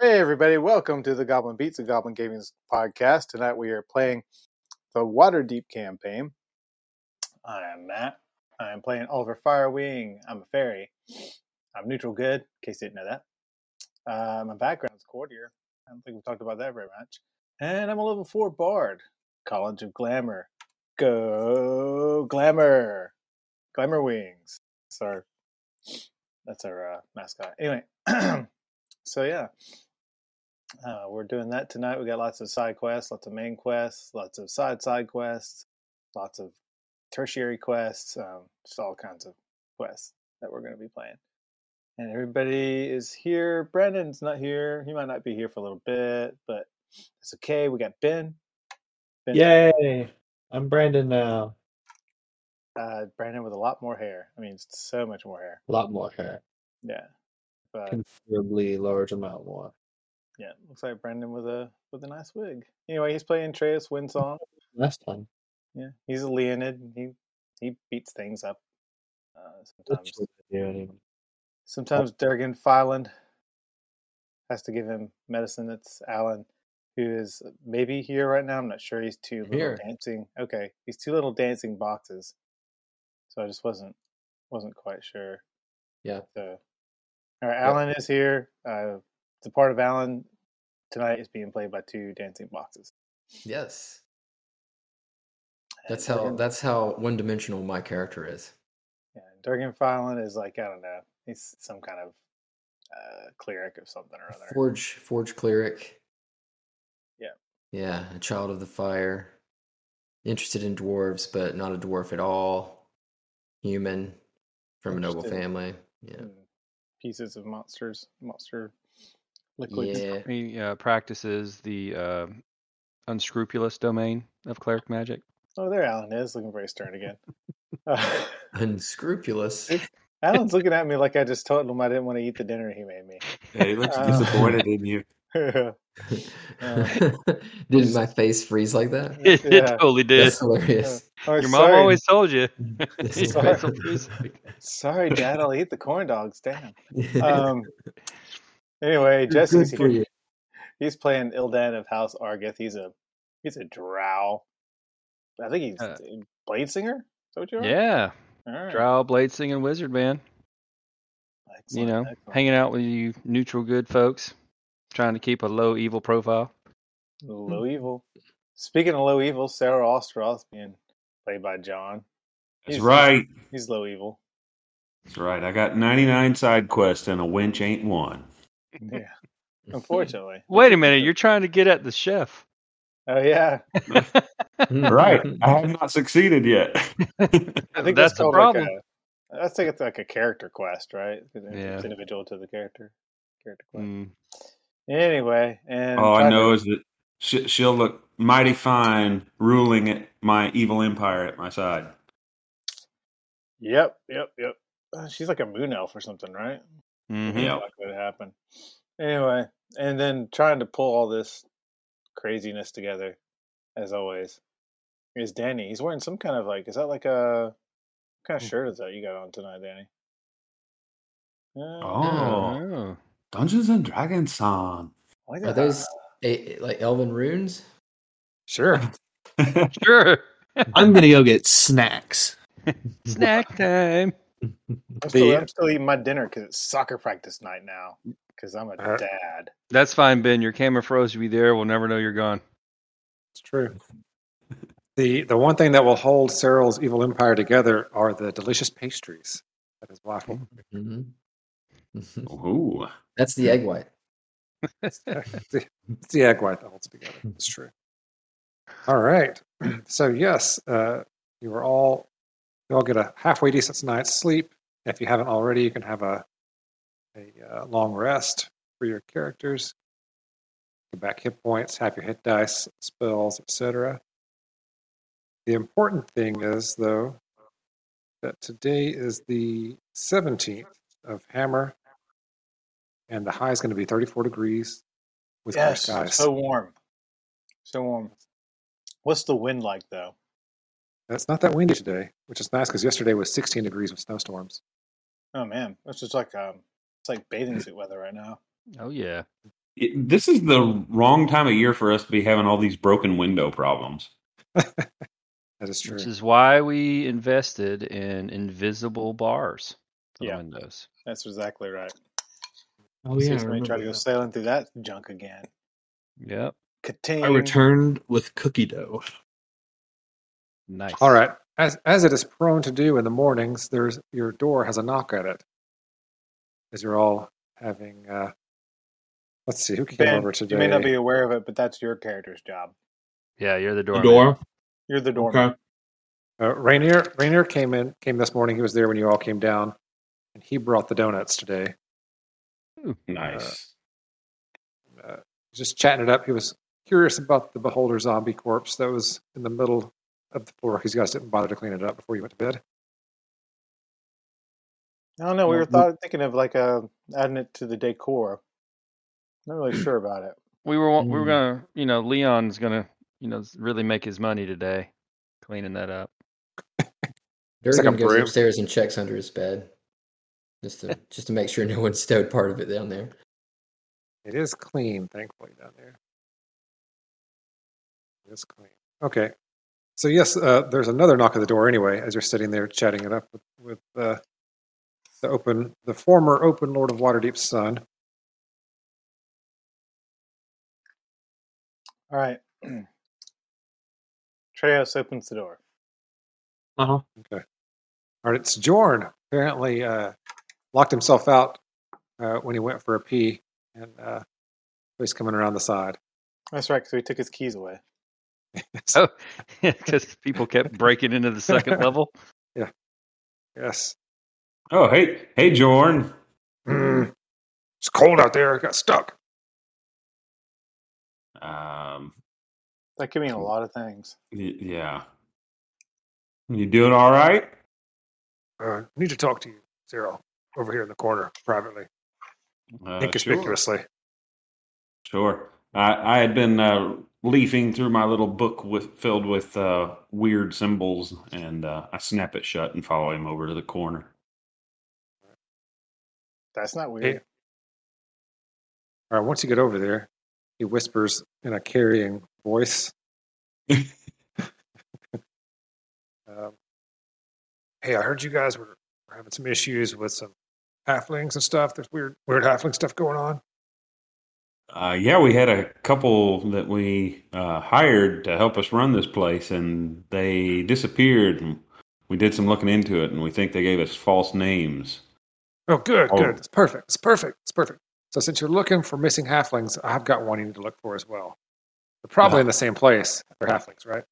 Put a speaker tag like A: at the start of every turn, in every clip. A: Hey, everybody, welcome to the Goblin Beats of Goblin Gaming's podcast. Tonight we are playing the Waterdeep campaign. I am Matt. I am playing Oliver Firewing. I'm a fairy. I'm neutral good, in case you didn't know that. Uh, my background's courtier. I don't think we've talked about that very much. And I'm a level 4 bard, College of Glamour. Go Glamour! Glamour Wings. That's our, that's our uh, mascot. Anyway, so yeah. Uh, we're doing that tonight. We got lots of side quests, lots of main quests, lots of side side quests, lots of tertiary quests, um, just all kinds of quests that we're going to be playing. And everybody is here. Brandon's not here. He might not be here for a little bit, but it's okay. We got Ben. ben
B: Yay! I'm Brandon now.
A: Uh, Brandon with a lot more hair. I mean, so much more hair.
B: A lot more hair.
A: Yeah, but
B: Considerably large amount more.
A: yeah, looks like Brandon with a with a nice wig. Anyway, he's playing Treus Winsong.
B: Last time.
A: Yeah, he's a Leonid. and He he beats things up uh,
B: That's
A: sometimes.
B: what I do anyway.
A: Sometimes Durgan Filand has to give him medicine. That's Alan, who is maybe here right now. I'm not sure. He's too little
B: Here.
A: dancing. Okay, he's two little dancing boxes. So I just wasn't wasn't quite sure.
B: Yeah.
A: So, all right, Alan is here. Uh, the part of Alan tonight is being played by two dancing boxes.
C: Yes. That's
A: And
C: how
A: Durgan-
C: that's how one dimensional my character is.
A: Yeah, Durgan Filand is like I don't know. He's some kind of uh, cleric of something or other.
C: Forge Forge cleric.
A: Yeah.
C: Yeah, a child of the fire. Interested in dwarves, but not a dwarf at all. Human from a noble
A: Interested.
C: family. Yeah.
A: and Mm. pieces of monsters, monster liquids.
C: Yeah.
D: He uh, practices the uh, unscrupulous domain of cleric magic.
A: Oh, there Alan is looking very stern again. Uh,
C: Unscrupulous.
A: Alan's looking at me like I just told him I didn't want to eat the dinner he made me.
E: Yeah, you looked
A: Uh, Oh,
E: disappointed in you.
B: uh,
C: Did my face freeze like that?
A: Yeah.
D: totally did.
C: That's hilarious.
A: Oh,
D: Your mom
A: sorry.
D: always told you. Your
A: Sorry.
D: face will freeze.
A: sorry, Dad. I'll eat the corn dogs. Damn. Um, anyway, Jesse's
C: Good for
A: here.
C: you.
A: He's playing Ildan of House Argith. He's a he's a drow. I think he's
D: Uh,
A: a blade singer. Is that what you are?
D: yeah,
A: All right.
D: drow, blade singing wizard man.
A: Excellent,
D: you know,
A: excellent.
D: hanging out with you neutral good folks, trying to keep a low evil profile.
A: Low evil. Speaking of low evil, Sarah Ostroth being played by John.
E: That's
A: He's-
E: right.
A: He's low evil.
E: That's right. I got 99 side quests and a winch ain't one.
A: Yeah. Unfortunately.
D: Wait a minute, you're trying to get at the chef.
A: Oh yeah.
C: Hmm.
E: Right. I have not succeeded yet.
A: I think
D: that's the
A: called
D: problem.
A: Like a, I think it's like a character quest, right? It's
D: Yeah.
A: individual to the character. Character quest.
D: Mm. Oh,
A: Anyway, and
E: All I
A: trying
E: know
A: to-
E: is that she, she'll look mighty fine ruling it, my evil empire at my side.
A: Yep, yep, yep. Uh, She's like a moon elf or something, right?
D: Mhm.
C: Mm-hmm.
E: Yeah.
A: Like that happened. Anyway, and then trying to pull all this craziness together, as always, is Danny. He's wearing some kind of like, is that like a what
C: Hmm.
A: kind of shirt is that you got on tonight, Danny? Uh,
E: Oh,
D: Oh.
E: Dungeons and Dragons song.
A: look
C: Are
A: at
C: those
A: that.
C: eh, like elven runes?
B: Sure.
D: Sure.
B: I'm gonna go get snacks.
D: Snack time.
A: I'm still,
E: the-
A: I'm still eating my dinner because it's soccer practice night now.
C: Mm.
A: Because I'm a
B: Uh,
A: dad.
D: That's fine, Ben. Your camera froze. You be there. We'll never know you're gone.
F: It's true. The the one thing that will hold Cyril's evil empire together are the delicious pastries that is waffle.
C: Mhm.
E: Ooh.
C: That's the egg white.
F: it's the egg white that holds it together. It's true. All right. So yes, uh, you were all you all get a halfway decent night's sleep. If you haven't already, you can have a a uh, long rest for your characters. Get back hit points, have your hit dice, spells, etc. The important thing is though that today is the 17th of Hammer, and the high is going to be 34 degrees with clear
A: Yes,
F: skies.
A: so warm, so warm. What's the wind like though?
F: It's not that windy today, which is nice because yesterday was 16 degrees with snowstorms.
A: Oh man, this is like um, it's like bathing suit weather right now.
D: Oh yeah.
E: It- this is the wrong time of year for us to be having all these broken window problems.
F: That is true.
D: Which is why we invested in invisible bars for
A: Yeah.
D: the windows.
A: That's exactly right.
B: Oh
A: See
B: yeah, I
A: if somebody try to go
B: remember that.
A: sailing through that junk again.
D: Yep.
A: Katane.
B: I returned with cookie dough.
D: Nice.
F: All right. As as it is prone to do in the mornings, there's your door has a knock at it. As you're all having, uh, let's see who came
A: Ben,
F: over today.
A: you may not be aware of it, but that's your character's job.
D: Yeah, you're the door.
E: The door.
A: You're the doorman.
E: Okay.
F: Uh, Rainier Rainier came in came this morning. He was there when you all came down, and he brought the donuts today.
E: Nice.
F: Just chatting it up. He was curious about the Beholder zombie corpse that was in the middle of the floor. Because you guys didn't bother to clean it up before you went to bed.
A: I don't know. We
F: No,
A: were
F: we-
A: thought, thinking of like uh adding it to the decor. Not really sure about it.
D: We were wa- we were
B: Mm.
D: gonna you know Leon's gonna you know really make his money today, cleaning that up.
F: like a
C: Durgan goes
F: broom.
C: upstairs and checks under his bed, just to just to make sure no one stowed part of it down there.
F: It is clean, thankfully, down there. It is clean. Okay. So yes, uh, there's another knock at the door anyway. As you're sitting there chatting it up with, with uh, the open, the former open Lord of Waterdeep's son.
A: All right. Treos opens the door.
B: Uh huh.
F: All right, it's Jorn. Apparently, uh, locked himself out uh, when he went for a pee, and uh, he's coming around the side.
A: That's right, because we took his keys away.
D: Oh, because people kept breaking into the second level.
F: Yes.
E: Oh, hey, hey, Jorn.
F: Mm. It's cold out there. I got stuck.
E: Um,
A: That could mean a lot of things.
E: y- yeah. You doing all right?
F: Uh, need to talk to you, Zero, over here in the corner privately.
E: Uh,
F: inconspicuously.
E: Sure. I, I had been uh, leafing through my little book with filled with uh, weird symbols, and uh, I snap it shut and follow him over to the corner.
A: That's not weird.
F: Hey. All right, once you get over there, he whispers in a carrying voice. um, hey, I heard you guys were, were having some issues with some halflings and stuff. There's weird, weird halfling stuff going on.
E: Uh, yeah, we had a couple that we uh, hired to help us run this place, and they disappeared. And we did some looking into it, and we think they gave us false names.
F: Oh, good,
E: Oh.
F: good. It's perfect. It's perfect. It's perfect. So, since you're looking for missing halflings, I've got one you need to look for as well. They're probably
E: Yeah.
F: in the same place. They're halflings, right?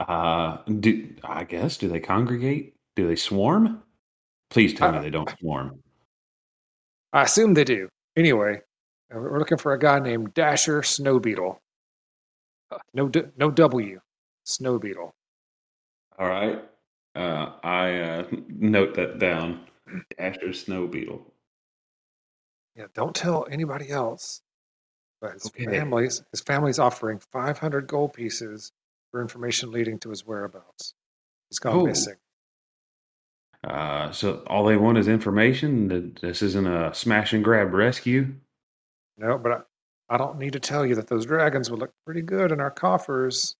E: Uh, do, I guess, do they congregate? Do they swarm? Please tell me
F: Uh,
E: they don't swarm.
F: I assume they do. Anyway, uh, we're looking for a guy named Dasher Snow Beetle. No, d- no W. Snow Beetle.
E: All right. Uh, I uh, note that down. Dasher Snow Beetle.
F: Yeah, don't tell anybody else. But his
E: Okay.
F: family's his family's offering 500 gold pieces for information leading to his whereabouts. He's gone
E: Oh.
F: missing.
E: Uh, so all they want is information. Th- This isn't a smash and grab rescue.
F: No, but I, I don't need to tell you that those dragons would look pretty good in our coffers,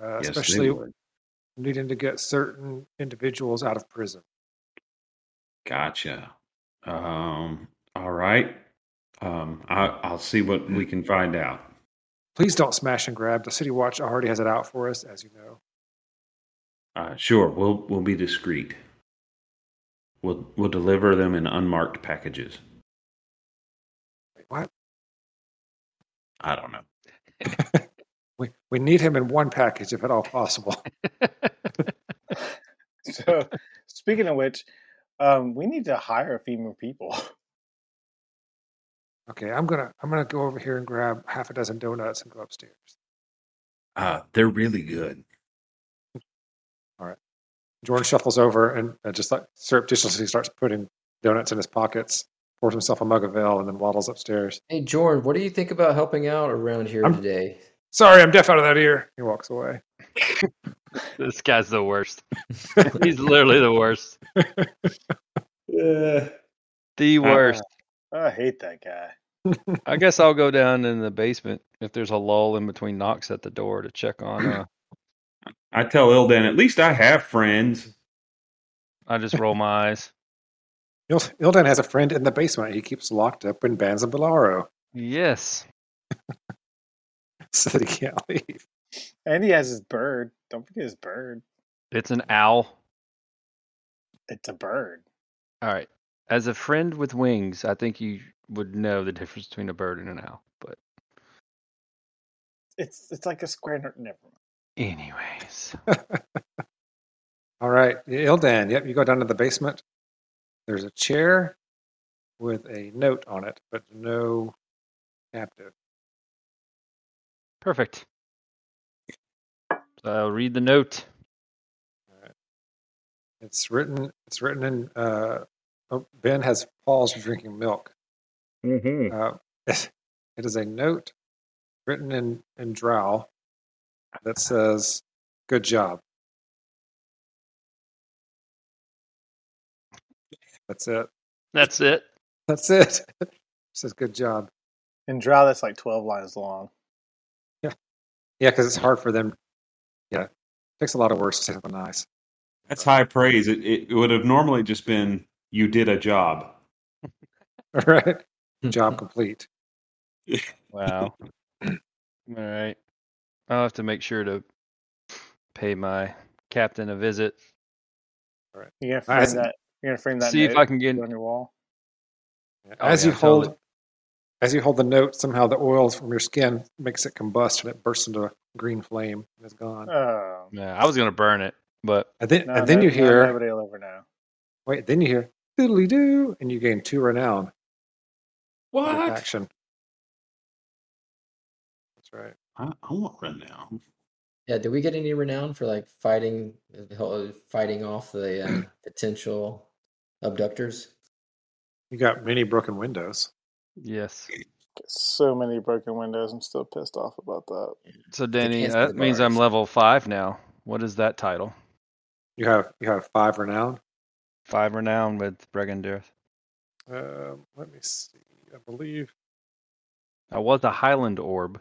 F: uh,
E: Yes, they
F: especially
E: would.
F: needing to get certain individuals out of prison.
E: Gotcha. Um, all right. Um, I, I'll see what we can find out.
F: Please don't smash and grab. The City Watch already has it out for us, as you know.
E: Uh, sure, we'll we'll be discreet. We'll we'll deliver them in unmarked packages.
F: Wait, what?
E: I don't know.
F: We, we need him in one package if at all possible.
A: So, speaking of which, um, we need to hire a few more people.
F: Okay, I'm gonna I'm gonna go over here and grab half a dozen donuts and go upstairs.
E: Uh, they're really good.
F: Jordan shuffles over and uh, just like surreptitiously starts putting donuts in his pockets, pours himself a mug of ale, and then waddles upstairs.
C: Hey, Jordan, what do you think about helping out around here
F: I'm-
C: today?
F: Sorry, I'm deaf out of that ear. He walks away.
D: this guy's the worst. He's literally the worst.
E: Yeah.
D: The worst.
A: I hate that guy.
D: I guess I'll go down in the basement if there's a lull in between knocks at the door to check on. Uh,
E: I tell Ildan, at least I have friends.
D: I just roll my eyes.
F: Il- Ildan has a friend in the basement he keeps locked up in Bands of Bolaro
D: Yes.
F: so that he can't leave.
A: And he has his bird. Don't forget his bird.
D: It's an owl.
A: It's a bird.
D: All right. As a friend with wings, I think you would know the difference between a bird and an owl. But
A: It's it's like a square. Never mind.
D: anyways,
F: All right, Ildan, yep, you go down to the basement. There's a chair with a note on it, but no captive.
D: perfect. So I'll read the note.
F: It's written. It's written in. Uh, oh, ben has paused drinking milk.
E: Mm-hmm.
F: Uh, it is a note written in in Drow that says, "Good job." That's it.
D: That's it.
F: That's it. it says, "Good job."
A: And draw that's like twelve lines long.
F: Yeah, because it's hard for them. Yeah, takes a lot of words to say something nice.
E: That's high praise. It, it would have normally just been, you did a job.
F: All right, job complete.
D: Wow. All right. I'll have to make sure to pay my captain a visit.
A: You're gonna
F: I see.
A: frame that. You're gonna frame that.
D: See if I
A: note
D: can get.
A: on your wall.
D: Oh,
F: as
D: yeah,
F: you hold,
D: totally.
F: as you hold the note, somehow the oil from your skin makes it combust and it bursts into a green flame and is gone.
A: Oh,
D: Yeah, I was gonna burn it, but
F: and then,
A: no,
F: and then
A: no-
F: you
A: no,
F: hear,
A: nobody will ever know.
F: wait, then you hear doodly doo, and you gain two renown for your
E: What?
F: action. That's right.
E: I, I want run now.
C: Yeah, did we get any renown for like fighting the whole- fighting off the uh, potential abductors?
F: You got many broken windows.
D: yes.
A: So many broken windows. I'm still pissed off about that.
D: So Danny,
C: chance for
D: that
C: the
D: means I'm
C: bars.
D: level five now. What is that title?
F: You have you have five renown.
D: Five renown with Bregandirth.
F: Um, let me see. I believe
D: I was a Highland orb.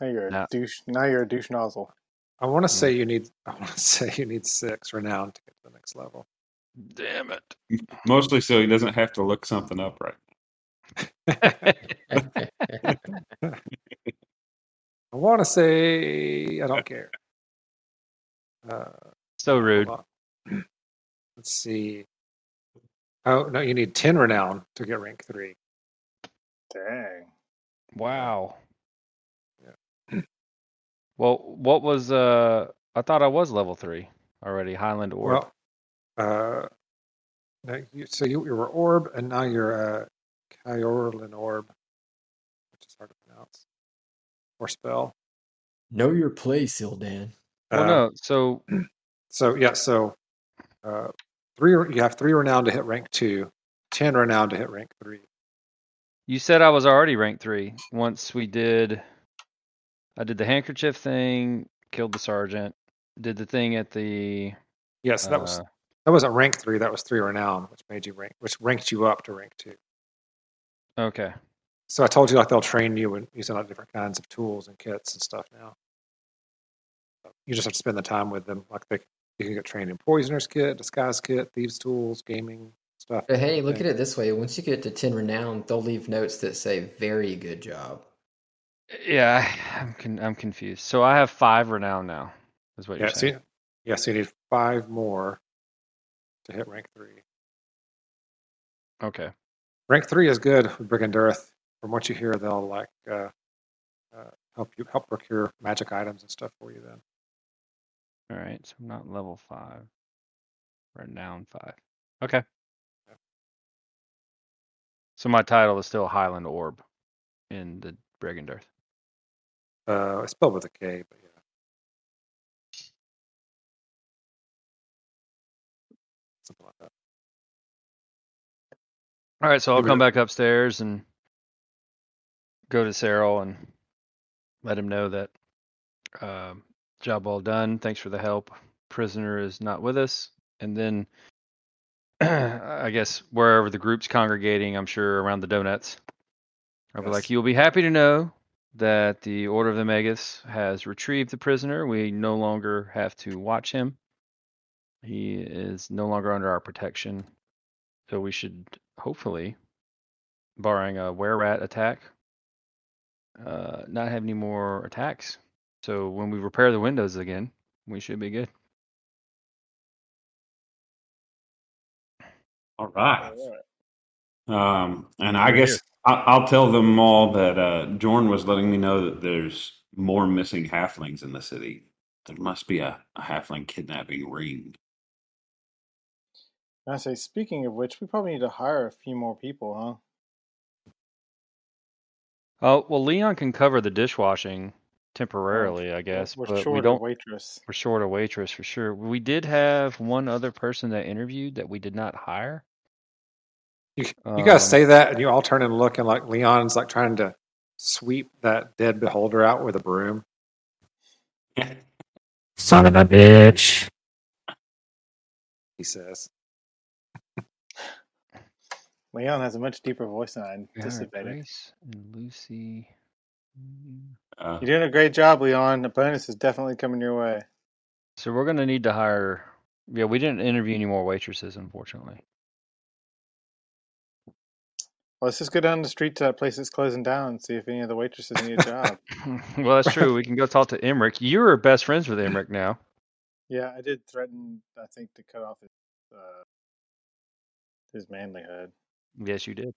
A: Now you're a
D: No.
A: douche. Now you're a douche nozzle.
F: I want to say you need. I want to say you need six renown to get to the next level.
D: Damn it.
E: Mostly so he doesn't have to look something up right
F: I want to say I don't care. Uh,
D: so rude.
F: Hold on. Let's see. Oh no, you need ten renown to get rank three.
A: Dang.
D: Wow.
F: Yeah.
D: Well, what was uh I thought I was level three already, Highland orb.
F: Well, uh, no, you, so you, you were orb, and now you're uh, Kyorlin orb, which is hard to pronounce or spell.
C: know your place, Ildan.
D: well
F: Uh,
D: Oh, no, so
F: So yeah, so uh, three you have three renown to hit rank two, ten renown to hit rank three.
D: You said I was already rank three once we did. I did the handkerchief thing, killed the sergeant, did the thing at the.
F: Yes, that was
D: uh,
F: that wasn't rank three. That was three renown, which made you rank, which ranked you up to rank two.
D: uh, Okay.
F: So I told you like they'll train you and using like different kinds of tools and kits and stuff now. You just have to spend the time with them. Like they, you can get trained in poisoner's kit, disguise kit, thieves tools, gaming stuff.
C: But hey, look at it this way: once you get to ten renown, they'll leave notes that say "very good job."
D: Yeah, I- I'm con- I'm confused. So I have five renown now. Is what
F: Yeah,
D: you're
F: so
D: saying?
F: you, yeah, so you need five more to hit rank three.
D: Okay.
F: Rank three is good with Brigand Earth. From what you hear, they'll like uh, uh, help you help procure magic items and stuff for you. Then
D: All right. So I'm not level five. Renown five. Okay. So my title is still Highland Orb, in the Bregandirth.
F: uh, it's spelled with a K, but yeah. Something like that.
D: All right, so I'll
F: Maybe
D: come
F: the-
D: back upstairs and go to Cyril and let him know that um job well done. Thanks for the help. Prisoner is not with us, and then I guess wherever the group's congregating, I'm sure around the donuts, I'll be like, you'll be happy to know that the Order of the Magus has retrieved the prisoner. We no longer have to watch him. He is no longer under our protection. So we should hopefully, barring a were rat attack, uh, not have any more attacks. So when we repair the windows again, we should be good.
E: All
D: Ah.
E: right. Um, and I guess I, I'll tell them all that uh, Jorn was letting me know that there's more missing halflings in the city. There must be a, a halfling kidnapping ring.
A: I say, speaking of which, we probably need to hire a few more people, huh?
D: Oh well, Leon can cover the dishwashing temporarily, I guess,
A: We're
D: but
A: short
D: we
A: of
D: don't.
A: waitress.
D: We're short a waitress for sure. We did have one other person that interviewed that we did not hire.
F: You, you guys
D: Um,
F: say that, and you all turn and look, and like Leon's like trying to sweep that dead beholder out with a broom.
G: Son of a bitch.
F: He says,
A: Leon has a much deeper voice than I
D: Garrett
A: anticipated.
D: Grace and Lucy.
E: Uh,
A: You're doing a great job, Leon. The bonus is definitely coming your way.
D: So we're gonna need to hire. Yeah, we didn't interview any more waitresses, unfortunately.
A: Well, let's just go down the street to that place that's closing down and see if any of the waitresses need a job.
D: well, that's true. We can go talk to Emmerich. You're best friends with Emmerich now.
A: yeah, I did threaten, I think, to cut off his, uh, his manlyhood.
D: Yes, you did.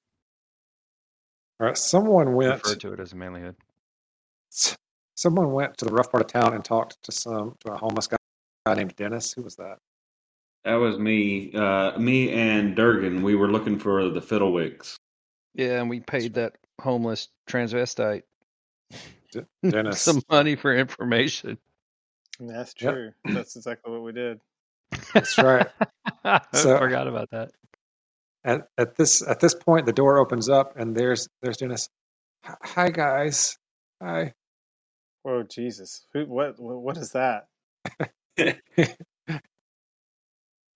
F: "All right, someone went.
D: Refer to it as a manlyhood.
F: Someone went to the rough part of town and talked to some to a homeless guy, guy named Dennis. Who was that?
E: that was me. Uh, me and Durgan. We were looking for the Fiddlewicks.
D: Yeah, and we paid that homeless transvestite
F: D- Dennis.
D: some money for information.
A: And that's
F: Yep.
A: true. That's exactly what we did.
F: That's right.
D: I
F: So-
D: forgot about that.
F: at, at this at this point, the door opens up, and there's there's Dennis. "H- Hi guys. Hi.
A: Whoa, Jesus! Who? What? What what is that?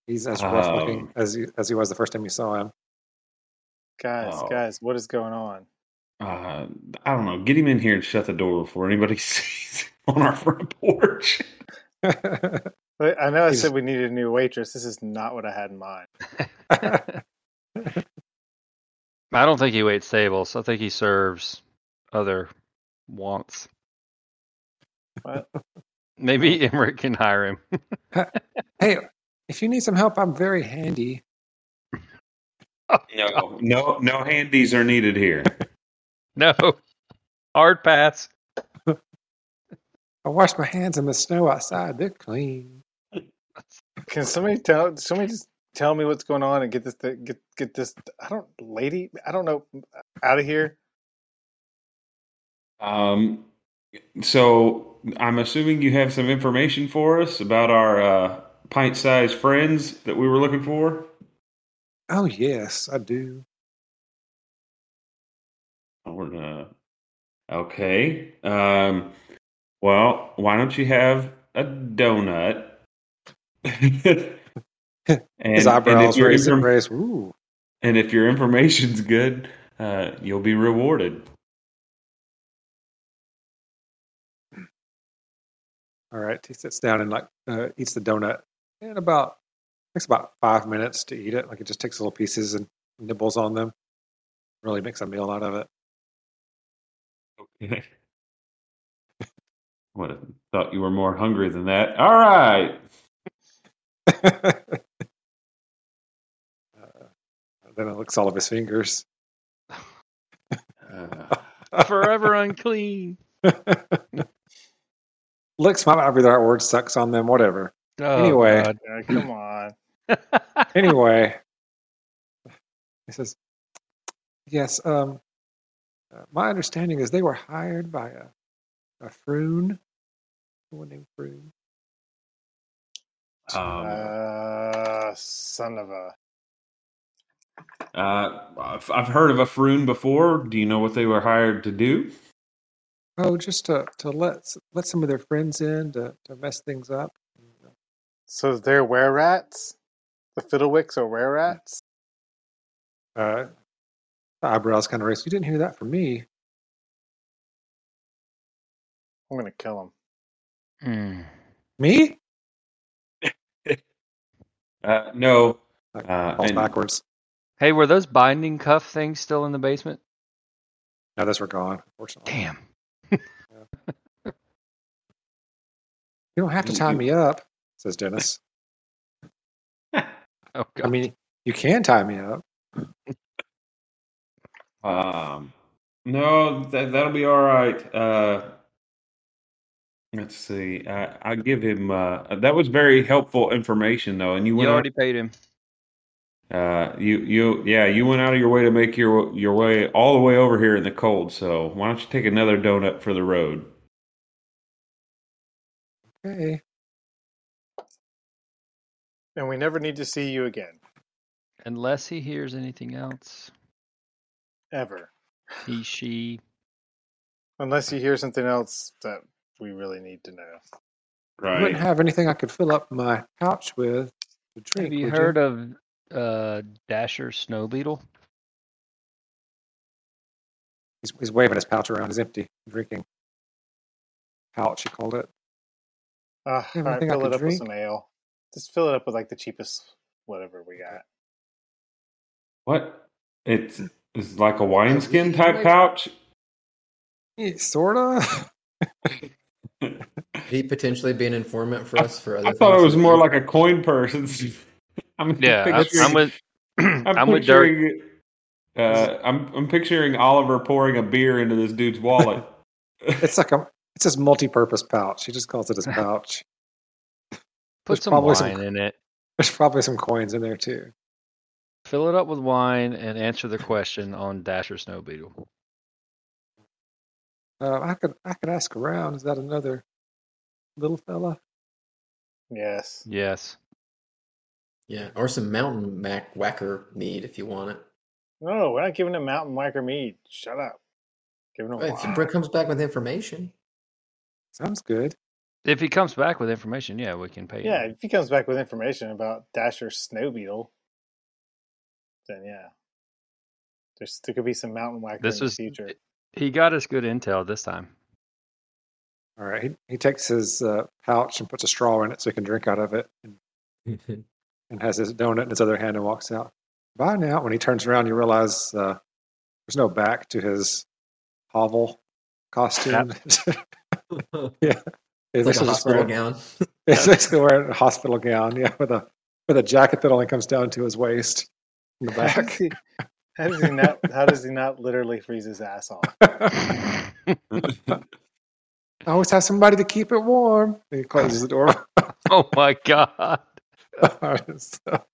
F: He's as rough looking
E: Um.
F: as he, as he was the first time you saw him.
A: Guys,
E: Oh.
A: guys, what is going on?
E: Uh, I don't know. Get him in here and shut the door before anybody sees him on our front porch.
A: Wait, I know I
F: He's-
A: said we needed a new waitress. This is not what I had in mind.
D: I don't think he waits tables. I think he serves other wants.
A: What?
D: Maybe Emmerich can hire him.
F: hey, if you need some help, I'm very handy.
E: No, no, no handies are needed here.
D: No. Hard pass.
F: I wash my hands in the snow outside. They're clean.
A: Can somebody tell? Somebody just tell me what's going on and get this thi- get get this. I don't, lady. I don't know. Out of here.
E: Um, so I'm assuming you have some information for us about our uh, pint-sized friends that we were looking for.
F: Oh yes, I do.
E: Or, uh, okay. Um, well, why don't you have a donut? and,
F: His eyebrows
E: if your
F: raised
E: inform-
F: raised. Ooh.
E: and if your information's good, uh, you'll be rewarded.
F: All right. He sits down and like uh, eats the donut. And about takes about five minutes to eat it. Like it just takes little pieces and nibbles on them. Really makes a meal out of it.
E: Okay. Would have thought you were more hungry than that. All right.
F: uh, then it licks all of his fingers.
E: Uh,
D: Forever unclean.
F: licks might not be the right word. Sucks on them. Whatever.
D: Oh,
F: Anyway.
D: God.
A: Yeah, come on.
F: Anyway, he says, "Yes. Um, uh, my understanding is they were hired by a a Froon, someone named Froon.
E: um,
A: Uh, son of a.
E: uh, I've, I've heard of a Froon before. Do you know what they were hired to do?
F: Oh, just to to let s- let some of their friends in to to mess things up.
A: So they're were rats. The Fiddlewicks are
F: Mm.
A: were rats.
F: Uh, the eyebrows kind of raised. You didn't hear that from me.
A: I'm gonna kill him.
D: Mm.
F: Me?
E: Uh, no.
F: That
E: Uh,
F: falls
E: and-
F: backwards.
D: Hey, were those binding cuff things still in the basement?
F: Now those were gone, unfortunately.
D: Damn.
F: You don't have to
E: You-
F: tie
E: you-
F: me up, says Dennis.
D: Oh god.
F: I mean, you can tie me up.
E: Um, no, that that'll be all right. Uh, let's see. I I give him. Uh, that was very helpful information, though, and you
D: you
E: went.
D: already paid him.
E: out, uh, you you yeah, you went out of your way to make your your way all the way over here in the cold. So why don't you take another donut for the road?
F: Okay.
A: And we never need to see you again,
D: Unless he hears anything else.
A: ever,
D: He she
A: unless you hear something else that we really need to know.
F: I wouldn't have anything I could fill up my pouch with to drink.
D: Have you
F: would
D: heard of uh Dasher Snow Beetle?
F: He's, he's waving his pouch around. He's empty. Drinking pouch, he called it.
A: Uh, all
F: have
A: right,
F: anything I
A: fill it
F: could
A: up with
F: drink?
A: some ale. Just fill it up with like the cheapest whatever we got.
E: What? It's it's like a wineskin type pouch.
F: Yeah, sorta.
C: Could he potentially be an informant for us for other
E: I thought it
C: things
E: was
C: that
E: more
C: we-
E: like a coin purse. It's- I'm
D: Yeah, I,
E: picturing-
D: I'm with I'm, with Dirk.
E: picturing, Uh, I'm I'm picturing Oliver pouring a beer into this dude's wallet.
F: It's like a. It's his multi-purpose pouch. He just calls it his pouch.
D: Put
F: there's
D: some
F: probably
D: wine
F: some-
D: in it.
F: There's probably some coins in there too.
D: Fill it up with wine and answer the question on Dasher Snow Beetle.
F: Uh, I could I could ask around. Is that another little fella?
A: Yes.
F: Mm.
D: Yes.
C: Yeah, or some mountain mac whacker mead if you want it.
A: No, we're not giving him mountain micro mead. Shut up. Giving him
C: If he br-
A: wine.
C: comes back with information,
F: Sounds good.
D: If he comes back with information, yeah, we can pay
A: Yeah,
D: him.
A: if he comes back with information about Dasher Snow Beetle, then yeah, there's there could be some mountain whacker
D: This
A: in the
D: was
A: future.
D: he got us good intel this time.
F: All right. He, he takes his uh, pouch and puts a straw in it so he can drink out of it, and, and has his donut in his other hand and walks out. Bye now. When he turns around, you realize uh, there's no back to his hovel costume. yeah,
C: it's like a
F: basically just
C: hospital
F: wearing-
C: gown.
F: He's basically wearing a hospital gown, yeah, with a with a jacket that only comes down to his waist in the
A: How does
F: back.
A: he, how does he not? How does he not literally freeze his ass off?
F: I always have somebody to keep it warm. And he closes the door.
D: oh my god.
F: So,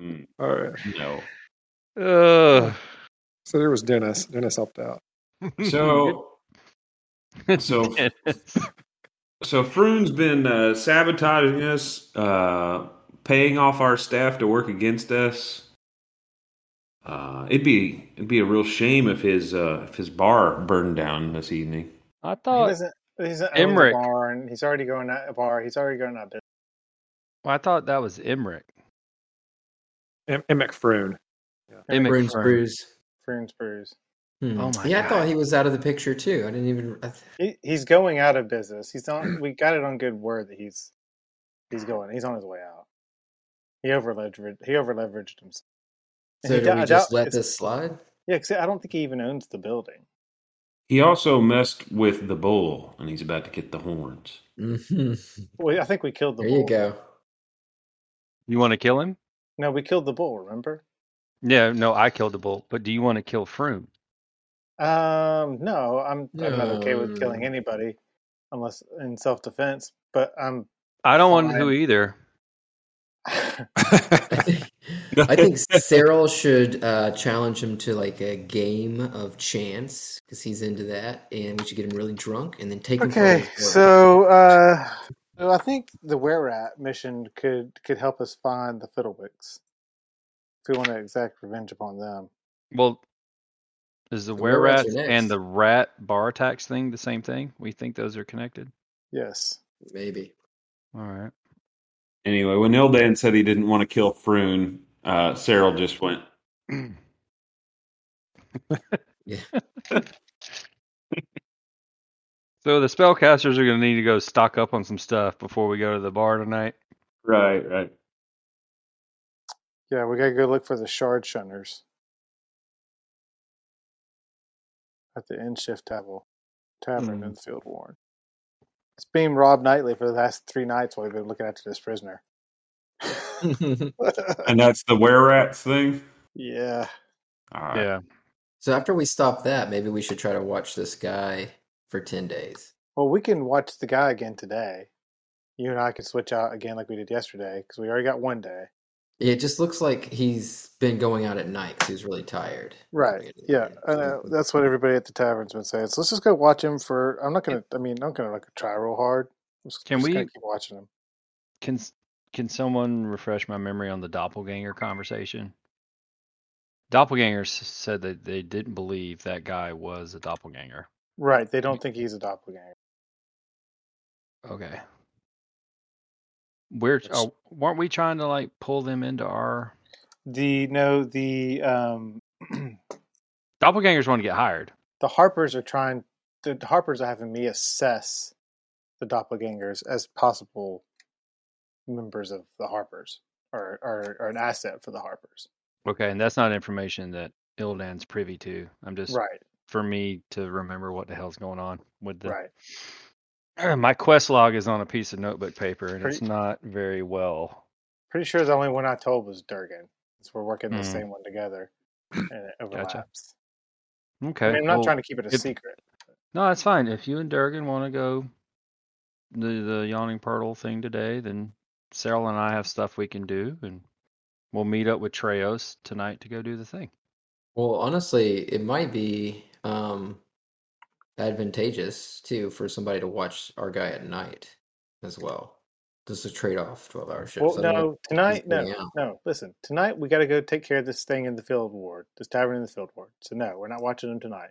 E: Mm,
F: all right.
E: no.
D: Ugh.
F: So there was Dennis. Dennis helped out.
E: So so-
D: Dennis.
E: so Froon's been uh, sabotaging us, uh, paying off our staff to work against us. Uh, it'd be it'd be a real shame if his uh, if his bar burned down this evening.
D: I
A: he
D: thought
A: doesn't. He's not
D: Emmerich.
A: a bar, and he's already going out a bar. He's already going out of business.
D: I thought that was Emmerich.
F: And, and McFroon.
D: Emmerich
C: Bruins
D: Fern.
C: brews.
A: Froon's brews.
C: Hmm.
D: Oh my
C: yeah, I
D: God.
C: thought he was out of the picture too. I didn't even. I th-
A: He, he's going out of business. He's on. We got it on good word that he's he's going. He's on his way out. He overleveraged. He overleveraged himself. And
C: so
A: he
C: do
A: doubt-
C: we
A: I
C: just
A: doubt
C: let
A: it's-
C: this slide?
A: Yeah, because I don't think he even owns the building.
E: He also messed with the bull, and he's about to get the horns.
C: hmm
A: Well, I think we killed the
C: There
A: bull.
C: you go.
D: You want to kill him?
A: No, we killed the bull. Remember?
D: Yeah, no, I killed the bull. But do you want to kill Froome?
A: Um, no, I'm I'm not okay with killing
C: No.
A: anybody, unless in self defense. But um, I'm.
D: I don't want to do
A: Fine.
D: either.
C: I think Cyril should uh, challenge him to like a game of chance because he's into that, and we should get him really drunk and then take him. for
A: okay,
C: his word.
A: so uh, so I think the were rat mission could could help us find the Fiddlewicks if we want to exact revenge upon them.
D: Well, is the
C: The
D: were
C: were-rats
D: rat
C: are
D: and
C: next.
D: the rat bar tax thing the same thing? We think those are connected.
A: Yes.
C: maybe.
D: All right.
E: Anyway, when Ildan said he didn't want to kill Froon, uh, Cyril just went.
C: Yeah.
D: So the spellcasters are going to need to go stock up on some stuff before we go to the bar tonight.
E: Right, right.
A: Yeah, we gotta go look for the shard shunners at the end shift table tavern in Field Warren. It's been Rob Knightley for the last three nights while we've been looking after this prisoner.
E: And that's the were rats thing.
A: yeah,
E: All right.
D: Yeah.
C: So after we stop that, maybe we should try to watch this guy for ten days.
A: well, we can watch the guy again today. You and I can switch out again like we did yesterday because we already got one day.
C: It just looks like he's been going out at night because he's really tired.
A: Right. Yeah. I know. That's what everybody at the tavern's been saying. So let's just go watch him for. I'm not gonna. I mean, I'm not gonna like try real hard. I'm just,
D: Can
A: just gonna
D: we-
A: keep watching him?
D: Can s- can someone refresh my memory on the doppelganger conversation? Doppelgangers said that they didn't believe that guy was a doppelganger.
A: Right. They
D: Mm.
A: don't think he's a doppelganger.
D: Okay. We're
A: That's-
D: oh, weren't we trying to like pull them into our
A: The no. The um.
D: doppelgangers want to get hired?
A: the Harpers are trying. The Harpers are having me assess the doppelgangers as possible members of the Harpers, or or, or an asset for the Harpers.
D: Okay, and that's not information that Ildan's privy to. I'm just
A: Right.
D: for me to remember what the hell's going on with the
A: Right.
D: My quest log is on a piece of notebook paper and it's
A: Pretty-
D: not very well.
A: Pretty sure the only one I told was Durgan. Since we're working the
D: Mm.
A: same one together, and it overlaps.
D: Okay.
A: I mean, I'm not
D: well,
A: trying to keep it a
D: if-
A: secret.
D: No, that's fine. If you and Durgan want to go the the yawning portal thing today, then Cyril and I have stuff we can do and we'll meet up with Treos tonight to go do the thing.
C: Well, honestly, it might be um advantageous too for somebody to watch our guy at night as well. Just a trade off twelve hour shift.
A: Well, no, tonight, no,
C: going out.
A: no. Listen, tonight we got to go take care of this thing in the field ward, this tavern in the field ward. So no, we're not watching them tonight.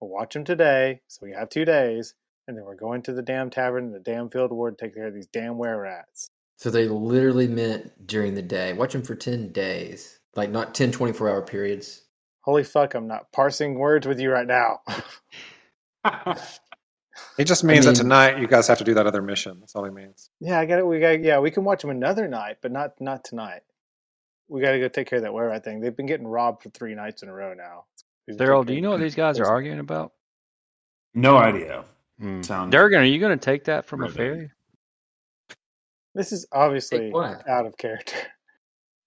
A: We'll watch them today, so we have two days, and then we're going to the damn tavern in the damn field ward to take care of these damn were rats.
C: So they literally meant during the day. Watch him for 10 days. Like not 10 24 hour periods.
A: Holy fuck, I'm not parsing words with you right now.
F: It just means that
C: mean-
F: tonight you guys have to do that other mission. That's all it means.
A: yeah, I got it. We got yeah, we can watch them another night, but not not tonight. We got to go take care of that were rat thing. They've been getting robbed for three nights in a row now. We've been
D: Cyril, do
A: taking-
D: you know what these guys are
A: Listen.
D: arguing about?
E: No idea.
D: Mm.
E: Sounds-
D: Durgan, are you going to take that from a
E: Right.
D: fairy?
A: This is obviously
C: what?
A: out of character.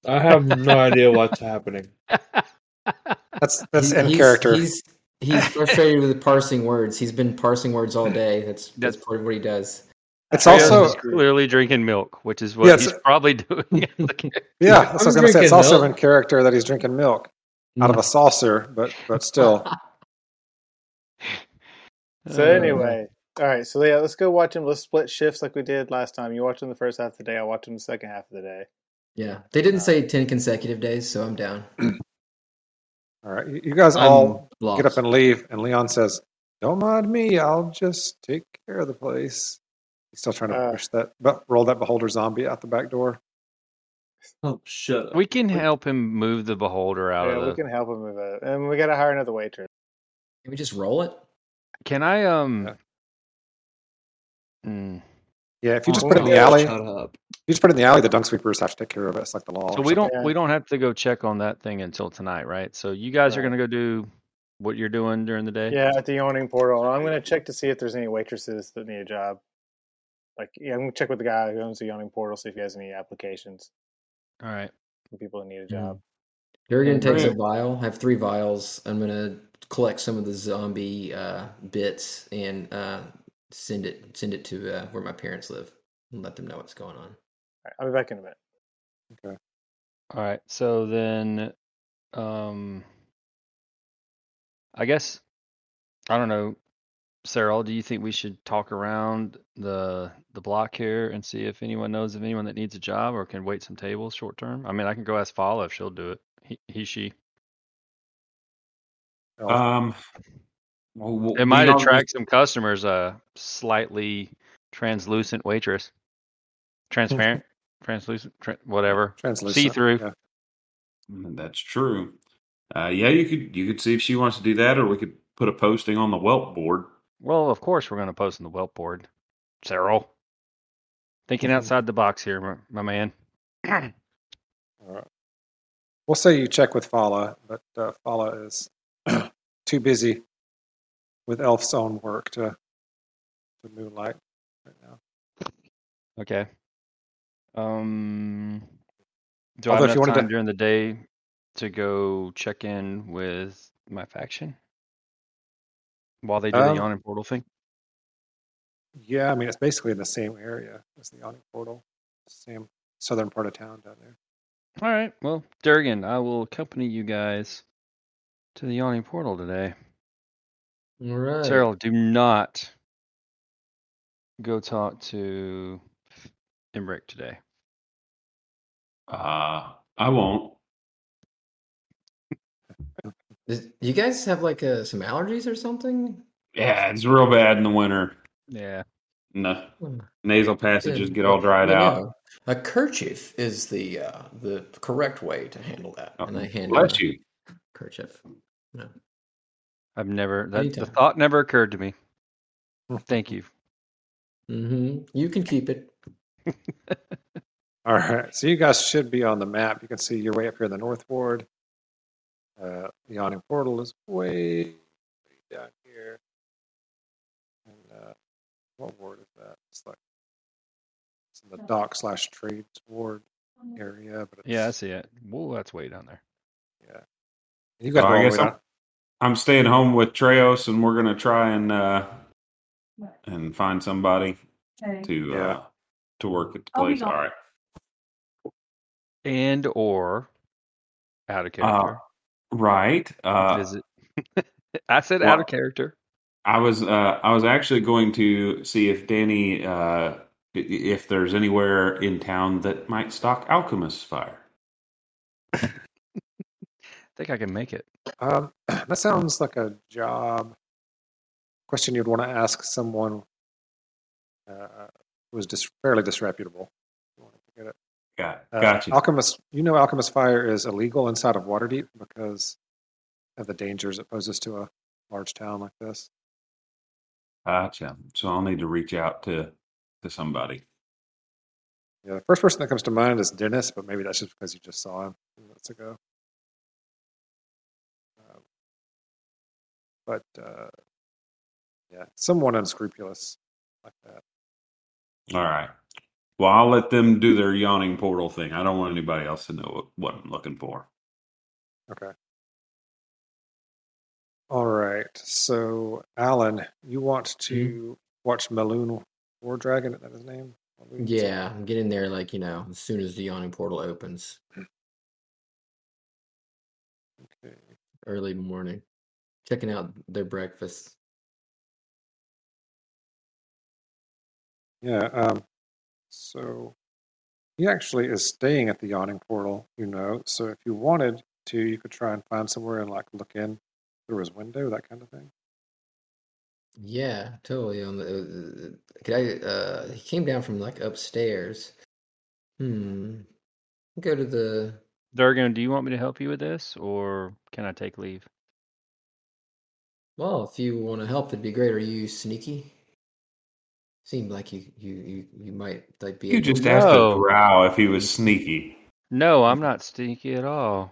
B: I have no idea what's happening.
F: That's that's
C: He-
F: in
C: he's-
F: character.
C: He's he's frustrated with parsing words. He's been parsing words all day. That's that's,
D: That's-
C: part of what he does.
F: it's
D: Treos
F: also
D: is clearly drinking milk, which is what
F: Yeah,
D: he's
F: it's-
D: probably doing.
F: yeah. That's what I was
B: I'm
F: gonna say. It's
B: drinking
F: also
B: milk.
F: in character that he's drinking milk out of a saucer, but but still.
A: So
D: Uh,
A: anyway, all right. So yeah, let's go watch them. Let's split shifts like we did last time. You watch them the first half of the day. I watch them the second half of the day.
C: Yeah. They didn't say 10 consecutive days, so I'm down.
F: All right, you- you guys
B: I'm
F: all
C: Lost.
F: get up and leave, and Leon says, "Don't mind me. I'll just take care of the place." He's still trying to
A: Uh.
F: push that, but roll that beholder zombie out the back door.
B: Oh, shut up.
D: we can help him move the beholder out
A: Yeah,
D: of
A: we
D: the
A: can help them with that, and we gotta hire another waitress.
C: Can we just roll it?
D: Can I um
F: Yeah.
D: mm,
F: Yeah, if you
B: Oh,
F: just put it in the
B: shut
F: alley, if
B: up.
F: you just put it in the alley, the dung sweepers have to take care of it. It's like the law.
D: so
F: or
D: we don't
A: Yeah.
D: we don't have to go check on that thing until tonight, right? So you guys are
A: Right.
D: gonna go do what you're doing during the day?
A: Yeah, at the yawning portal. I'm gonna check to see if there's any waitresses that need a job. Like, yeah, I'm gonna check with the guy who owns the yawning portal, see if he has any applications
D: All right.
A: for people that need a
C: Mhm.
D: Mm.
A: job.
C: Durgan
E: Yeah,
C: takes a
E: right.
C: vial. I have three vials. I'm gonna collect some of the zombie uh, bits and uh, send it send it to uh, where my parents live and let them know what's going on.
A: All right, I'll be back in a minute.
D: All right. So then um I guess I don't know, Sarah, do you think we should talk around the the block here and see if anyone knows of anyone that needs a job or can wait some tables short term? I mean I can go ask Fala if she'll do it. He he she.
E: Um, well, well,
D: It might
E: Leon-
D: attract some customers. A slightly translucent waitress, transparent, translucent, tra- whatever.
F: Translucent.
D: see-through.
F: Yeah.
E: Mm, That's true. Uh, yeah, you could you could see if she wants to do that, or we could put a posting on the welt board.
D: Well, of course we're going to post on the welt board, Cyril.
F: Mm-hmm.
D: Thinking outside the box here, my, my man.
F: All right. We'll say you check with Fala, but uh, Fala is too busy with Elf's own work to to moonlight right now.
D: okay. Um, do
F: Although
D: I
F: if
D: have enough
F: you wanted to-
D: time during the day to go check in with my faction while they do the
F: Um,
D: yawning portal thing?
F: Yeah, I mean it's basically in the same area as the Yawning Portal, same southern part of town down there.
D: All right. Well, Durgan, I will accompany you guys to the yawning portal today.
C: All right.
D: Cyril, do not go talk to Emmerich today.
E: Uh, I won't.
C: Is- do you guys have like uh, some allergies or something?
E: Yeah, it's real bad in the winter.
D: Yeah.
E: No,
C: Hmm.
E: nasal passages
C: Yeah,
E: get all
C: but,
E: dried
C: you
E: out.
C: know, A kerchief is the uh, the correct way to handle that, and I hand him
E: Oh, Bless
C: a
E: you.
C: kerchief. No.
D: I've never, that, the
C: Anytime.
D: thought never occurred to me. Thank you.
C: hmm You can keep it.
F: All right, so you guys should be on the map. You can see your way up here in the North Ward. Uh, the Yawning Portal is way down here. And uh, what ward is that? It's like it's in the dock slash trades ward area. But it's,
D: Yeah, I see it. Whoa, that's way down there.
F: you guys
E: So
F: are
E: I
F: all the
E: guess
F: way
E: I'm,
F: down.
E: I'm staying home with Treos, and we're gonna try and uh, and find somebody to
F: Yeah.
E: uh, to work at the
H: I'll be
E: place. All
H: gone.
E: right.
D: And or out of character.
E: Right. Uh,
D: visit. I said out
E: well-
D: of character.
E: I was uh, I was actually going to see if Danny uh, i- if there's anywhere in town that might stock alchemist's fire.
D: I think I can make it.
F: Um, that sounds like a job question you'd want to ask someone uh, who is dis- fairly disreputable. You want to get it.
E: Got
F: Uh,
E: gotcha.
F: Alchemist, you know, alchemist fire is illegal inside of Waterdeep because of the dangers it poses to a large town like this.
E: gotcha. So I'll need to reach out to to somebody.
F: Yeah, the first person that comes to mind is Dennis, but maybe that's just because you just saw him a few minutes ago. Um, but uh, yeah, someone unscrupulous like that.
E: All right. Well, I'll let them do their yawning portal thing. I don't want anybody else to know what, what I'm looking for.
F: Okay. All right. So, Alan, you want to watch Maloon War Dragon? Is that his name? Maloon something?
C: Yeah, get in there like you know as soon as the yawning portal opens,
F: Okay.
C: early morning, checking out their breakfast.
F: Yeah. Um, so he actually is staying at the yawning portal, you know. So if you wanted to, you could try and find somewhere and like look in through his window, that kind of thing.
C: Yeah, totally. On the, uh, could I? Uh, he came down from like upstairs. Hmm. Go to the.
D: Durgan, do you want me to help you with this or can I take leave?
C: Well, if you want to help, that'd be great. Are you sneaky? Seemed like you you you, you might like be
E: You
C: able
E: just
D: No.
E: asked a drow if he was sneaky.
D: No, I'm not stinky at all.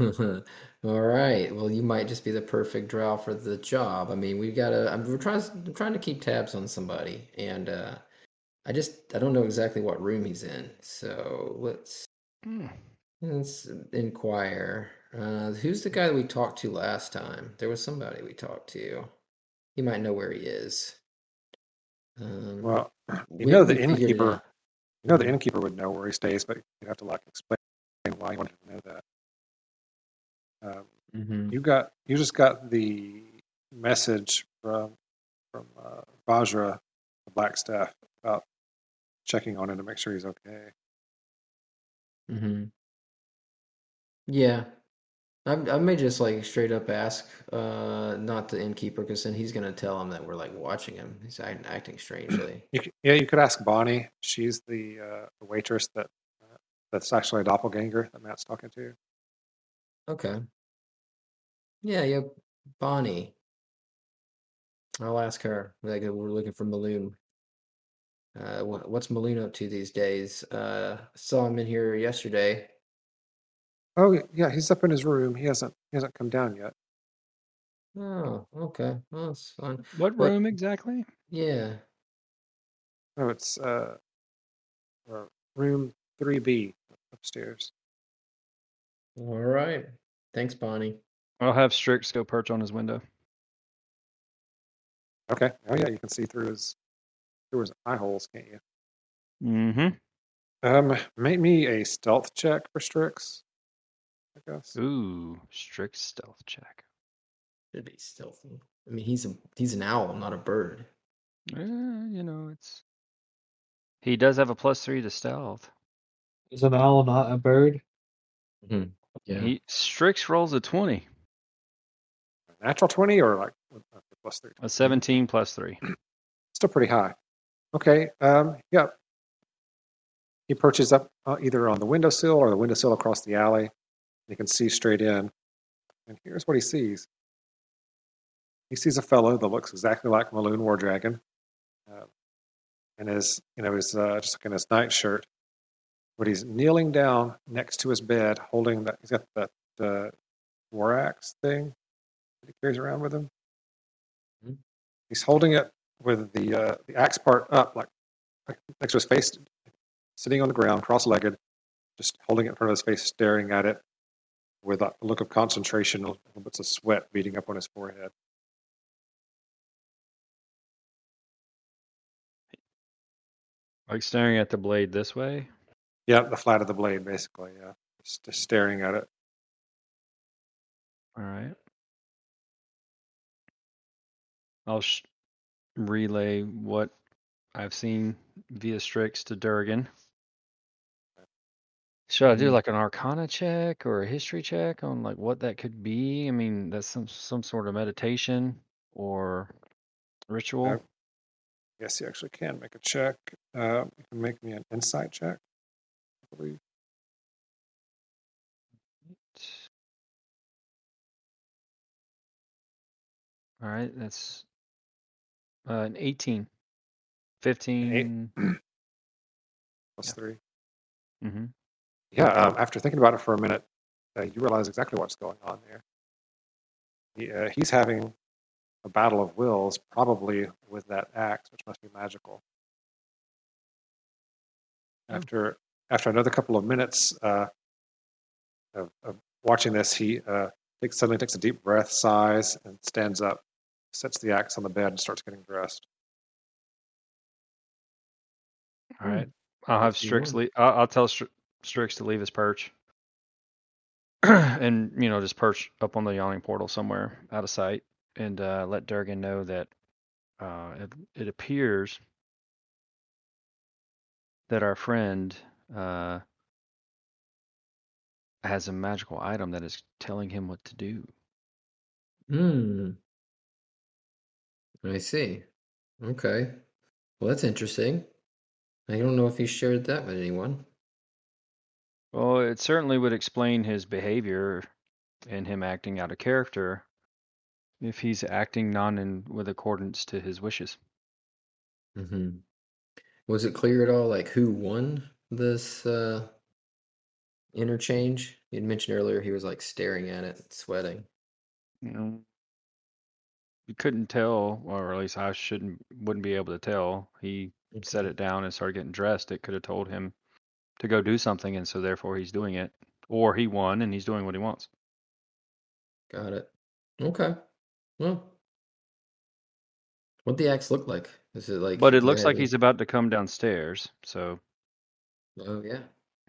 C: All right. Well, you might just be the perfect draw for the job. I mean, we've got to. I'm, we're trying. I'm trying to keep tabs on somebody, and uh, I just I don't know exactly what room he's in. So let's
D: Hmm.
C: let's inquire. Uh, who's the guy that we talked to last time? There was somebody we talked to. You might know where he is. Um,
F: Well,
C: we,
F: you know the
C: we figured it
F: innkeeper.
C: out.
F: You know the innkeeper would know where he stays, but you'd have to like explain why you wanted to know that. Um,
C: Mm-hmm.
D: Mhm.
F: you got you just got the message from from uh, Vajra, the Black Staff, about checking on him to make sure he's okay.
C: hmm Yeah. I, I may just like straight up ask, uh, not the innkeeper, because then he's gonna tell him that we're like watching him. He's act- acting strangely.
F: You c yeah, you could ask Bonnie. She's the uh, the waitress that uh, that's actually a doppelganger that Matt's talking to.
C: Okay. Yeah, yeah. Bonnie. I'll ask her. Like uh, we're looking for Maloon. Uh, wh- what's Maloon up to these days? Uh, saw him in here yesterday.
F: Oh yeah, he's up in his room. He hasn't he hasn't come down yet.
C: Oh, okay. Well, that's fine.
D: What
C: What-
D: room exactly?
C: Yeah.
F: Oh, it's uh, uh, room three B upstairs.
C: All right. Thanks, Bonnie.
D: I'll have Strix go perch on his window.
F: Okay. Oh yeah, you can see through his through his eye holes, can't you?
D: Mm-hmm.
F: Um, make me a stealth check for Strix. I guess.
D: Ooh, Strix stealth check.
C: Should be stealthy. I mean, he's a he's an owl, not a bird.
D: Eh, you know, it's. He does have a plus three to stealth.
B: Is an owl not a bird?
C: Yeah.
D: He Strix rolls a twenty,
F: A natural twenty or like with- uh, plus three.
D: a seventeen plus three.
F: Still pretty high. Okay. Um. Yep. He perches up uh, either on the windowsill or the windowsill across the alley. You can see straight in. And here's what he sees. He sees a fellow that looks exactly like Maloon War Dragon, uh, and is you know is uh, just like in his nightshirt, but he's kneeling down next to his bed, holding that he's got that uh, war axe thing that he carries around with him.
C: Mhm.
F: He's holding it with the uh, the axe part up, like, like next to his face, sitting on the ground, cross-legged, just holding it in front of his face, staring at it with a look of concentration, little bits of sweat beating up on his forehead.
D: Like staring at the blade this way.
F: Yeah, the flat of the blade, basically. Yeah, just, just staring at it.
D: All right. I'll sh- relay what I've seen via Strix to Durgan. Should I do
C: Mhm.
D: like an Arcana check or a History check on like what that could be? I mean, that's some some sort of meditation or ritual.
F: Yes, you actually can make a check. Uh, you can make me an insight check. I believe.
D: All right, that's uh, an 18, 15.
F: Plus
D: Yeah.
F: three.
D: hmm
F: Yeah, um, after thinking about it for a minute, uh, you realize exactly what's going on there. He, uh, he's having a battle of wills, probably with that axe, which must be magical.
D: Oh.
F: After after another couple of minutes uh, of, of watching this, he uh, takes, suddenly takes a deep breath, sighs, and stands up, sets the axe on the bed, and starts getting dressed.
D: All right. I'll have
C: If you
D: Strix.
C: would.
D: lea- I'll, I'll tell Str- Strix to leave his perch, and you know just perch up on the yawning portal somewhere out of sight, and uh, let Durgan know that uh, it, it appears that our friend uh, has a magical item that is telling him what to do.
C: Hmm. I see. Okay. Well, that's interesting. I don't know if he shared that with anyone.
D: Well, it certainly would explain his behavior and him acting out of character if he's acting non in with accordance to his wishes.
C: hmm Was it clear at all, like who won this uh, interchange? You'd mentioned earlier he was like staring at it, sweating.
D: You know, you couldn't tell, or at least I shouldn't wouldn't be able to tell. He set it down and started getting dressed. It could have told him to go do something, and so therefore he's doing it, or he won and he's doing what he wants.
C: Got it. Okay. Well, what the axe look like? Is it like?
D: But it looks
C: red
D: like
C: or-
D: he's about to come downstairs. So
C: Oh yeah.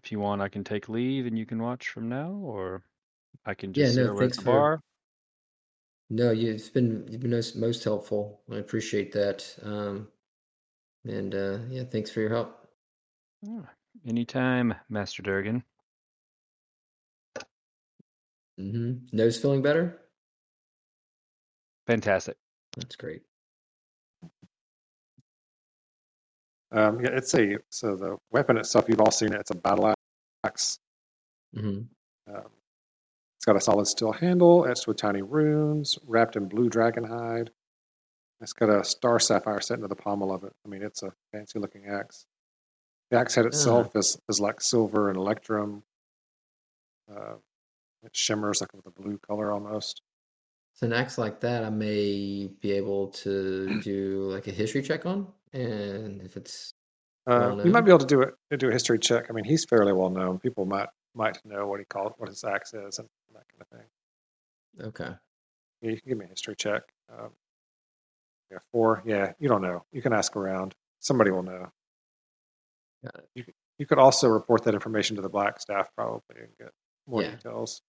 D: if you want, I can take leave and you can watch from now, or I can
C: Yeah.
D: just sit
C: No.
D: over at
C: Thanks
D: the
C: for.
D: bar.
C: No, you, it's been you've been most, most helpful. I appreciate that. Um, and uh, yeah, thanks for your help.
D: Yeah. Anytime, Master Durgan.
C: hmm Nose feeling better?
D: Fantastic.
C: That's great.
F: Um, yeah, it's a so the weapon itself you've all seen it. It's a battle axe.
C: hmm
F: Um, it's got a solid steel handle etched with tiny runes, wrapped in blue dragon hide. It's got a star sapphire set into the pommel of it. I mean, it's a fancy looking axe. The axe head itself is, is like silver and electrum. Uh, it shimmers like with a blue color almost.
C: So an axe like that, I may be able to do like a history check on, and if it's
F: Uh,
C: Well
F: you might
C: known.
F: be able to do it to do a history check. I mean, he's fairly well known. People might might know what he called what his axe is and that kind of thing.
C: okay,
F: Yeah, you can give me a history check. Um, yeah, four. Yeah, you don't know. You can ask around. Somebody will know.
C: Got it.
F: You, c- you could also report that information to the black staff probably and get more
C: Yeah.
F: details.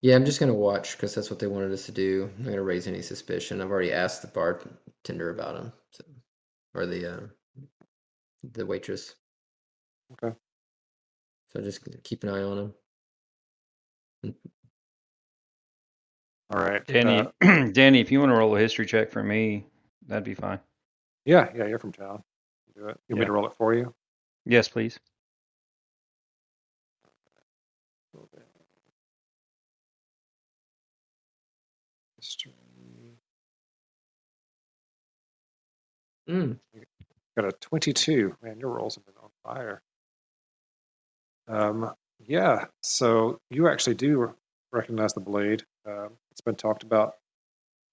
C: yeah, I'm just gonna watch because that's what they wanted us to do. I'm not gonna raise any suspicion. I've already asked the bartender about him, so, or the uh, the waitress.
F: Okay.
C: So just g- keep an eye on him.
F: All right,
D: Danny,
F: uh,
D: Danny, if you want to roll a history check for me, that'd be fine.
F: yeah, yeah, you're from town. You do it. You want me
D: Yeah.
F: to roll it for you?
D: Yes, please.
F: History.
C: Mm.
F: Got a 22. Man, your rolls have been on fire. Um, yeah, so you actually do recognize the blade. Um, it's been talked about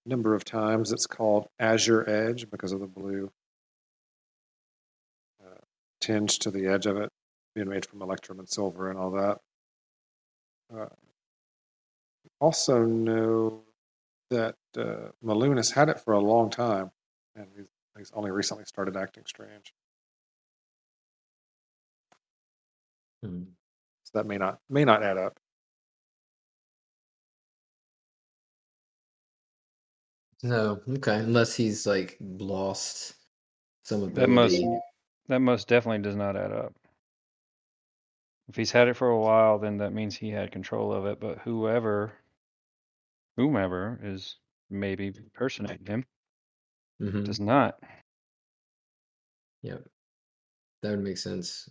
F: a number of times. It's called Azure Edge because of the blue uh, tinge to the edge of it, being made from electrum and silver and all that. Uh, also, know that uh, Maloon has had it for a long time, and he's He's only recently started acting strange,
C: Mm.
F: so that may not may not add up.
C: So okay, unless he's like lost some
D: That must
C: ability.
D: that most definitely does not add up. If he's had it for a while, then that means he had control of it. But whoever, whomever is maybe impersonating him,
C: Mhm.
D: does not.
C: Yep. That would make sense.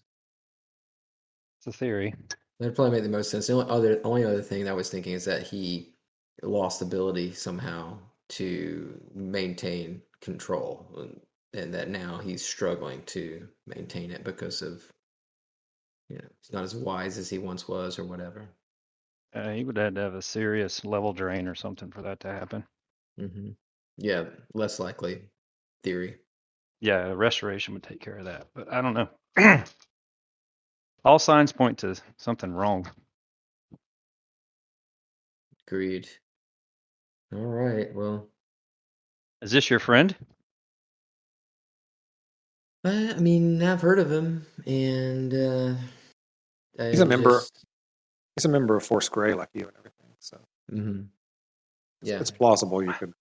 D: It's a theory.
C: That'd probably make the most sense. The only other, only other thing that I was thinking is that he lost ability somehow to maintain control, and, and that now he's struggling to maintain it because of, you know, he's not as wise as he once was or whatever.
D: Uh, he would have to have a serious level drain or something for that to happen.
C: hmm Yeah, less likely theory.
D: Yeah, a restoration would take care of that. But I don't know. All signs point to something wrong.
C: Agreed. All right. Well,
D: Is this your friend?
C: I, I mean, I've heard of him, and uh,
F: He's a
C: I
F: member-
C: just-
F: He's a member of Force Gray, like you and everything, so
C: Mhm.
F: it's,
C: Yeah.
F: it's plausible you could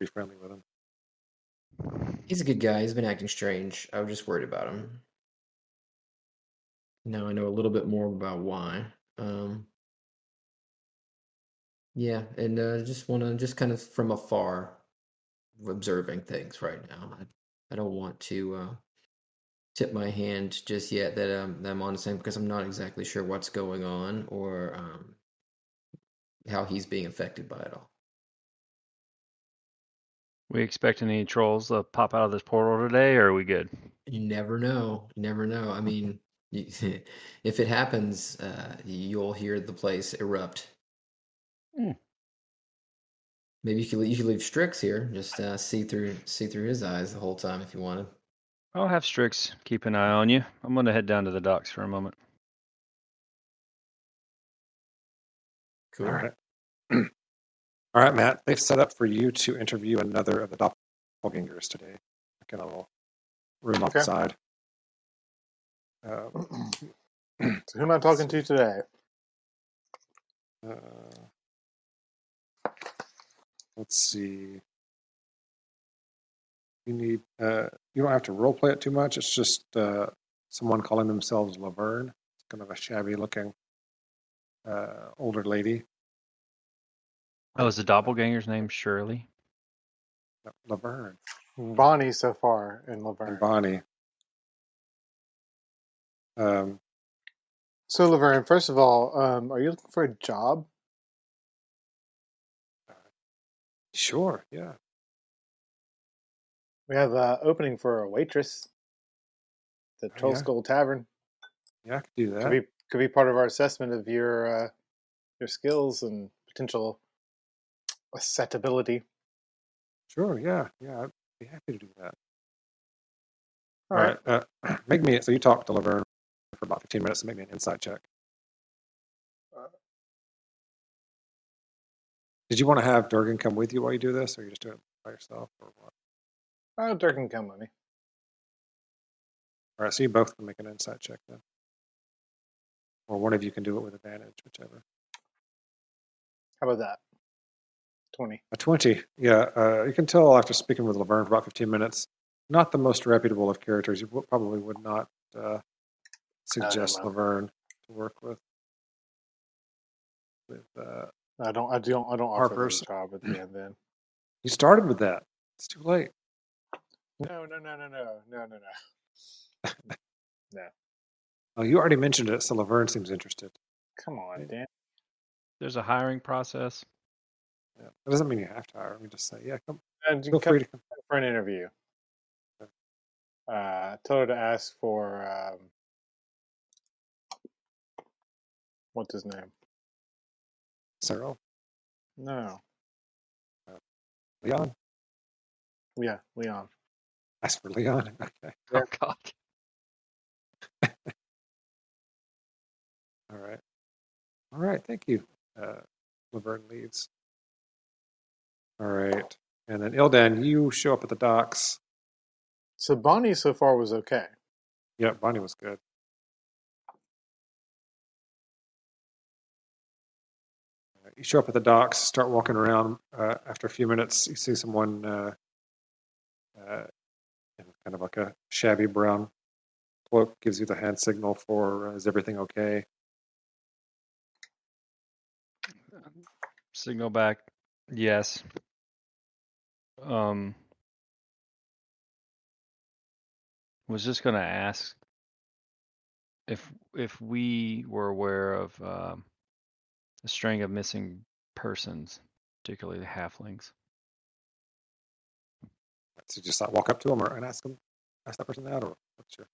F: be friendly with him.
C: He's a good guy. He's been acting strange. I was just worried about him. Now I know a little bit more about why. Um, yeah, and uh, just want to just kind of from afar observing things right now. I, I don't want to uh, tip my hand just yet that um, that I'm on the same because I'm not exactly sure what's going on or um, how he's being affected by it all.
D: We expecting any trolls to pop out of this portal today, or are we good?
C: You never know. You never know. I mean, you, if it happens, uh, you'll hear the place erupt.
D: Hmm.
C: Maybe you could le- you could leave Strix here, just uh, see through see through his eyes the whole time if you wanted.
D: I'll have Strix keep an eye on you. I'm going to head down to the docks for a moment.
C: Cool.
F: All right. All right, Matt. They've set up for you to interview another of the doppelgangers today. Like in a little room
A: Okay.
F: outside. Um,
A: So who am I talking to today?
F: Uh, let's see. You need. Uh, you don't have to role play it too much. It's just uh, someone calling themselves Laverne. It's kind of a shabby looking uh, older lady.
D: Oh, is the doppelganger's name Shirley?
F: No, Laverne
A: Bonnie so far in Laverne.
F: and Bonnie. Um,
A: So Laverne, first of all, um, are you looking for a job?
F: sure. Yeah.
A: We have uh, opening for a waitress. The
F: Oh, yeah.
A: Troll Skull Tavern
F: Yeah, I could do that.
A: could be could be part of our assessment of your uh, your skills and potential acceptability.
F: Sure. Yeah. Yeah. I'd be happy to do that.
A: All right.
F: Uh, make me so you talk to Laverne for about fifteen minutes and make me an insight check.
A: Uh.
F: Did you want to have Durgan come with you while you do this, or you just do it by yourself, or what?
A: Oh, Dirk can come with me.
F: All right, so you both can make an insight check then, or one of you can do it with advantage, whichever.
A: How about that? Twenty.
F: A 20. Yeah, uh, you can tell after speaking with Laverne for about 15 minutes, not the most reputable of characters. You w- probably would not uh, suggest
A: well.
F: Laverne to work with. With uh,
A: I don't. I don't. I don't offer them
F: Harper's.
A: a job at the end. Then.
F: You started with that. It's too late.
A: No. No. No. No. No. No. No. No.
F: Oh, you already mentioned it, so Laverne seems interested.
A: Come on, Dan.
D: There's a hiring process.
F: Yeah. That doesn't mean you have to hire him. You just say, yeah, come,
A: And you
F: feel
A: come
F: free to come.
A: for an interview. Uh, tell her to ask for um, what's his name?
F: Cyril,
A: No,
F: Leon.
A: yeah, um, Leon.
F: Ask for Leon. Okay.
D: Oh God.
F: All right. All right. Thank you. Uh, Laverne leaves. All right. And then Ildan, you show up at the docks.
A: So Bonnie so far was okay.
F: Yeah, Bonnie was good. Uh, You show up at the docks, start walking around. Uh, after a few minutes, you see someone uh, uh, in kind of like a shabby brown cloak gives you the hand signal for uh, is everything okay?
D: Signal back. Yes. Um. Was just gonna ask if if we were aware of um, a string of missing persons, particularly the halflings.
F: So you just like walk up to them or, and ask them, ask that person that, or what's your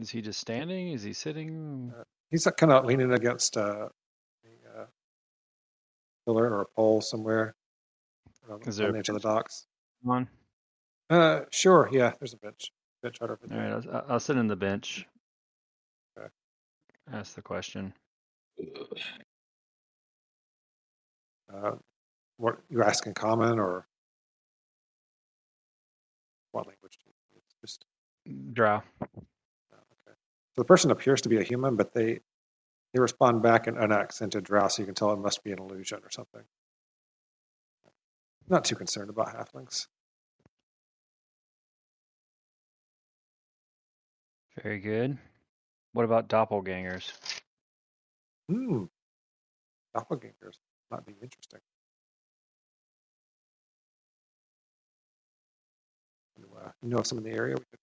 D: Is he just standing? Is he sitting?
F: He's like kind of leaning against uh, a uh, pillar or a pole somewhere on
D: Is
F: on
D: there a
F: the edge of the docks.
D: On.
F: Uh, sure, yeah. There's a bench, bench right over
D: All
F: there.
D: right. I'll, I'll sit in the bench.
F: Okay.
D: Ask the question.
F: Uh, what you ask in common or what language? Do you use? Just
D: Drow.
F: no, okay. So the person appears to be a human, but they they respond back in unaccented drow, so you can tell it must be an illusion or something. Not too concerned about halflings.
D: Very good. What about doppelgangers?
F: Hmm. Doppelgangers might be interesting. You uh, you know some in the area? We could,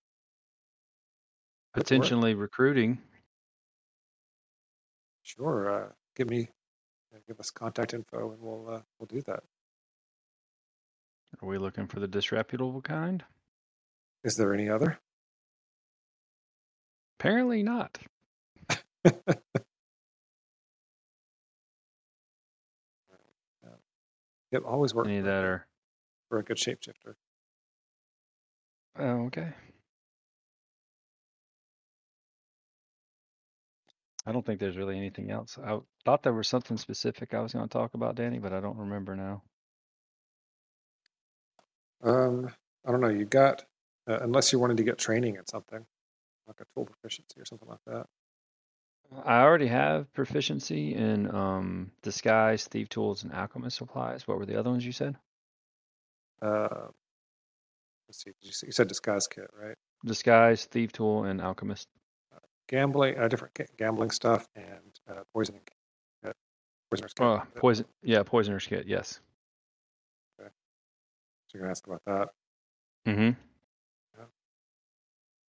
F: Good work.
D: Potentially recruiting.
F: sure. Uh, give me, uh, give us contact info, and we'll uh, we'll do that.
D: Are we looking for the disreputable kind?
F: Is there any other?
D: Apparently not.
F: Yep, always work
D: Any
F: for,
D: that are.
F: for a good shapeshifter.
D: Oh, okay. I don't think there's really anything else. I w- thought there was something specific I was going to talk about, Danny, but I don't remember now.
F: Um, I don't know. You got uh, unless you wanted to get training in something, like a tool proficiency or something like that.
D: I already have proficiency in um, disguise, thief tools, and alchemist supplies. What were the other ones you said?
F: Uh, let's see. You s- you said disguise kit, right?
D: Disguise, thief tool, and alchemist.
F: gambling, uh, different ga- gambling stuff, and uh, poisoning. Uh, poisoner's kit.
D: Oh, poison. Yeah, poisoner's kit. Yes.
F: So you're gonna ask about that.
D: Mm-hmm.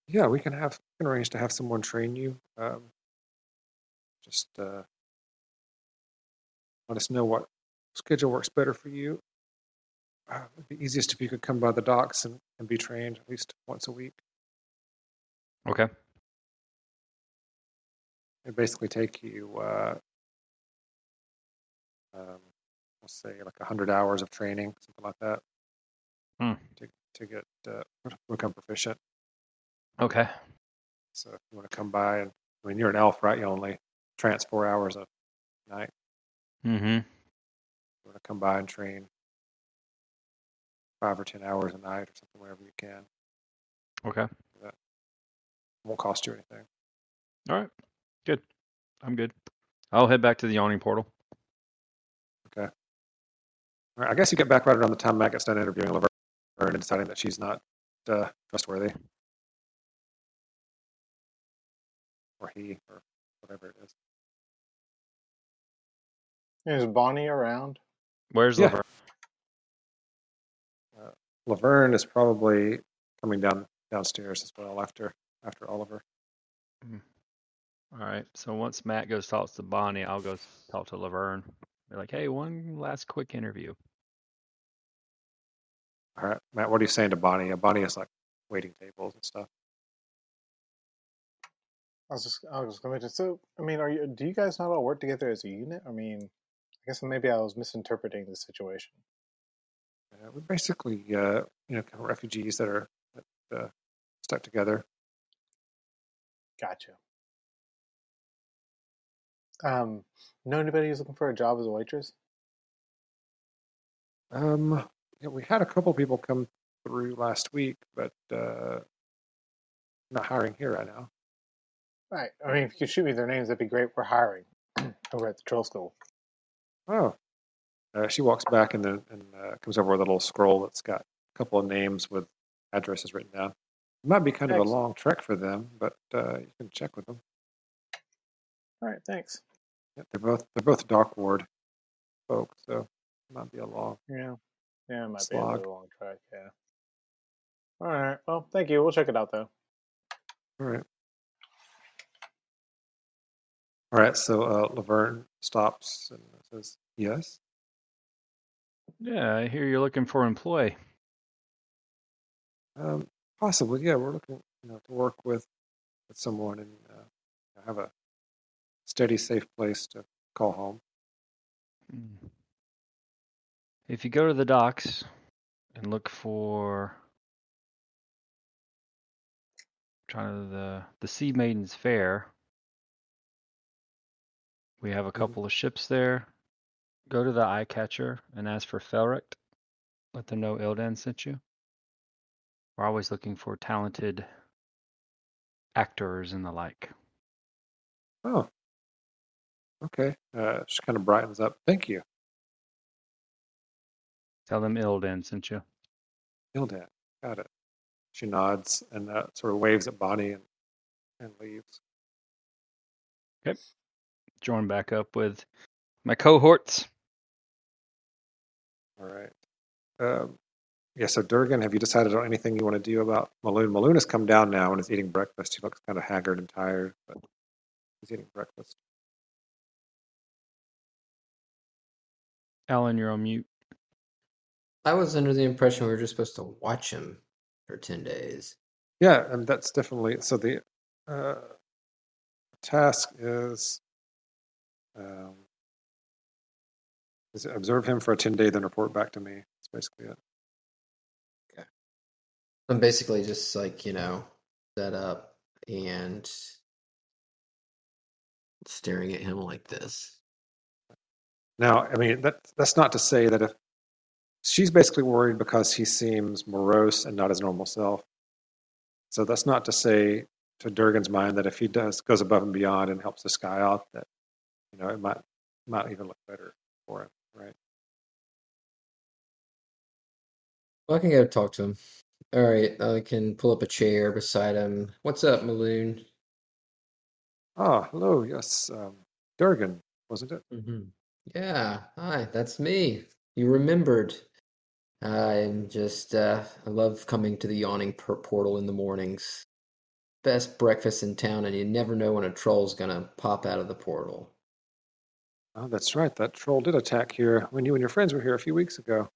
F: Yeah, we can have we can arrange to have someone train you. Um, just uh, let us know what schedule works better for you, uh, it'd be easiest if you could come by the docks and, and be trained at least once a week.
D: Okay.
F: It'd basically take you, uh, um, let's say, like 100 hours of training, something like that,
D: Hmm.
F: to, to get uh, become proficient.
D: Okay.
F: So if you want to come by, and I mean, you're an elf, right? You only trance four hours a night.
D: Mm-hmm.
F: You want to come by and train five or 10 hours a night or something, wherever you can.
D: Okay.
F: won't cost you anything.
D: All right. Good. I'm good. I'll head back to the yawning portal.
F: All right, I guess you get back right around the time Matt gets done interviewing Laverne and deciding that she's not uh, trustworthy. Or he, or whatever it is.
A: Is Bonnie around?
D: Where's
F: Yeah.
D: Laverne?
F: Laverne is probably coming down downstairs as well after after Oliver.
D: All right. So once Matt goes talks to Bonnie, I'll go s- talk to Laverne. Be like, hey, one last quick interview.
F: All right, Matt, what are you saying to Bonnie? Yeah, Bonnie is like waiting tables and stuff.
A: I was just, I was just going to. So, I mean, are you? Do you guys not all work together as a unit? I mean, I guess maybe I was misinterpreting the situation.
F: Uh, we're basically uh, you know kind of refugees that are that, uh, stuck together.
A: Gotcha. Um, know anybody who's looking for a job as a waitress?
F: Um, yeah, we had a couple people come through last week, but uh, not hiring here right now.
A: Right. I mean, if you could shoot me their names, that'd be great. We're hiring over at the troll school.
F: Oh. Uh, she walks back and then and uh, comes over with a little scroll that's got a couple of names with addresses written down. It might be kind of a
A: Excellent.
F: long trek for them, but uh, you can check with them.
A: All right. Thanks.
F: Yeah, they're both they're both dock ward folk, so it might be a long.
A: Yeah. Yeah, it might be a
F: Slog.
A: little long track. Yeah. All right. Well, thank you. We'll check it out though.
F: All right. All right. So uh, Laverne stops and says, "Yes."
D: Yeah, I hear you're looking for an employee.
F: Um, possibly, yeah. We're looking, you know, to work with, with someone and uh, have a steady, safe place to call home.
D: Mm. If you go to the docks and look for trying to the the Sea Maiden's Fair, we have a couple of ships there. Go to the Eye Catcher and ask for Felrict. Let them know Ildan sent you. We're always looking for talented actors and the like.
F: Oh, okay. Uh, she kind of brightens up. Thank you,
D: Tell them Ildan sent you.
F: Hildan. Got it. She nods and uh, sort of waves at Bonnie and, and leaves.
D: Join back up with my cohorts.
F: All right. Um, yeah. So Durgan, have you decided on anything you want to do about Maloon? Maloon has come down now and is eating breakfast. He looks kind of haggard and tired, but he's eating breakfast.
D: Alan, you're on mute.
C: I was under the impression we were just supposed to watch him for 10 days.
F: Yeah, and that's definitely so. The uh, task is um, is observe him for a ten day, then report back to me. That's basically it.
C: I'm basically just like, you know, set up and staring at him like this.
F: Now, I mean, that that's not to say that if she's basically worried because he seems morose and not his normal self. So that's not to say to Durgan's mind that if he does goes above and beyond and helps this guy out, that you know it might might even look better for him, right?
C: Well, I can go talk to him. All right, I can pull up a chair beside him. What's up, Maloon?
F: Ah, hello, yes, um, Durgan, wasn't it?
C: hmm Yeah, hi, that's me. You remembered. I'm just, uh, I love coming to the yawning per- portal in the mornings. Best breakfast in town, and you never know when a troll's gonna pop out of the portal.
F: Oh, that's right. That troll did attack here when you and your friends were here a few weeks ago.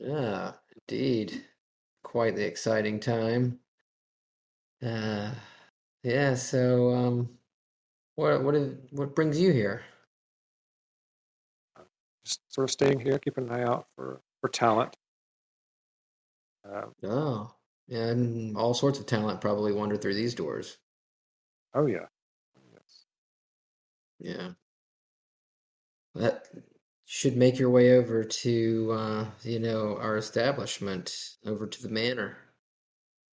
C: Yeah, indeed. Quite the exciting time. Uh, yeah, so um what what is, what brings you here?
F: Just sort of staying here, keeping an eye out for, for talent. Uh,
C: Oh, and all sorts of talent probably wandered through these doors.
F: oh, yeah. Yes.
C: Yeah. That should make your way over to uh, you know, our establishment over to the manor.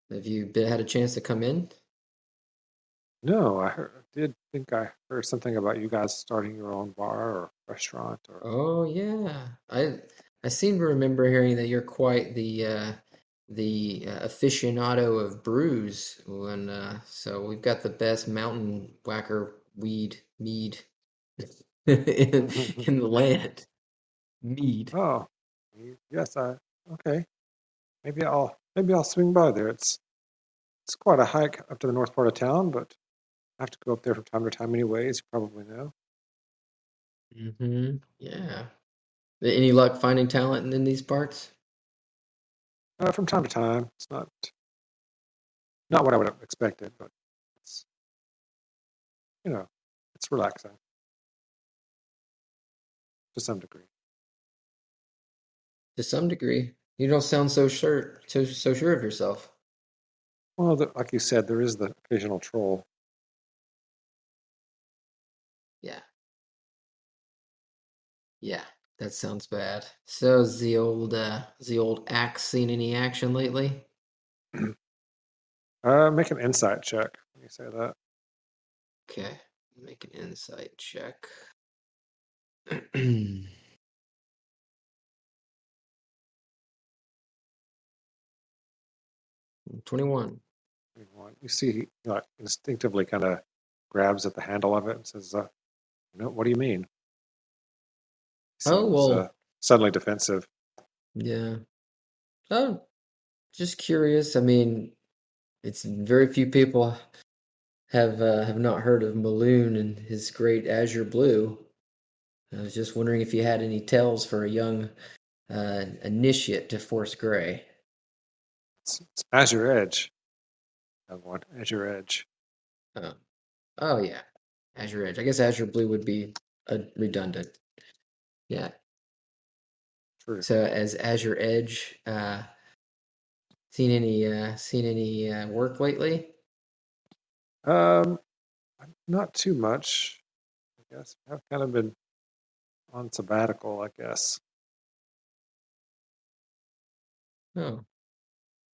C: Have you been, had a chance to come in?
F: No, I heard, did think I heard something about you guys starting your own bar or restaurant. Or
C: Oh yeah. I I seem to remember hearing that you're quite the uh the uh, aficionado of brews and uh so we've got the best mountain whacker weed mead in, in the land. Mead.
F: Oh, yes. I okay. Maybe I'll maybe I'll swing by there. It's it's quite a hike up to the north part of town, but I have to go up there from time to time anyway, as you probably know.
C: hmm Yeah. Any luck finding talent in, in these parts?
F: Uh, from time to time, it's not not what I would have expected, but it's you know it's relaxing to some degree.
C: To some degree. You don't sound so sure so, so sure of yourself.
F: Well, the, like you said, there is the occasional troll.
C: Yeah. Yeah, that sounds bad. So is the old uh is the old axe seen any action lately?
F: Uh, make an insight check when you say that.
C: Okay. Make an insight check. Twenty-one.
F: anyone. You see, he like, instinctively kind of grabs at the handle of it and says, uh, "No, what do you mean?" He uh,
C: Oh, well-
F: suddenly defensive.
C: Yeah. Oh, just curious. I mean, it's very few people have uh, have not heard of Maloon and his great Azure Blue. I was just wondering if you had any tales for a young uh, initiate to Force Gray.
F: It's, it's Azure Edge. That one, Azure Edge.
C: Um, oh yeah, Azure Edge. I guess Azure Blue would be uh, redundant. Yeah.
F: True.
C: So as Azure Edge, uh, seen any uh, seen any uh, work lately?
F: Um, not too much. I guess I've kind of been on sabbatical. I guess.
C: Oh,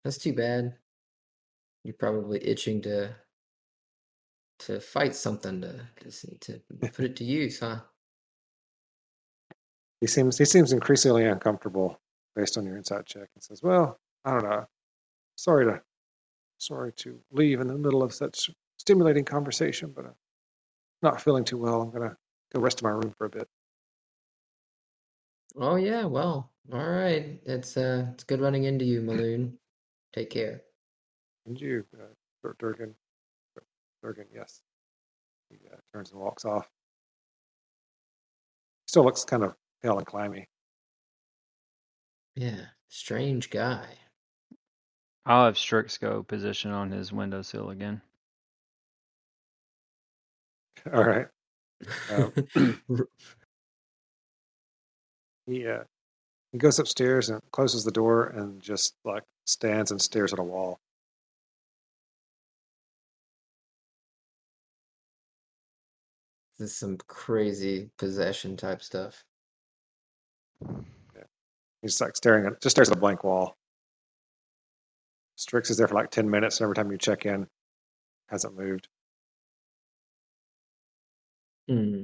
C: that's too bad. You're probably itching to to fight something to to, see- to put it to use, huh?
F: He seems he seems increasingly uncomfortable based on your insight check and says, Well, I don't know. Sorry to sorry to leave in the middle of such stimulating conversation, but I'm not feeling too well. I'm gonna go rest in my room for a bit.
C: Oh yeah, well, all right. It's uh, it's good running into you, Maloon. Take care.
F: And you, uh, Dur- Durgan, Dur- Durgan, yes. He uh, turns and walks off. Still looks kind of pale and clammy.
C: Yeah, strange guy.
D: I'll have Strix go position on his windowsill again.
F: All right. Oh.
C: R-
F: He uh, he goes upstairs and closes the door and just like stands and stares at a wall.
C: This is some crazy possession type stuff.
F: He's like staring at just stares at a blank wall. Strix is there for like ten minutes, and every time you check in, hasn't moved.
C: Hmm.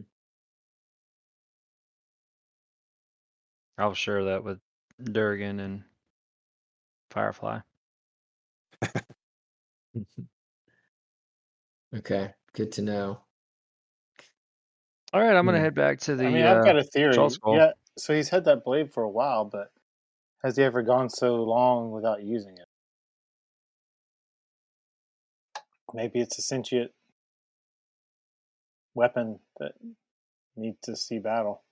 D: I'll share that with Durgan and Firefly.
C: Okay, good to know.
D: All right, I'm gonna
C: Hmm.
D: head back to the.
A: I mean,
D: uh,
A: I've got a theory.
D: Charles Cole.
A: Yeah, so he's had that blade for a while, but has he ever gone so long without using it? Maybe it's a sentient weapon that need to see battle.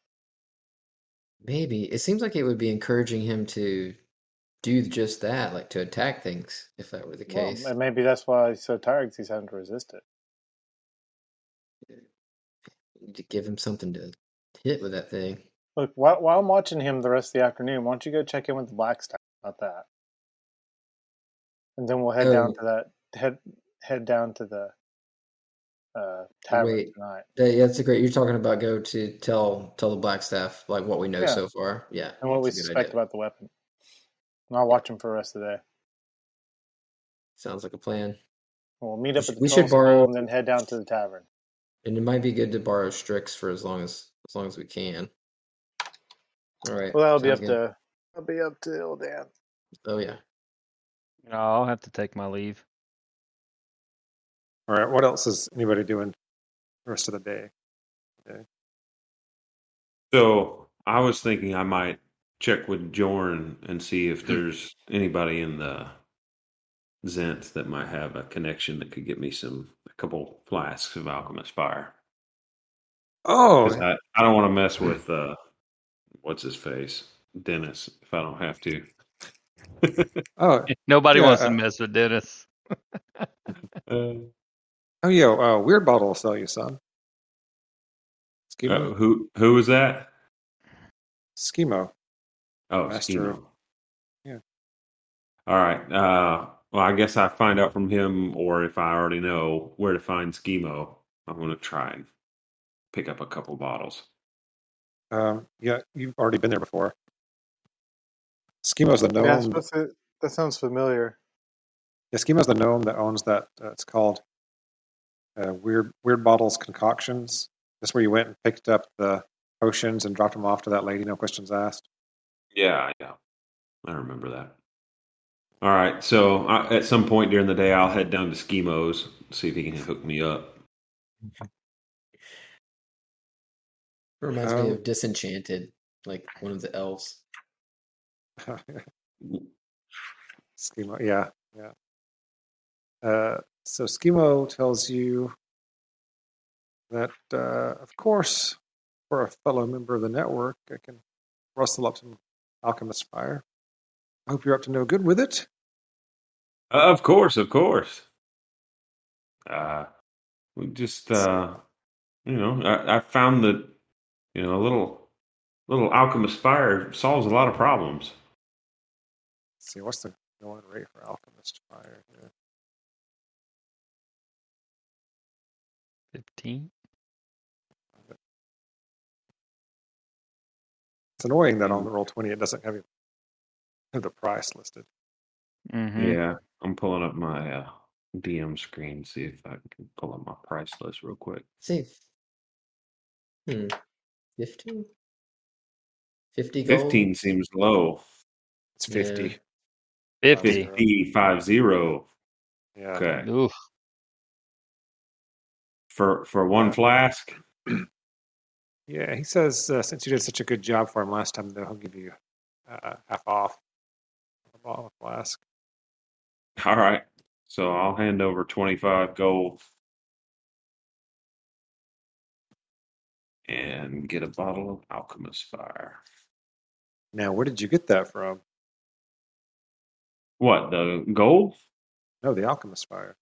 C: Maybe it seems like it would be encouraging him to do just that, like to attack things, if that were the
A: Well,
C: case.
A: and maybe that's why he's so tired 'cause he's having to resist it.
C: to give him something to hit with that thing.
A: Look, while, while I'm watching him the rest of the afternoon, why don't you go check in with the Black Star about that? And then we'll head down
C: Oh.
A: to that head head down to the uh, tavern
C: Wait.
A: tonight,
C: That- yeah, that's a great. You're talking about go to tell tell the black staff like what we know
A: Yeah.
C: so far. Yeah,
A: and what we
C: that's a good idea.
A: suspect about the weapon. And I'll watch him for the rest of the day.
C: Sounds like a plan.
A: We'll meet up
C: sh-
A: at the
C: we should
A: Charles Hall
C: borrow-
A: and then head down to the tavern.
C: And it might be good to borrow Strix for as long as as long as we can. All right.
A: Well, that'll be up
C: sounds good.
A: to I'll be up to old Dan.
C: Oh yeah.
D: No, I'll have to take my leave.
F: All right. What else is anybody doing the rest of the day?
E: So I was thinking I might check with Jorn and see if there's anybody in the Zent that might have a connection that could get me some a couple flasks of alchemist fire.
F: Oh,
E: 'Cause I, I don't want to mess with uh, what's his face, Dennis, if I don't have to.
F: oh,
D: Nobody wants
F: Yeah.
D: to mess with Dennis.
E: Uh,
F: oh, yeah. Uh, Weird Bottle will sell you some. Schemo.
E: who who was that?
F: Schemo.
E: Oh,
F: Master
E: Schemo.
F: yeah.
E: All right. Uh, well, I guess I find out from him, or if I already know where to find Schemo, I'm going to try and pick up a couple bottles.
F: Um, yeah, you've already been there before. Schemo's the gnome.
A: Yeah,
C: Oh.
F: Yeah,
A: that's- that's it. that sounds familiar.
F: Schemo's the gnome that owns that. Uh, it's called uh, Weird Weird Bottles Concoctions. That's where you went and picked up the potions and dropped them off to that lady. No questions asked.
E: Yeah, yeah. I remember that. All right. So I, at some point during the day, I'll head down to Schemo's, see if he can hook me up.
C: It reminds me
F: Um,
C: of Disenchanted, like one of the elves.
F: Schemo, yeah, yeah. Uh, so Schemo tells you that, uh, of course, for a fellow member of the network, I can rustle up some alchemist fire. I hope you're up to no good with it.
E: Uh, Of course, of course. Uh, we just, uh, you know, I, I found that, you know, a little, little alchemist fire solves a lot of problems.
F: Let's see, what's the going rate for alchemist fire here?
D: Fifteen.
F: It's annoying that on the roll twenty it doesn't have, even- have the price listed.
D: Mm-hmm.
E: Yeah, I'm pulling up my uh, DM screen, see if I can pull up my price list real quick.
C: See. Hmm. Fifteen. Fifty gold.
E: Fifteen seems low.
F: It's
C: Yeah.
F: fifty.
D: Fifty.
F: Fifty.
E: Fifty five zero.
F: Yeah.
E: Okay,
D: Oof.
E: for for one flask.
F: Yeah, he says uh, since you did such a good job for him last time, though, he'll give you uh, half off the bottle of flask.
E: All right, so I'll hand over twenty five gold and get a bottle of alchemist fire.
F: Now, where did you get that from?
E: What the gold?
F: No, the alchemist fire.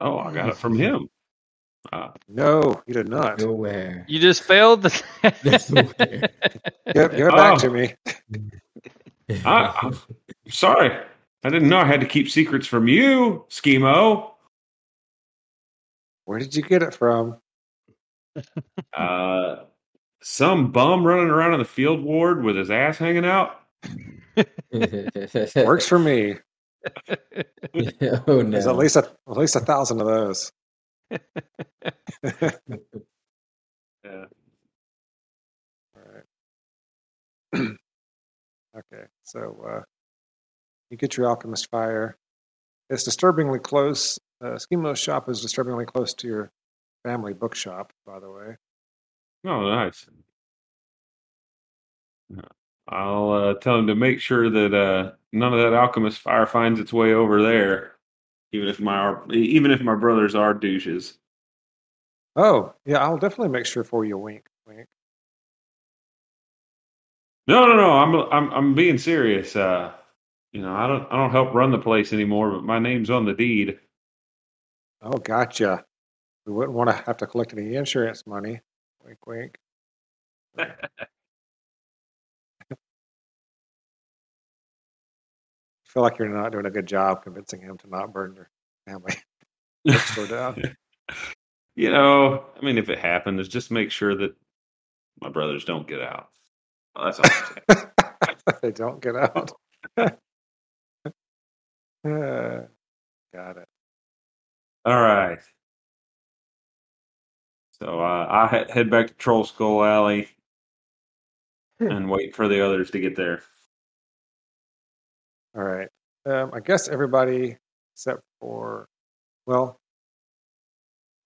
E: Oh, I got it from him. Uh,
F: No, you did not. Give,
C: Nowhere.
D: You just failed the.
C: That's the way.
F: give it back
E: Oh.
F: to me. Ah,
E: I- I'm sorry, I didn't know I had to keep secrets from you, Schemo.
F: Where did you get it from?
E: Uh, some bum running around in the field ward with his ass hanging out.
F: Works for me.
C: oh no.
F: There's at least a, at least a thousand of those.
E: Yeah.
F: All right. okay, so uh, you get your alchemist fire. It's disturbingly close. Uh, Schemo's shop is disturbingly close to your family bookshop, by the way.
E: Oh, nice. I'll uh, tell him to make sure that uh, none of that alchemist fire finds its way e, over there. Even if my even if my brothers are douches.
F: Oh, yeah, I'll definitely make sure for you. Wink, wink.
E: No, no, no. I'm I'm I'm being serious. Uh, you know, I don't I don't help run the place anymore, but my name's on the deed.
F: Oh, gotcha. We wouldn't want to have to collect any insurance money. Wink, wink. feel like you're not doing a good job convincing him to not burn your family store down.
E: You know, I mean, if it happens, just make sure that my brothers don't get out. Well, that's all I'm saying.
F: they don't get out. Uh, Got it.
E: all right. So uh, I he- head back to Troll Skull Alley and wait for the others to get there.
F: All right. Um, I guess everybody except for, well,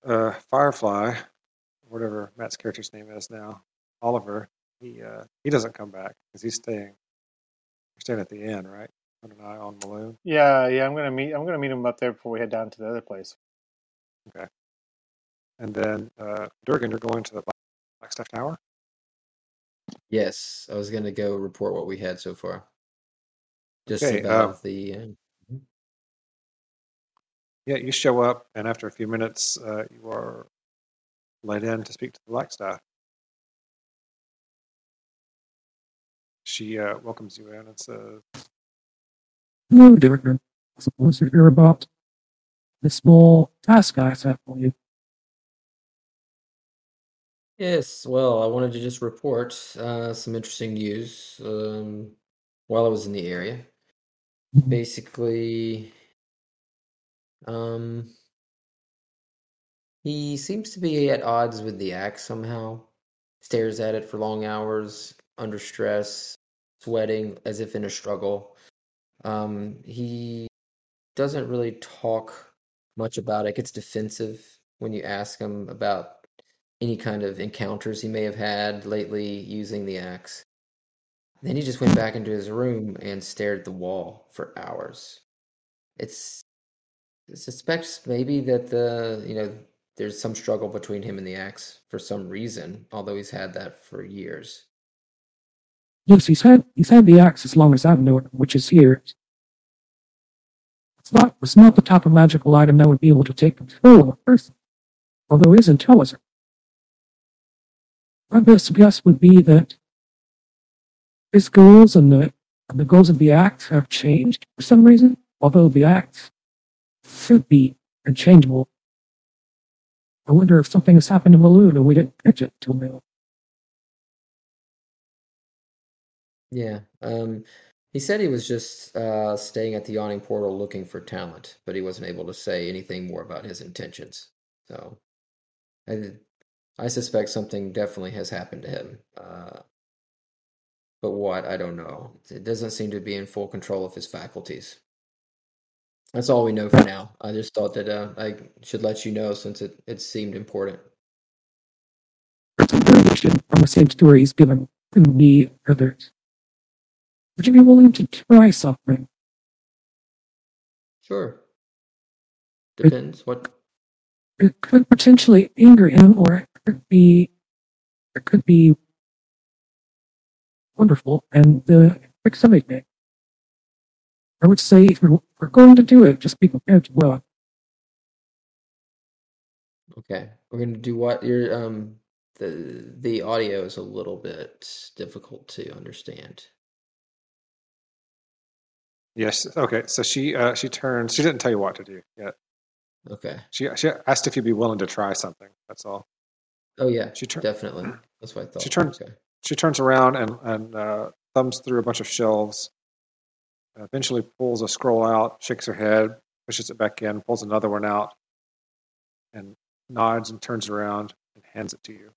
F: uh, Firefly, whatever Matt's character's name is now, Oliver. He uh, he doesn't come back because he's staying. He's staying at the inn, right? Put an eye on Balloon.
A: Yeah, yeah. I'm gonna meet. I'm gonna meet him up there before we head down to the other place.
F: And then uh, Durgan, you're going to the Black- Blackstaff Tower.
C: Yes, I was gonna go report what we had so far. Just
F: Okay,
C: about
F: um,
C: the uh,
F: Yeah, you show up, and after a few minutes, uh, you are led in to speak to the Blackstaff. She uh, welcomes you in and says,
G: No, Durker. Suppose you hear about the small task I set for you.
C: Yes, well, I wanted to just report uh, some interesting news um, while I was in the area.
G: Mhm.
C: Basically, um, he seems to be at odds with the axe somehow. Stares at it for long hours, under stress, sweating as if in a struggle. Um, he doesn't really talk much about it. Gets defensive when you ask him about any kind of encounters he may have had lately using the axe. Then he just went back into his room and stared at the wall for hours. It's it suspects maybe that the you know there's some struggle between him and the axe for some reason, although he's had that for years.
G: Yes, he's had he's had the axe as long as I've known, it, which is years. It's not it's not the type of magical item that would be able to take control of a person, although it is intelligent. My best guess would be that his goals and the and the goals of the axe have changed for some reason, although the axe should be unchangeable. I wonder if something has happened to Balloon and we didn't catch it till now.
C: Yeah. Um, he said he was just uh, staying at the yawning portal looking for talent, but he wasn't able to say anything more about his intentions. So I, I suspect something definitely has happened to him. Uh, but what, I don't know. It doesn't seem to be in full control of his faculties. That's all we know for now. I just thought that uh, I should let you know since it, it seemed important.
G: That's a variation on the same story he's given to me and others. Would you be willing to try something?
C: Sure.
G: It,
C: Depends what.
G: it could potentially anger him, or it could be it could be wonderful and the quick stomach day. I would say if we're, we're going to do it, just be prepared to well.
C: Okay. We're going to do what? Your um the the audio is a little bit difficult to understand.
F: "Yes, okay." So she uh, she turns. She didn't tell you what to do yet.
C: Okay.
F: She she asked if you'd be willing to try something. That's all.
C: Oh yeah,
F: She turn
C: definitely. That's what I
F: she
C: thought.
F: turns
C: Okay.
F: she turns around and and uh, thumbs through a bunch of shelves. And eventually, pulls a scroll out, shakes her head, pushes it back in, pulls another one out, and nods and turns around and hands it to you.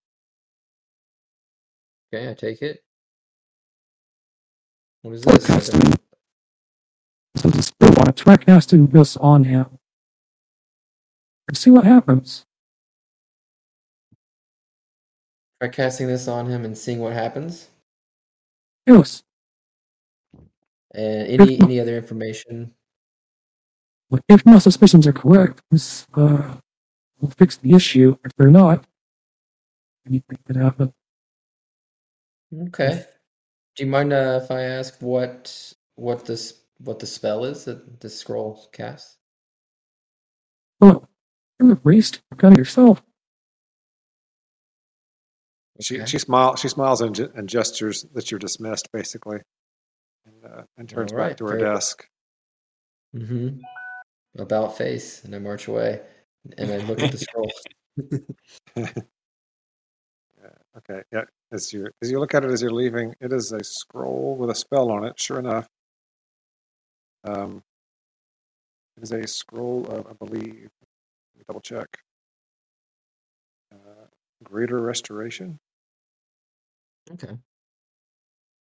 C: Okay, I take it. What is this? Is it
G: Podcasting so the spill on a trackcasting this on him and see what happens.
C: try casting this on him and seeing what happens?
G: Yes,
C: And
G: if
C: any
G: my,
C: any other information?
G: if my suspicions are correct, this uh, will fix the issue. If they're not, anything could happen.
F: Mm-hmm.
C: Okay. Do you mind uh, if I ask what what this what the spell is that this scroll casts?
G: Well, oh, you're a priest, you've done it yourself.
F: She
C: Okay.
F: she smiles. She smiles and, ge- and gestures that you're dismissed, basically, and, uh, and turns
C: All
F: back
C: right,
F: to her
C: very-
F: desk.
C: Mm-hmm. About face, and I march away, and I look at the scroll.
F: Okay. Yeah. As you as you look at it as you're leaving, it is a scroll with a spell on it. Sure enough, um, it is a scroll of I believe. Let me double check. Uh, greater restoration.
C: Okay.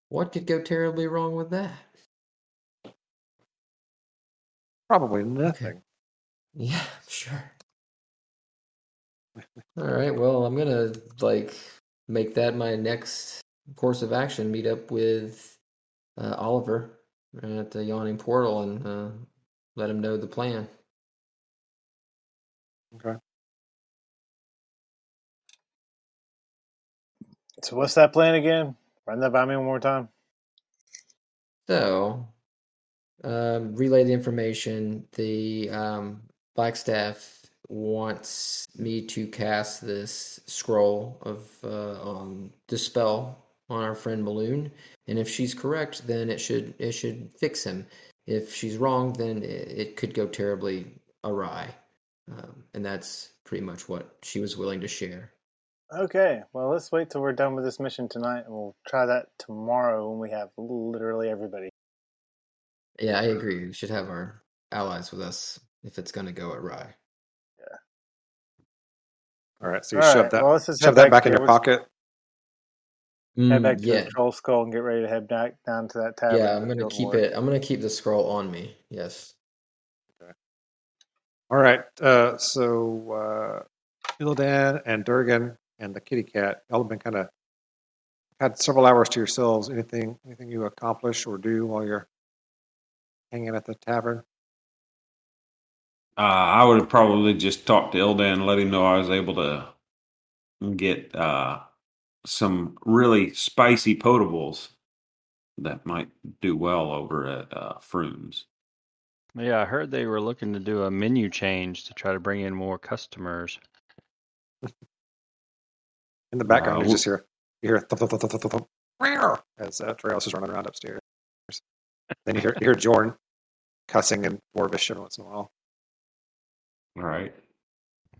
C: What could go terribly wrong with that?
F: Probably nothing.
C: Yeah, sure. All right, well, I'm gonna like make that my next course of action. Meet up with uh, Oliver at the Yawning Portal and uh, let him know the plan.
A: So what's that plan again? Run that by me one more time.
C: So, um, relay the information. The um, Blackstaff wants me to cast this scroll of uh, um, dispel on our friend Balloon, and if she's correct, then it should it should fix him. If she's wrong, then it, it could go terribly awry, um, and that's pretty much what she was willing to share.
A: Okay, well, let's wait till we're done with this mission tonight, and we'll try that tomorrow when we have literally everybody.
C: Yeah, I agree. We should have our allies with us if it's going to go awry.
F: All right. So
A: All
F: you shove
A: right,
F: that
A: well, let's just
F: shove
A: head
F: that
A: back
F: back in
A: here.
F: your
A: Let's
F: pocket.
A: head
C: Mm,
A: back to the
C: yeah,
A: troll skull and get ready to head back down to that tavern
C: Yeah,
A: in
C: I'm
A: the
C: gonna
A: Field
C: keep
A: Ward.
C: it. I'm gonna keep the scroll on me. Yes.
F: All right. Uh, so uh, Ildan and Durgan and the kitty cat, y'all have been kind of had several hours to yourselves. Anything anything you accomplish or do while you're hanging at the tavern?
E: Uh, I would have probably just talked to Ildan and let him know I was able to get uh, some really spicy potables that might do well over at uh, Frooms.
D: Yeah, I heard they were looking to do a menu change to try to bring in more customers.
F: In the
E: Uh,
F: background, you
E: w-
F: just hear you hear thump, thump, thump, thump, thump, thump, meow, as uh, Trails is running around upstairs. Then you hear you hear Jorn cussing and Dwarvish every once in a while.
E: All right.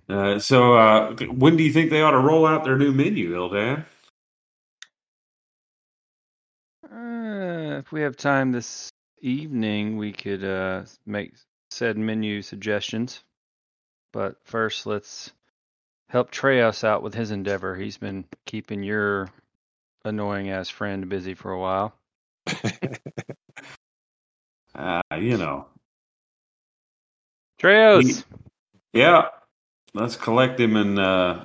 E: Uh, so, uh, when do you think they ought to roll out their new menu, Ildan?
D: Uh, if we have time this evening, we could uh, make said menu suggestions. But first, let's help Treos out with his endeavor. He's been keeping your annoying ass friend busy for a while.
E: Uh, you know, he,
D: Treos,
E: yeah, let's collect him and uh,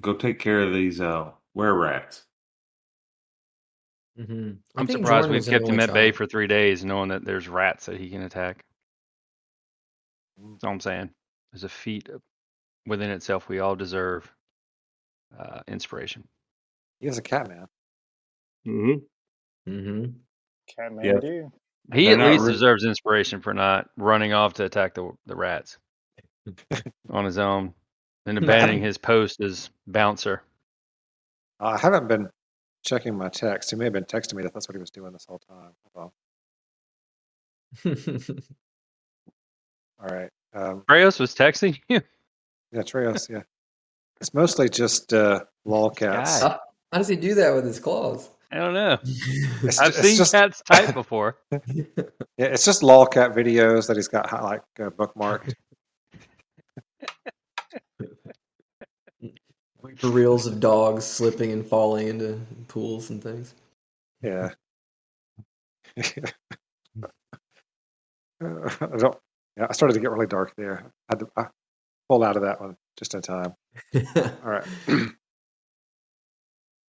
E: go take care of these uh, were rats.
C: hmm I
D: Mm-hmm. I'm
C: think
D: surprised
C: Jordan
D: we've
C: was an
D: kept
C: only
D: him at bay
C: child.
D: for three days, knowing that there's rats that he can attack. That's all I'm saying. There's a feat within itself. We all deserve uh, inspiration.
F: He is a cat man.
D: Mm-hmm.
C: hmm
E: Yeah,
A: Kathmandu.
D: He
E: they're
D: at
E: not
D: least
E: re-
D: deserves inspiration for not running off to attack the the rats on his own and
F: I haven't
D: abandoning his post as bouncer.
F: I haven't been checking my text. He may have been texting me that that's what he was doing this whole time. Well, all right. Um,
D: Kratos was texting you.
F: yeah, Treos, yeah. It's mostly just uh,
D: God,
F: lolcats.
C: How, how does he do that with his claws?
D: I don't know.
F: It's, ju-
D: I've
F: it's
D: seen
F: just
D: cats type before.
F: yeah, it's just lolcat videos that he's got hi- like uh, bookmarked.
C: Like the reels of dogs slipping and falling into pools and things.
F: Yeah, I don't. Yeah, I started to get really dark there. I had to I pull out of that one just in time. All right.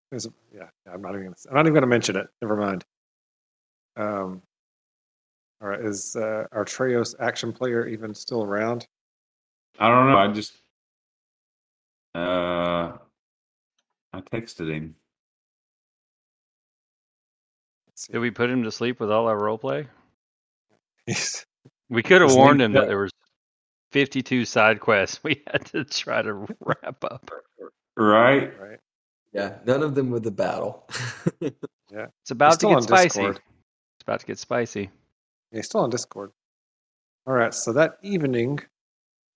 F: There's a- yeah, yeah, I'm not even. Gonna, I'm not even going to mention it. Never mind. Um, all right. Is uh, our Treos action player even still around?
E: I don't know. I just Uh, I texted him.
D: Did we put him to sleep with all our role play?
F: He's-
D: We could have
E: His
D: warned
E: name's
D: him that
E: Doug.
D: there was 52 side quests we had to try to wrap up.
E: Right?
F: right.
C: Yeah, none of them with the battle.
D: It's about to
F: still
D: get
F: on
D: spicy.
F: Discord.
D: It's about to get spicy.
F: Yeah, he's still on Discord. All right. So that evening,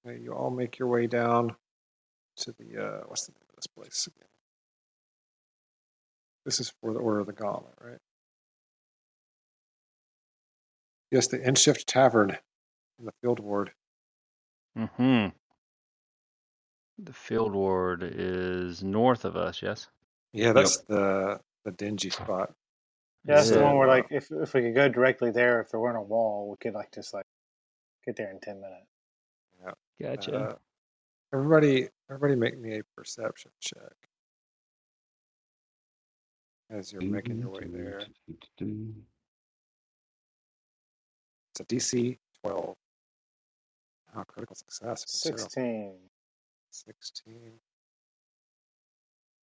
F: uh, you all make your way down to the uh, what's the name of this place again? This is for the Order of the Gauntlet, right? Yes, the Inshift Tavern in the Field Ward.
D: hmm The field ward is north of us, yes?
F: Yeah, that's the the dingy spot.
A: Yeah, that's the
D: Yeah.
A: one where like if if we could go directly there, if there weren't a wall, we could like just like get there in ten minutes.
D: Gotcha.
F: Uh, everybody, everybody, make me a perception check as you're making your
E: Mm-hmm.
F: way there. It's a DC 12. Oh, critical success. for Cyril.
A: 16,
F: 16.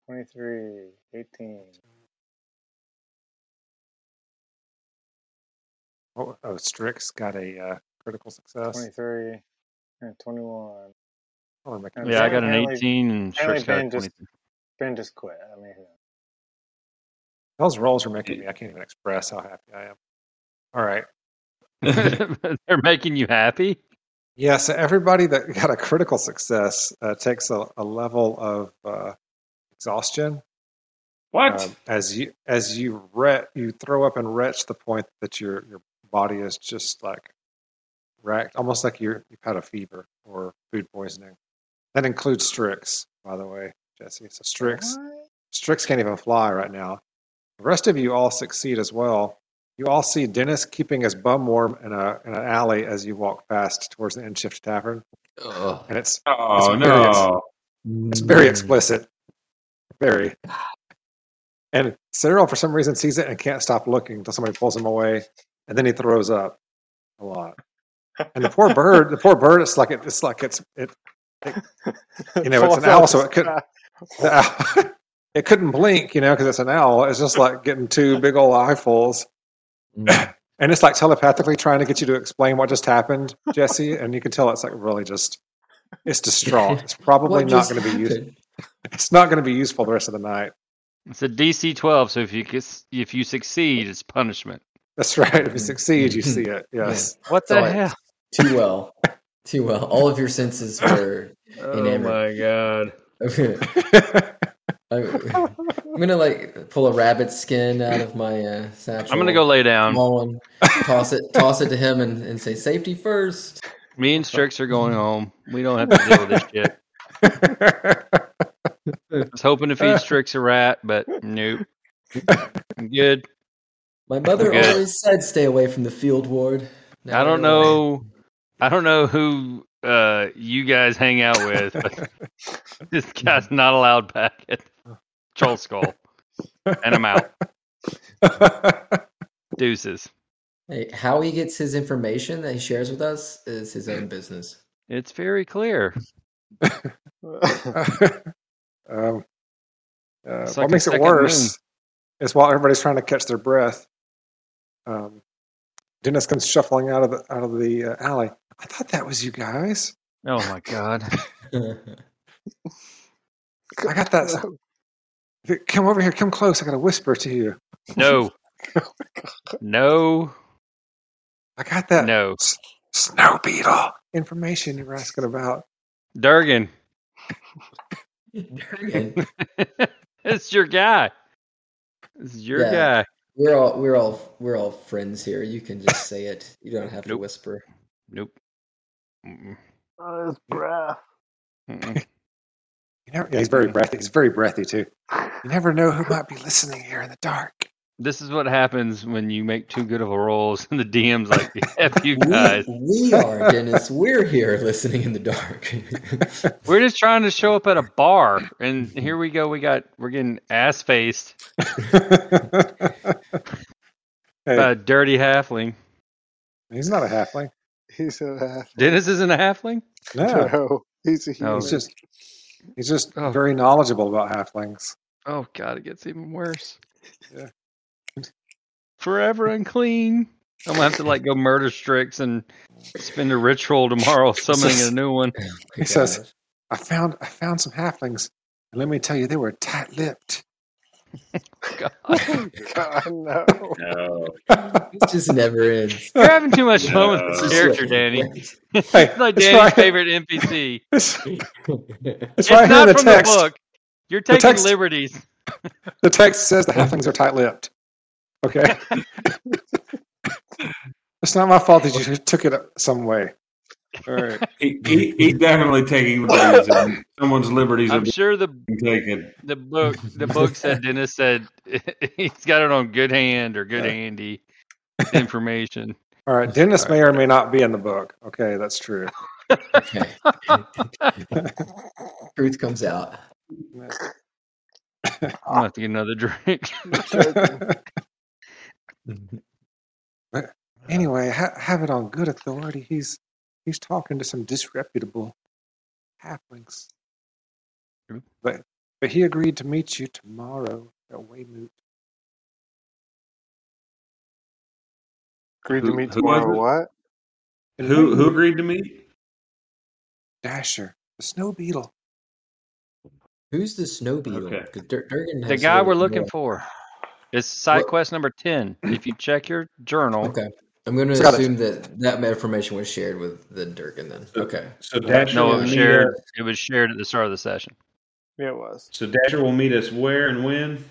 A: 23, 18.
F: Oh, oh, Strix got a uh, critical success.
A: 23, and 21.
F: Oh, we're making
A: Yeah,
F: it
D: yeah, I got an
A: apparently-
D: 18 and Strix got a
A: apparently Ben
D: 23.
A: just- Ben just quit. I mean, who knows?
F: Those rolls are making me. I can't even express how happy I am. All right.
D: They're making you happy?
F: Yeah, so everybody that got a critical success uh, takes a, a level of uh, exhaustion
E: What?
F: um, as you as you ret you throw up and retch the point that your your body is just like racked, almost like you're you've had a fever or food poisoning. That includes Strix, by the way, Jesse. So Strix
A: What?
F: Strix can't even fly right now. The rest of you all succeed as well. You all see Dennis keeping his bum warm in a in an alley as you walk past towards the Shift Tavern,
C: Ugh.
F: and it's
E: oh
F: It's very ex-
E: no!
F: it's very
C: Mm.
F: explicit, very. And Cyril, for some reason, sees it and can't stop looking until somebody pulls him away, and then he throws up a lot. And the poor bird, the poor bird, it's like it, it's like it's it, You know, it's
A: Falls
F: an owl,
A: off
F: so
A: the
F: it could-
A: sky.
F: the owl, it couldn't blink, you know, because it's an owl. It's just like getting two big old eyefuls,
C: Mm.
F: and it's like telepathically trying to get you to explain what just happened, Jesse. And you can tell it's like really just it's distraught. It's probably
C: What
F: not
C: just
F: going to be useful.
C: happened?
F: It's not going to be useful the rest of the night.
D: It's a DC 12, so if you gets- if you succeed, it's punishment.
F: That's right. If you
C: Mm.
F: succeed, you
C: Mhm.
F: see it.
C: Yeah.
F: Yes.
D: Mm-hmm. What the
C: Saw it
D: hell?
C: Too well. Too well. All of your senses were
D: Oh my
C: enamored.
D: god.
C: Okay. I- I'm gonna like pull a rabbit skin out of my uh, satchel.
D: I'm going to go lay down.
C: small one, toss it, toss it to him, and, and say safety first.
D: Me and Strix are going home. We don't have to deal with this shit. I was hoping to feed Strix a rat, but nope. I'm good.
C: My mother
D: Good.
C: always said, "Stay away from the field ward." Now
D: I don't
C: why.
D: know. I don't know who uh, you guys hang out with, but this guy's not allowed back at Troll Skull, and I'm out. Deuces.
C: Hey, how he gets his information that he shares with us is his own business.
D: It's very clear.
F: um, uh,
D: It's like a
F: what makes it
D: second
F: worse is while everybody's trying to catch their breath, um, Dennis comes shuffling out of the out of the uh, alley. I thought that was you guys.
D: Oh my god.
F: I got that. Come over here. Come close. I got to whisper to you.
D: No. No.
F: I got that
D: No.
F: s- snow beetle information you were asking about.
D: Durgan.
C: Durgan.
D: it's your guy. It's your
C: Yeah.
D: guy.
C: We're all we're all we're all friends here. You can just say it. You don't have to
D: Nope.
C: whisper.
D: Nope. Mm-mm.
A: Oh, his breath.
D: Mm-mm.
F: You never, yeah, he's very breathy. He's very breathy too. You never know who might be listening here in the dark.
D: This is what happens when you make too good of a rolls, and the DM's like, "F you
C: We
D: guys."
C: we are Dennis. We're here listening in the dark.
D: We're just trying to show up at a bar, and here we go. We got we're getting ass faced by
F: hey,
D: a dirty halfling.
F: he's not a halfling.
A: He's a
D: Dennis isn't a halfling. Oh,
F: No,
A: no. He's a
D: No.
A: human.
F: he's just He's just
D: Oh.
F: very knowledgeable about halflings.
D: Oh god, it gets even worse.
F: Yeah.
D: Forever unclean. I'm gonna have to like go murder Strix and spend a ritual tomorrow summoning a new one.
C: My
F: He says-
C: gosh.
F: I found I found some halflings, and let me tell you, they were tight lipped.
D: God.
A: God, no.
E: No.
C: It just never ends.
D: You're having too much fun with
E: No.
D: this
E: It's
D: character,
C: Right.
D: Danny.
F: Hey,
D: It's like
F: it's
D: Danny's
F: right-
D: favorite NPC.
F: It's,
C: Right.
D: it's
F: it's right here in
D: not
F: the
D: from
F: text.
D: the book. You're taking
F: text-
D: liberties.
F: The text says the halflings are tight lipped. Okay. it's not my fault that you took it some way. All right.
E: He, he, he's definitely taking liberties, and someone's liberties are
D: I'm sure the
E: being taken.
D: the book the book said Dennis said he's got it on good hand or good
F: Yeah.
D: handy information.
F: All right. Dennis may or may not be in the book. Okay, that's true.
C: okay. Truth comes out.
D: I'm gonna have to get another drink.
E: Mm-hmm.
F: anyway, ha- have it on good authority. He's he's talking to some disreputable halflings.
E: Hmm?
D: True.
F: But but he agreed to meet you tomorrow at Waymoot.
A: Agreed to
E: Who-
A: meet
E: who was
A: tomorrow.
E: it?
A: What?
F: And
E: Who who
F: Waymoot,
E: agreed to meet?
F: Dasher, the snow beetle.
C: Who's the snow beetle?
E: Okay.
C: 'Cause Dur- Durgan
D: the
C: has
D: guy
C: little
D: we're looking
C: more-
D: for is side
C: What-
D: quest number ten. If you check your journal,
C: Okay. I'm going to
F: It's got a-
C: assume that that information was shared with the Durkin then. Okay.
E: So Dasher
D: no, it
E: will
D: was
E: meet
D: shared.
E: us.
D: It was shared at the start of the session.
A: Yeah, it was.
E: So Dasher will meet us where and when?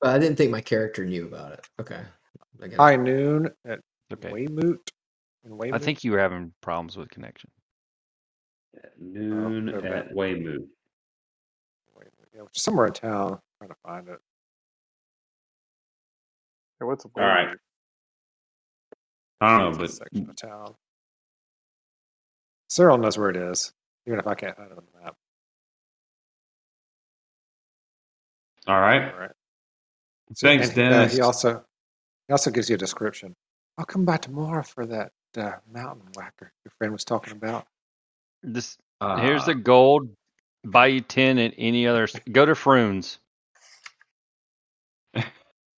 C: But I didn't think my character knew about it. Okay. I got
F: High noon at
D: Okay,
F: Waymoot. In Waymoot.
D: I think you were having problems with connection.
E: At noon
F: Oh, okay.
E: at Waymoo.
F: Waymoot, yeah, which is somewhere in town. trying to find it.
A: Hey, what's up?
E: All right. I don't know,
F: It's a
E: but
F: section of town. Cyril knows where it is, even if I can't find it on the map.
E: all right.
F: All right.
E: Thanks,
F: and he, uh,
E: Dennis.
F: he also he also gives you a description. I'll come by tomorrow for that uh, mountain whacker your friend was talking about.
D: This
E: Uh,
D: here's the gold. Buy you ten at any other. s- Go to Froons.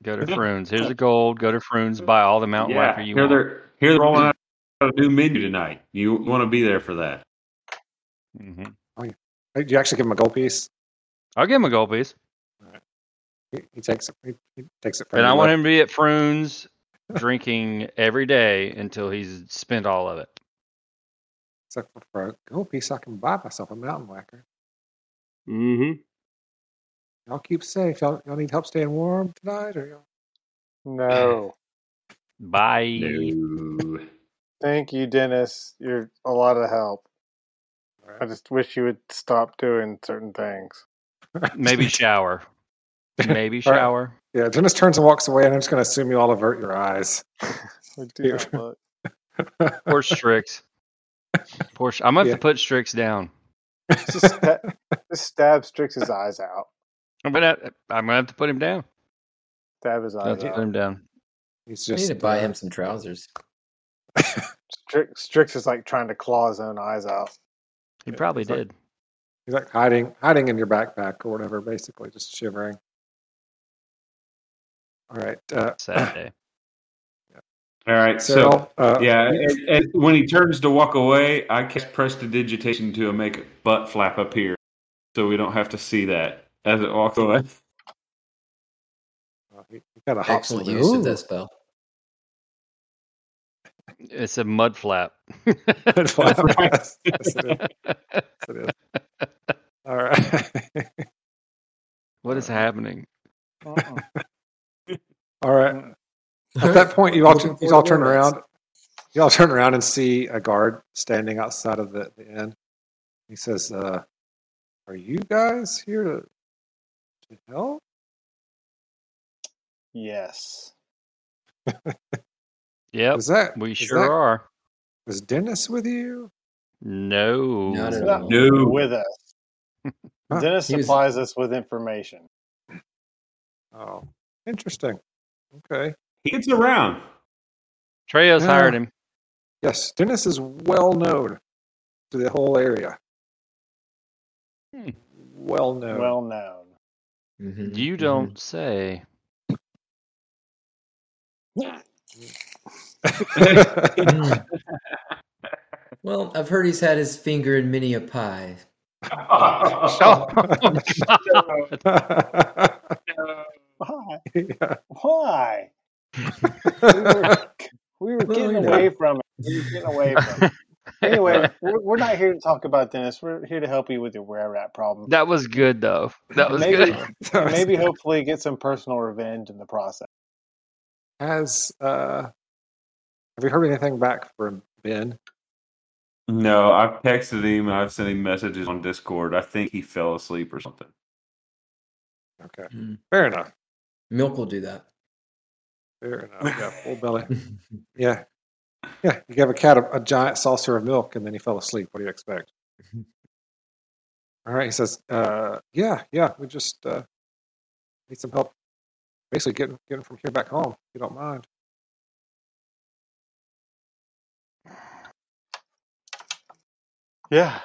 D: Go to Froons. Here's the gold. Go to Froons. Buy all the Mountain
E: yeah,
D: Whacker you
E: here
D: want.
E: they're here they're rolling out a new menu tonight. You want to be there for that?
D: hmm
F: Hey, You actually give him a gold piece.
D: I'll give him a gold piece,
F: He, he takes it. He, he takes it from
D: but I
F: you.
D: want him to be at Froons drinking every day until he's spent all of it.
F: So for, for a gold piece, I can buy myself a mountain whacker.
E: Mm-hmm.
F: Y'all keep safe. Y'all, y'all need help staying warm tonight, or y'all?
A: No.
D: Bye.
E: No.
A: Thank you, Dennis. You're a lot of help.
F: All
A: I just wish you would stop doing certain things.
F: right.
D: Maybe shower. Maybe
F: All right.
D: shower.
F: Yeah, Dennis turns and walks away, and I'm just going to assume you all avert your eyes.
A: We do not look.
D: Poor Strix. Poor. Sh- I'm gonna have
F: Yeah.
D: to put Strix down.
A: Just, sta- just stab Strix's eyes out.
D: I'm gonna. I'm gonna have to put him down.
A: Stab his
F: Uh,
D: I'm gonna have
A: eyes
D: to
A: out.
D: put him down.
F: He's
C: I need
F: just
C: to buy
F: uh,
C: him some trousers.
A: Strix, Strix is like trying to claw his own eyes out.
D: He
F: Yeah,
D: probably
F: he's like-
D: did.
F: he's like hiding hiding in your backpack or whatever, basically just shivering. All right, uh,
D: Saturday.
E: All right.
F: Cyril.
E: So
F: uh,
E: yeah,
F: you-
E: and, and when he turns to walk away, I cast prestidigitation to make a butt flap appear, so we don't have to see that as it walks away.
F: well, oh, he, he kind of hops.
C: Excellent
F: Over.
C: use of
F: Ooh,
C: that spell.
D: It's a mud flap.
F: That's why-
E: That's right.
F: yes, yes, it is. Yes, it is. All right,
D: what is happening?
A: Mm-mm.
F: all right. At that point, you all
C: Looking
F: you
C: forward
F: all
C: to
F: turn
C: romance.
F: around. You all turn around and see a guard standing outside of the, the inn. He says, uh, "Are you guys here to to help?"
A: Yes.
D: Yep.
F: Is that
D: We
F: is
D: sure
F: that-
D: are.
F: was Dennis with you?
D: No.
C: Not
A: He's
C: at
A: not
C: all.
E: No.
A: with us.
F: Huh.
A: Dennis
C: He was-
A: supplies us with information.
F: Oh, interesting. Okay.
E: He gets around.
D: Treos
F: Yeah.
D: hired him.
F: Yes, Dennis is well known to the whole area.
D: Hmm.
F: Well known.
A: Well known.
C: Mhm,
D: You
C: mhm.
F: Mm-hmm.
D: don't say.
C: Mm. well, I've heard he's had his finger in many a pie.
A: Why?
F: Yeah.
A: Why? We were
C: Well,
A: getting
C: you know.
A: away from it. We were getting away from it. Anyway, we're, we're not here to talk about Dennis. We're here to help you with your where rat problem.
D: that was good though. That was
A: Maybe-
D: good.
A: And maybe hopefully get some personal revenge in the process.
F: Has uh, have you heard anything back from Ben?
E: No, I've texted him and I've sent him messages on Discord. I think he fell asleep or something.
F: Okay,
C: Mm.
F: fair enough.
C: Milk will do that.
F: Fair enough. Yeah, full belly. Yeah, yeah. You gave a cat a, a giant saucer of milk, and then he fell asleep. What do you expect? All right, he says, uh, "Yeah, yeah. We just uh, need some help. Basically, getting getting from here back home. If you don't mind."
A: Yeah,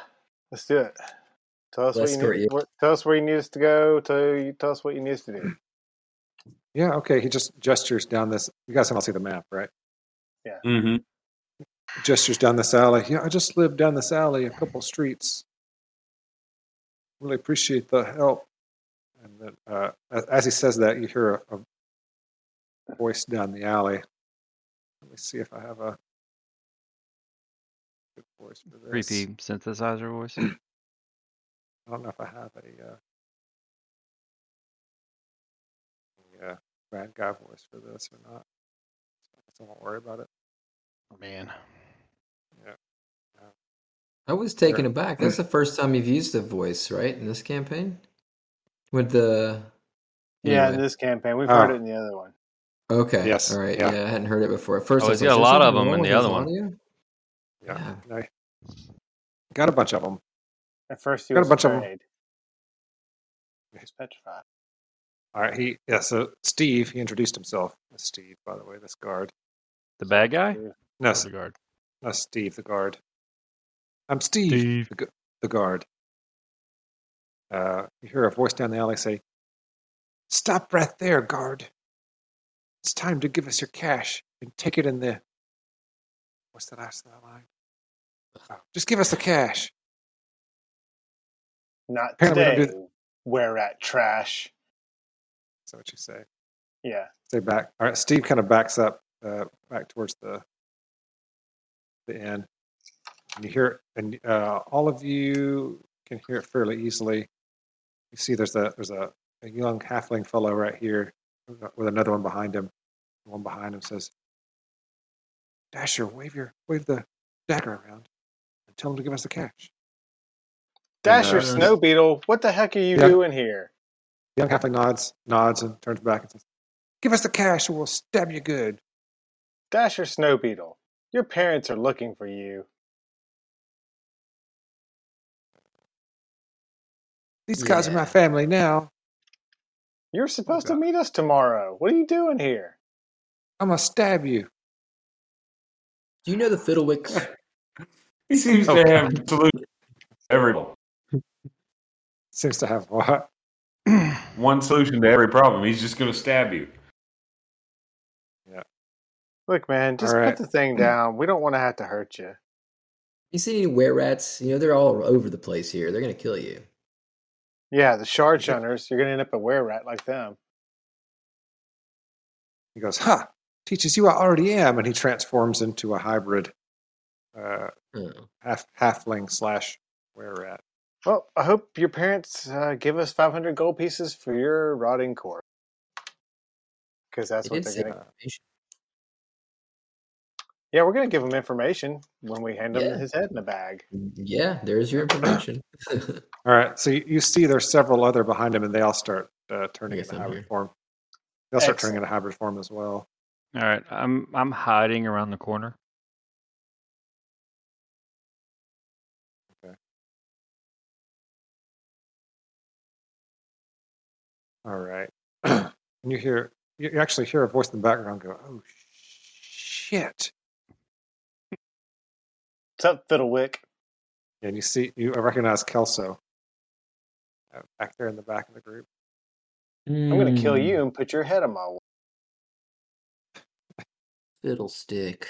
A: let's do it. Tell us
C: Let's
A: what you
C: start
A: need.
C: you.
A: What, tell us where you need us to go. Tell you. Tell us what you need us to do.
F: Yeah, okay. He just gestures down this. You guys can all see the map, right?
E: hmm
F: Gestures down this alley. Yeah, I just lived down this alley a couple streets. Really appreciate the help. And then, uh, a- as he says that, you hear a, a voice down the alley. Let me see if I have a good voice for this.
D: Creepy synthesizer voice.
F: I don't know if I have a, uh, a uh, bad guy voice for this or not. So I won't worry about it. Oh,
D: Man.
C: I was taken aback. That's the first time you've used the voice, right, in this campaign? With the
A: Yeah, in
C: anyway.
A: this campaign, we've
F: Oh.
A: heard it in the other one.
C: Okay.
F: Yes,
C: All right.
F: yeah.
C: Yeah. I hadn't heard it before. At first,
D: Oh,
C: I
D: he's
C: was like,
D: got a
C: "Is there
D: lot of
C: something
D: them in
C: wrong with
D: the
C: his
D: other one.
C: audio?"
F: Yeah.
C: Yeah.
F: And I got a bunch of them.
A: At first, he
F: Got a
A: was
F: bunch of 'em.
A: afraid. He was petrified.
F: All right. He, yeah, so Steve, he introduced himself as Steve, by the way, this guard.
D: The bad guy?
F: No,
D: Or the guard.
F: No, Steve the guard. I'm Steve,
D: Steve.
F: The, gu- the guard. Uh, you hear a voice down the alley say, Stop right there, guard. It's time to give us your cash and take it in the. What's that last line? Oh, just give us the cash.
A: Not
F: Apparently we don't do
A: today. Where rat trash.
F: Is that what you say?
A: Yeah.
F: Say back. All right. Steve kind of backs up uh, back towards the the end. And you hear, and uh, all of you can hear it fairly easily. You see, there's a there's a, a young halfling fellow right here with another one behind him. The one behind him says, "Dasher, wave your wave the dagger around and tell him to give us the cash."
A: Dash your
C: no, no.
A: snow beetle. What the heck are you
F: Yeah.
A: doing here?
F: The young halfling nods, nods, and turns back and says, "Give us the cash, or we'll stab you good."
A: Dash your snow beetle. Your parents are looking for you.
F: These guys are my
C: Yeah.
F: family now.
A: You're supposed to meet us tomorrow. What are you doing here?
F: I'm gonna stab you.
C: Do you know the Fiddlewicks?
E: He seems
F: Oh.
E: to have absolute every
F: Seems to have what?
E: one solution to every problem. He's just going to stab you.
A: Look, man, just
F: All right.
A: put the thing down. We don't want to have to hurt you.
C: You see any were rats? You know, they're all over the place here. They're gonna kill you.
A: Yeah, the shard shunners. You're gonna end up a were rat like them.
F: He goes, "Ha! Teaches you I already am," and he transforms into a hybrid uh,
C: Oh.
F: half halfling slash were rat.
A: Well, I hope your parents uh, give us 500 gold pieces for your rotting corpse, because that's
C: It
A: what
C: did
A: they're
C: say
A: gonna.
C: information.
A: Yeah, we're gonna give them information when we hand him
C: Yeah.
A: his head in a bag.
C: Yeah, there's your information. I
F: All right, so you, you see there's several other behind him, and they all start uh, turning
C: guess
F: into
C: I'm
F: hybrid
C: here.
F: form. They all start turning
A: Excellent.
F: into hybrid form as well.
D: All right. I'm I'm hiding around the corner.
F: All right, and you hear you you actually hear a voice in the background go, "Oh shit!"
A: What's up, Fiddlewick?
F: And you see you recognize Kelso. uh, back there in the back of the group.
A: I'm gonna
C: Hmm.
A: kill you and put your head on my wall.
C: Fiddlestick.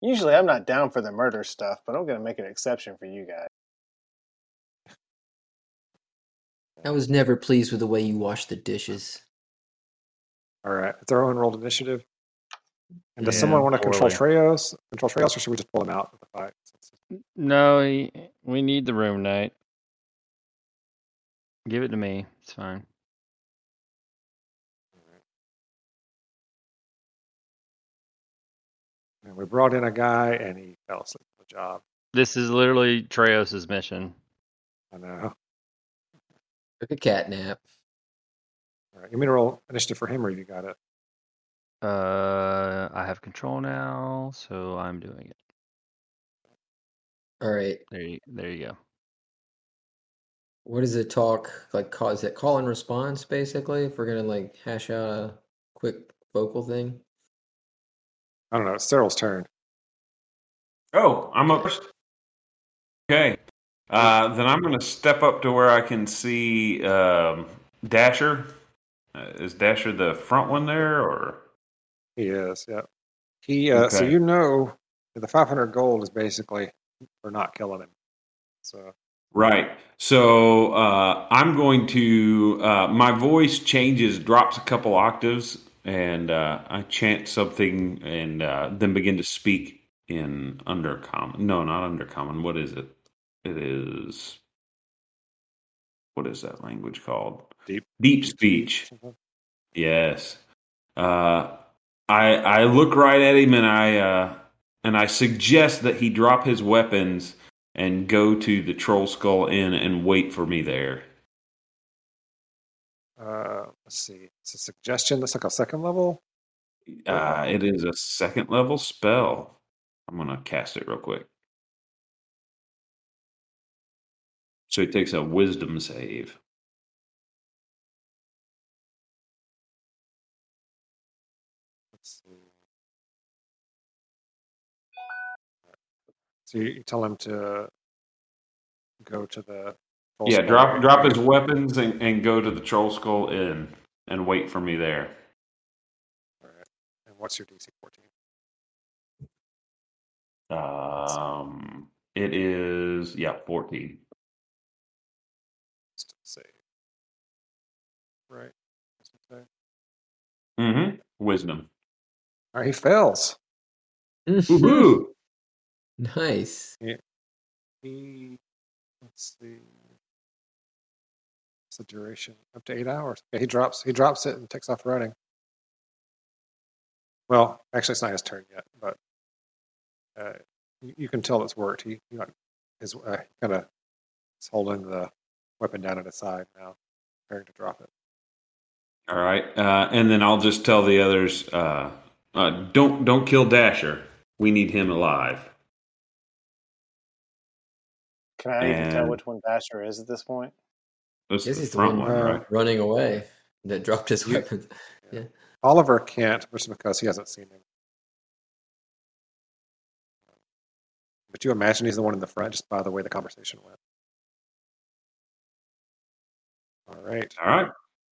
A: Usually, I'm not down for the murder stuff, but I'm gonna make an exception for you guys.
C: I was never pleased with the way you wash the dishes.
F: All right, uh, it's our own rolled initiative. And does
D: Yeah,
F: someone want to control
D: poorly.
F: Treos? Control Treos, or should we just pull them out with the fight?
D: No, y- we need the room night. Give it to me. It's fine.
F: And we brought in a guy, and he fell asleep on the job.
D: This is literally Treos' mission.
F: I know.
C: Took a cat nap.
F: All right, you mean to roll initiative for him, or you got it?
D: Uh, I have control now, so I'm doing it.
C: All right.
D: There you, there you go.
C: What does it talk like? Call, is it call and response basically? If we're gonna like hash out a quick vocal thing.
F: I don't know. It's Cyril's turn.
E: Oh, I'm up
C: Okay.
E: first. Okay. Uh, then I'm going to step up to where I can see um, Dasher. Uh, is Dasher the front one there, or
F: He is. Yep. He. Uh, So
E: Okay.
F: you know, that the 500 gold is basically for not killing him. So
E: Right. So uh, I'm going to. Uh, my voice changes, drops a couple octaves, and uh, I chant something, and uh, then begin to speak in undercommon. No, not undercommon. What is it? It is. What is that language called?
F: Deep.
E: Deep speech.
F: Mm-hmm.
E: Yes. Uh, I I look right at him and I uh, and I suggest that he drop his weapons and go to the Troll Skull Inn and wait for me there.
F: Uh, let's see. It's a suggestion. That's like a second level.
E: Uh, it is a second level spell. I'm gonna cast it real quick. So he takes a Wisdom save.
F: Let's see. So you, you tell him to go to the. full
E: Yeah,
F: spell
E: drop
F: area.
E: drop his weapons and, and go to the Troll Skull Inn and wait for me there.
F: All right. And what's your DC 14?
E: Um, it is yeah, fourteen.
F: Still save. Right. That's what it say.
E: Mm-hmm. Wisdom.
F: All right. He fails.
E: Woohoo!
C: nice.
F: He. Let's see. What's the duration? Up to eight hours. Yeah, he drops. He drops it and takes off running. Well, actually, it's not his turn yet, but uh, you, you can tell it's worked. He, he like, is uh, kind of is holding the weapon down at his side now, preparing to drop it.
E: All right, uh, and then I'll just tell the others, uh, uh, don't don't kill Dasher. We need him alive.
A: Can I even tell
E: And-
A: which one Dasher is at this point?
E: That's
C: This
E: the
C: is the
E: front
C: one-
E: one,
F: Uh,
E: right?
C: Running away that dropped his
F: You-
C: weapons.
F: Oliver can't, just because he hasn't seen him. But you imagine he's the one in the front, just by the way the conversation went. All right.
E: All right.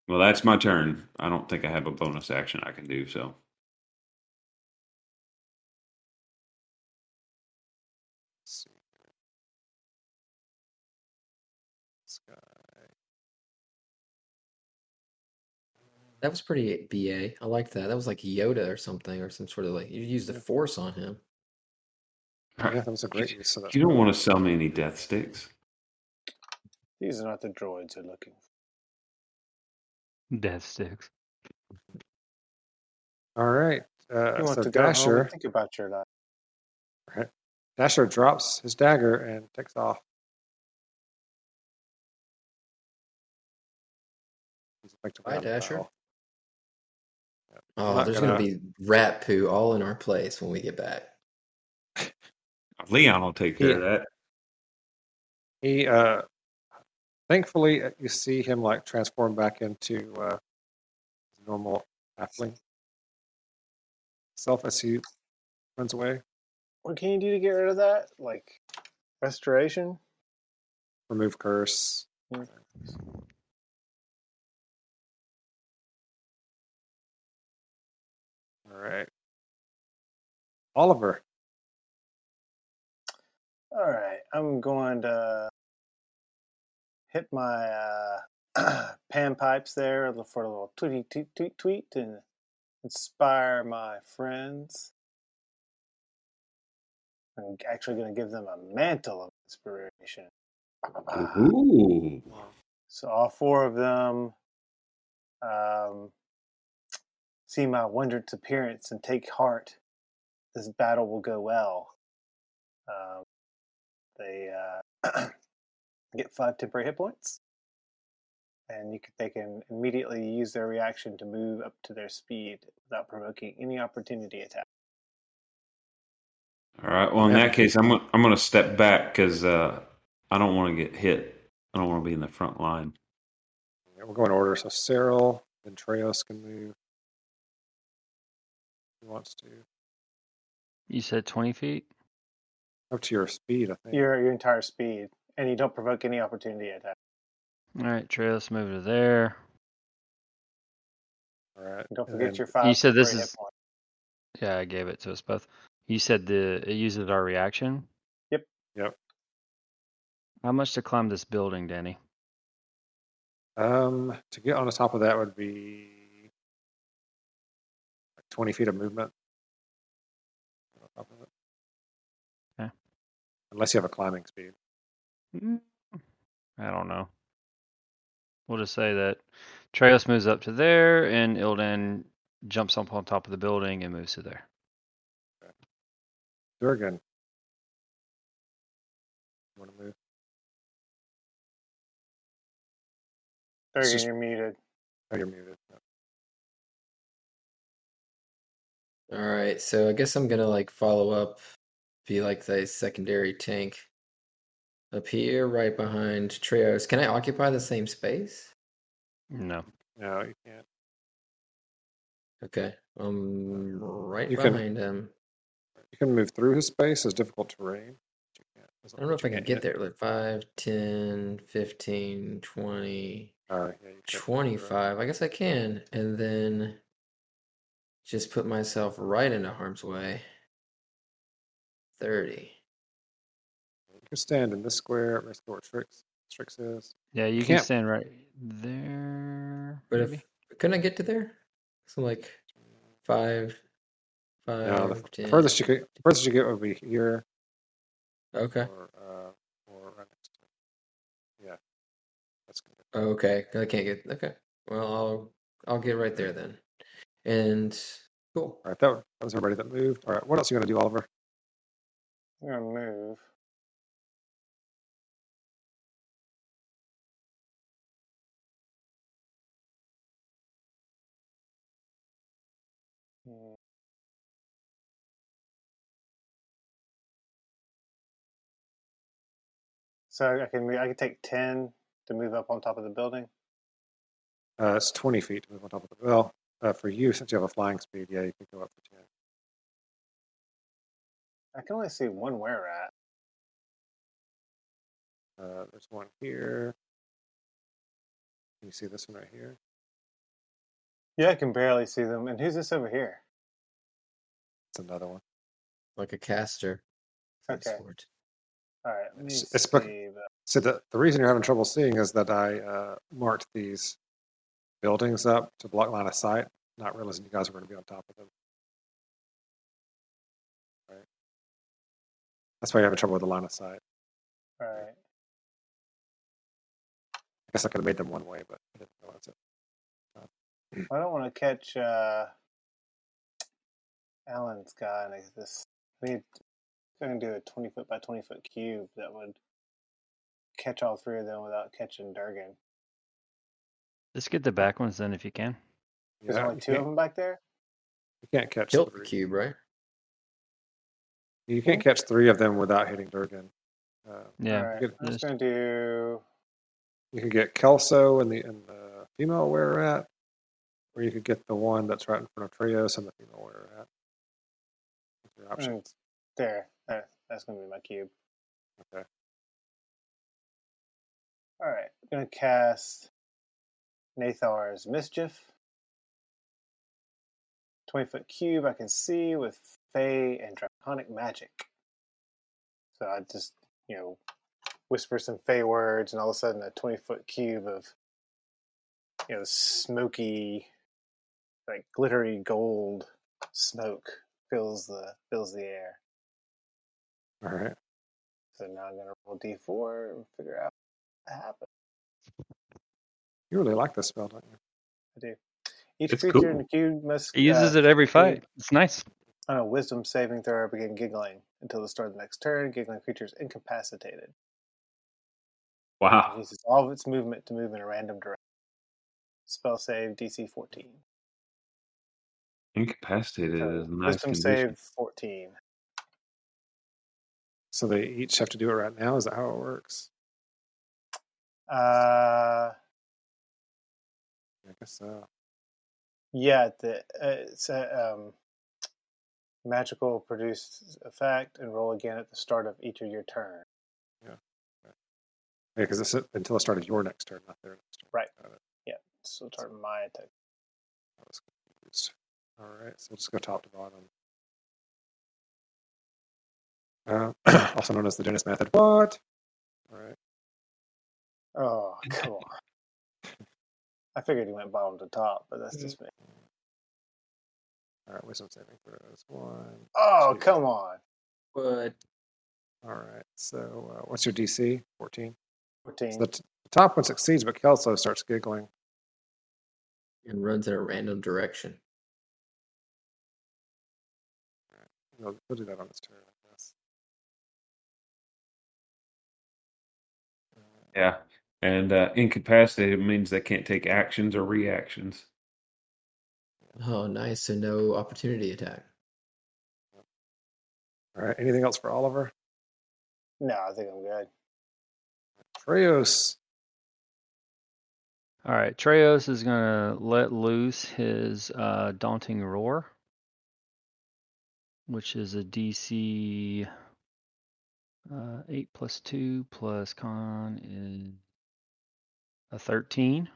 E: Well, that's my turn. I don't think I have a bonus action I can do. So,
F: Let's see. This guy.
C: That was pretty BA. I like that. That was like Yoda or something, or some sort of like you used the
F: Yeah.
C: force on him.
E: All
F: Yeah,
E: right.
F: that was a great use of that.
E: you don't want to sell me any death sticks.
A: These are not the droids you're looking for.
D: Death sticks.
F: All right.
A: You
F: Uh,
A: want
F: so
A: to go home
F: Dasher,
A: and think about your life.
F: Dasher drops his dagger and takes off. He's effectively
C: Bye,
F: out of the
C: Dasher.
F: battle. I'm
C: Oh,
F: not
C: there's gonna
F: gonna-
C: be rat poo all in our place when we get back.
E: Leon will take care of that.
F: He, uh, thankfully, uh, you see him like transform back into uh, his normal halfling self as he runs away.
A: What can you do to get rid of that? Like restoration?
F: Remove curse.
A: Hmm.
F: All right. Oliver.
A: All right, I'm going to hit my uh, pan pipes there for a little tweety tweet tweet tweet and inspire my friends. I'm actually going to give them a mantle of inspiration. Ah.
E: Mm-hmm. Ooh.
A: So all four of them um, see my wondrous appearance and take heart. This battle will go well. Um, they uh, get five temporary hit points, and you can, they can immediately use their reaction to move up to their speed without provoking any opportunity attack.
E: All right. Well, in
F: Yeah.
E: that case, I'm gonna- I'm going to step back because uh, I don't want to get hit. I don't want to be in the front line.
F: Yeah, we'll go in order. So Cyril, then Treos can move. He wants to.
D: You said 20 feet?
F: Up to your speed, I think.
A: Your your entire speed, and you don't provoke any opportunity attack.
D: All right, Trey, let's move to there.
F: All right.
A: And don't
F: and
A: forget
F: then-
A: your five.
D: You said this
A: temporary hit
D: is-
A: points.
D: Yeah, I gave it to us both. You said the it uses our reaction.
A: Yep.
F: Yep.
D: How much to climb this building, Danny?
F: Um, to get on the top of that would be like 20 feet of movement. On top of it.
D: Okay.
F: Unless you have a climbing speed.
D: Mm, I don't know. We'll just say that Treyos moves up to there, and Ildan jumps up on top of the building and moves to there.
F: Durgan. You want to move?
A: Thurgan,
F: is-
A: you're muted.
F: Oh, you're muted. No.
C: All right, so I guess I'm gonna like follow up, be like the secondary tank up here, right behind Treos. Can I occupy the same space?
D: No.
F: No, you can't.
C: Okay, I'm right
F: You can-
C: behind him.
F: You can move through his space. It's difficult terrain. but you can't- it's
C: I
F: not
C: don't know
F: that
C: if
F: you
C: I can
F: can't
C: get
F: hit.
C: there. Like 5, 10, 15, 20,
F: All right. Uh, Yeah, you can't move through it.
C: 25. I guess I can. And then just put myself right into harm's way. 30.
F: You can stand in this square. It makes it where Trix, Trix is.
D: Yeah, you can
F: can't-
D: stand right there.
C: But
D: maybe?
C: if couldn't I get to there? So like 5, 5,
F: No, the f-
C: 10.
F: furthest you could, furthest you get would be here.
C: Okay.
F: Or, uh, or right next to it. Yeah. That's good.
C: Okay. I can't get. Okay. Well, I'll I'll get right there then. And cool.
F: All right. That, that was everybody that moved. All right. What else are you going to do, Oliver?
A: I'm gonna move. Mm, So I can move, I can take ten to move up on top of the building.
F: Uh, it's 20 feet to move on top of the. Well, uh, for you, since you have a flying speed, yeah, you could go up for 10.
A: I can only see one where at.
F: Uh, there's one here. Can you see this one right here?
A: Yeah, I can barely see them. And who's this over here?
F: It's another one.
C: Like a caster. of
A: Okay.
C: sort.
A: All right. Let me
F: It's-
A: see.
F: it's bec-
A: the-
F: So the, the reason you're having trouble seeing is that I uh, marked these buildings up to block line of sight, not realizing you guys were going to be on top of them. Right. That's why you're having trouble with the line of sight. I
A: All right.
F: guess I could have made them one way, but I didn't realize it.
A: I don't want to catch uh, Alan's guy. And I- this I need. I'm gonna do a 20 foot by 20 foot cube that would catch all three of them without catching Durgan.
D: Just get the back ones then if you can.
A: There's
F: Yeah,
A: only
F: you,
A: two of
F: can't,
A: them back there.
F: you can't catch
C: Tilt the
F: three.
C: cube, right?
F: You can't catch three of them without hitting Durgan. Uh,
D: Yeah.
A: All right.
F: Good.
A: I'm just
D: Just-
A: gonna do.
F: you could get Kelso and the and the female where we're at, or you could get the one that's right in front of Trios and the female where we're at. That's your
A: Hmm.
F: options.
A: Uh, There. There. That's gonna be my cube.
F: Okay.
A: All right, I'm gonna cast Nathar's Mischief. Twenty foot cube I can see with Fey and Draconic magic. So I just you know whisper some Fey words, and all of a sudden a twenty foot cube of you know smoky, like glittery gold smoke fills the fills the air.
F: All right.
A: So now I'm gonna roll d4 and figure out what happened.
F: You really like this spell, don't you?
A: I do. Each
E: It's
A: creature
E: cool.
A: in the cube must
D: He uses it every
A: create
D: fight. It's nice.
A: on a wisdom saving throw or begin giggling until the start of the next turn. Giggling creature is incapacitated. It
E: Wow.
A: uses all of its movement to move in a random direction. Spell save DC 14.
E: Incapacitated
A: So
E: is a nice
A: wisdom
E: condition.
A: save 14.
F: So they each have to do it right now. Is that how it works?
A: Uh,
F: I guess so.
A: yeah, the, uh, it's a um, magical produced effect and roll again at the start of each of your turn.
F: Yeah, because it's uh, until the start of your next turn, not their next turn.
A: Right.
F: Got it.
A: So turn my attack.
F: I was confused. All right, so we'll just go top to bottom. Uh, also known as the Dennis method. What? All right.
A: Oh, come on. I figured he went bottom to top, but
F: Mm.
A: that's just me.
F: All right. Wisdom saving throws. One.
A: Oh,
F: Two.
A: come on.
C: But
F: All right. So uh, what's your DC? Fourteen.
A: 14.
F: So the, t- the top one succeeds, but Kelso starts giggling.
C: and runs in a random direction.
F: He'll, he'll do that on his turn, I guess.
E: Yeah. And uh, incapacitated means they can't take actions or reactions.
C: Oh, nice. So no opportunity attack.
F: All right. Anything else for Oliver?
A: No, I think I'm good.
F: Freos.
D: All right, Treos is gonna let loose his uh, daunting roar, which is a DC uh, eight plus two plus con is a thirteen,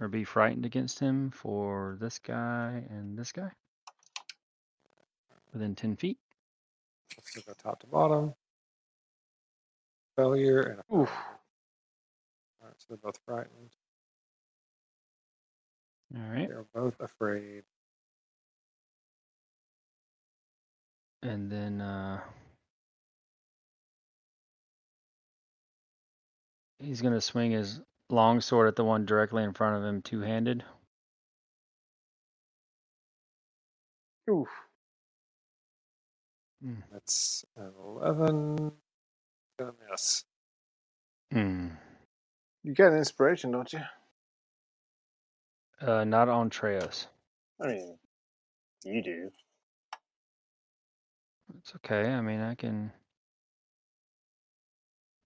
D: or be frightened against him for this guy and this guy within ten feet.
F: Let's go top to bottom. Failure and a
D: Oof.
F: All right, so they're both frightened.
D: All right,
F: They're both afraid.
D: and then uh, he's gonna swing his long sword at the one directly in front of him, two-handed.
A: Oof.
D: Mm.
F: That's an 11. Gonna miss. Hmm.
D: Mm.
A: You got an inspiration, don't you?
D: Uh, not on Treos.
A: I mean, you do.
D: It's okay. I mean, I can.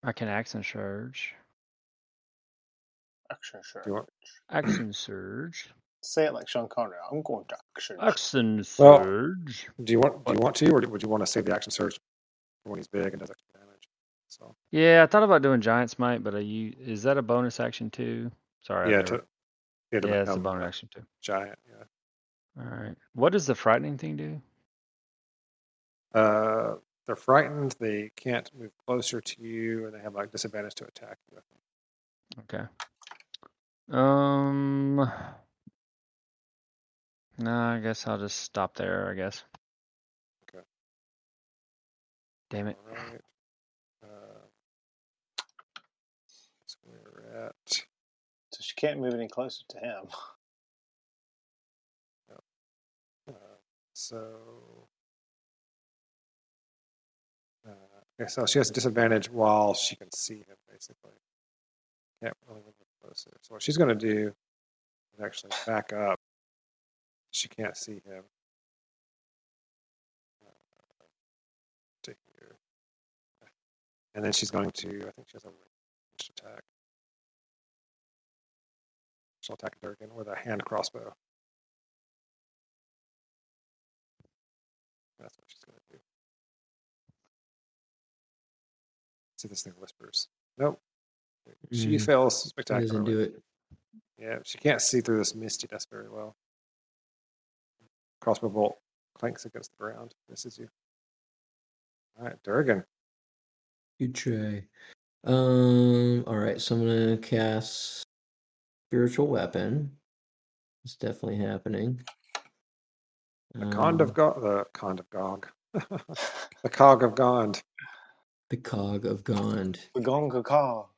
D: I can action surge.
A: Action surge.
F: Do you want-
D: Action surge.
A: Say it like Sean Connery. I'm going to action surge.
D: Action
F: Well-
D: surge.
F: Do you want? Do you want to, or would you want to save the action surge for when he's big and does extra damage? So
D: Yeah, I thought about doing giant smite, but are you? Is that a bonus action too? Sorry,
F: yeah,
D: I've never.
F: to, yeah, to
D: yeah, it's a
F: become
D: bonus
F: a
D: action too.
F: giant. Yeah.
D: All right. What does the frightening thing do?
F: Uh, they're frightened. They can't move closer to you, and they have like disadvantage to attack you. with.
D: Okay. Um. No, I guess I'll just stop there. I guess.
F: Okay.
D: Damn it.
F: All right. Uh, so we're at.
A: So she can't move any closer to him.
F: Uh, so uh, okay, so she has a disadvantage while she can see him basically can't really move closer so what she's going to do is actually back up she can't see him uh, to here and then she's going to i think she has a ranged attack she'll attack Durgan with a hand crossbow that's what she's going to do see this thing whispers nope She
C: Mm.
F: fails
C: He doesn't
F: spectacularly.
C: do it.
F: Yeah, she can't see through this mistiness very well. Crossbow bolt clanks against the ground, misses you. All right, Durgan.
C: Good try. Um. All right. So I'm gonna cast spiritual weapon. It's definitely happening.
F: The Cond of
E: Mm.
C: Um,
F: Gog. The Cond of Gog. the Cog of Gond.
C: the cog of Gond
A: The gong could call.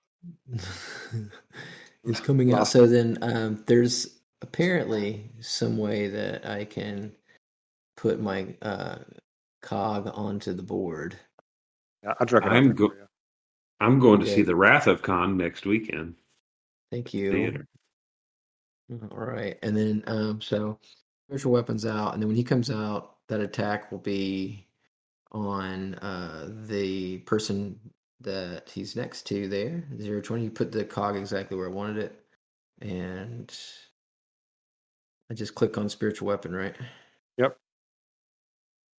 C: is coming out.
F: Lost.
C: So then, um, there's apparently some way that I can put my uh cog onto the board.
F: Yeah, I drug it out
E: I'm
F: there
E: go-
F: for you.
E: I'm going to see
C: Okay.
E: the Wrath of Khan next weekend
C: Thank you.
E: theater.
C: All Mm-hmm, right, and then um, so spiritual weapons out, and then when he comes out, that attack will be on uh, the person that he's next to there. Zero twenty. You put the cog exactly where I wanted it, and I just click on spiritual weapon, right?
F: Yep.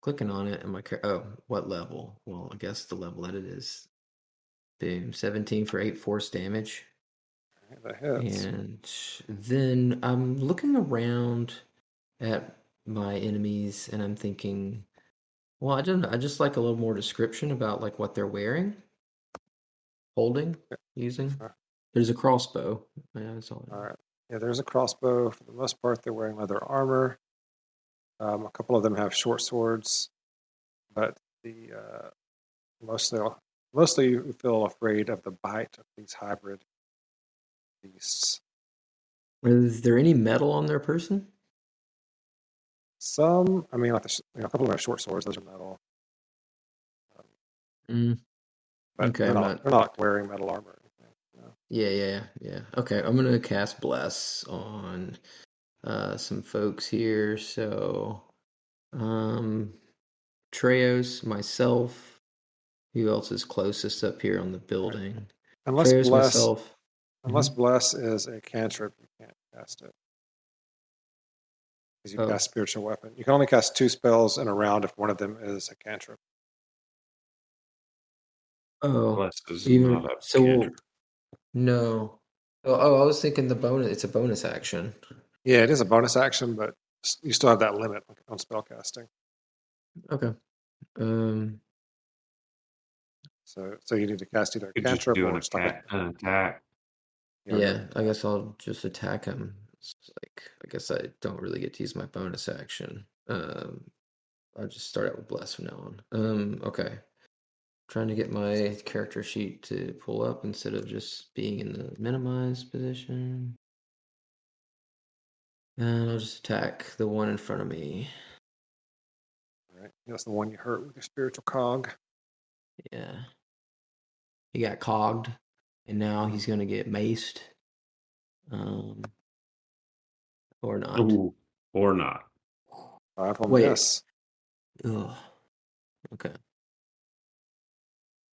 C: Clicking on it, and my char- oh, what level? Well, I guess the level that it is. Boom, seventeen for eight force damage,
F: All right, That hits.
C: and then I'm looking around. at my enemies and I'm thinking, well, I don't know. I just like a little more description about like what they're wearing, holding, using.
F: Sure.
C: There's a crossbow. Yeah, that's all I
F: All
C: know.
F: right. Uh, Yeah, there's a crossbow. For the most part, they're wearing leather armor. Um, a couple of them have short swords, but the uh, mostly mostly you feel afraid of the bite of these hybrid beasts.
C: Is there any metal on their person?
F: Some, I mean, like the, sh- you know, a couple of them have short swords. Those are metal, um,
C: Mm,
F: but
C: okay, I'm
F: they're not
C: not.
F: they're not wearing metal armor. Or anything, no.
C: Yeah, yeah, yeah. Okay, I'm gonna cast bless on uh, some folks here. So, um, Treos, myself. Who else is closest up here on the building?
F: Unless
C: Treos,
F: bless,
C: myself.
F: unless
C: Mhm.
F: bless is a cantrip, you can't cast it because you
C: Oh,
F: cast spiritual weapon. You can only cast two spells in a round if one of them is a cantrip.
C: Oh,
E: Bless is not
C: even
E: a
C: so,
E: cantrip.
C: we'll- no. Oh, oh, I was thinking the bonus. It's a bonus action.
F: Yeah, it is a bonus action, but s- you still have that limit on spell casting.
C: Okay. Um.
F: So, so you need to cast either a
E: Could just
F: cantrip
E: do an
F: or just like a
E: attack. An attack.
F: you know, do an
C: Yeah. I
F: attack.
C: guess I'll just attack him. It's like I guess I don't really get to use my bonus action. Um. I'll just start out with bless from now on. Um. Okay. Trying to get my character sheet to pull up instead of just being in the minimized position. And I'll just attack the one in front of me.
F: All right, that's the one you hurt with your spiritual cog.
C: Yeah. He got cogged, and now he's gonna get maced. Um, or not.
E: Ooh. Or not.
F: Five will
C: Wait.
F: miss.
C: Ugh. Okay.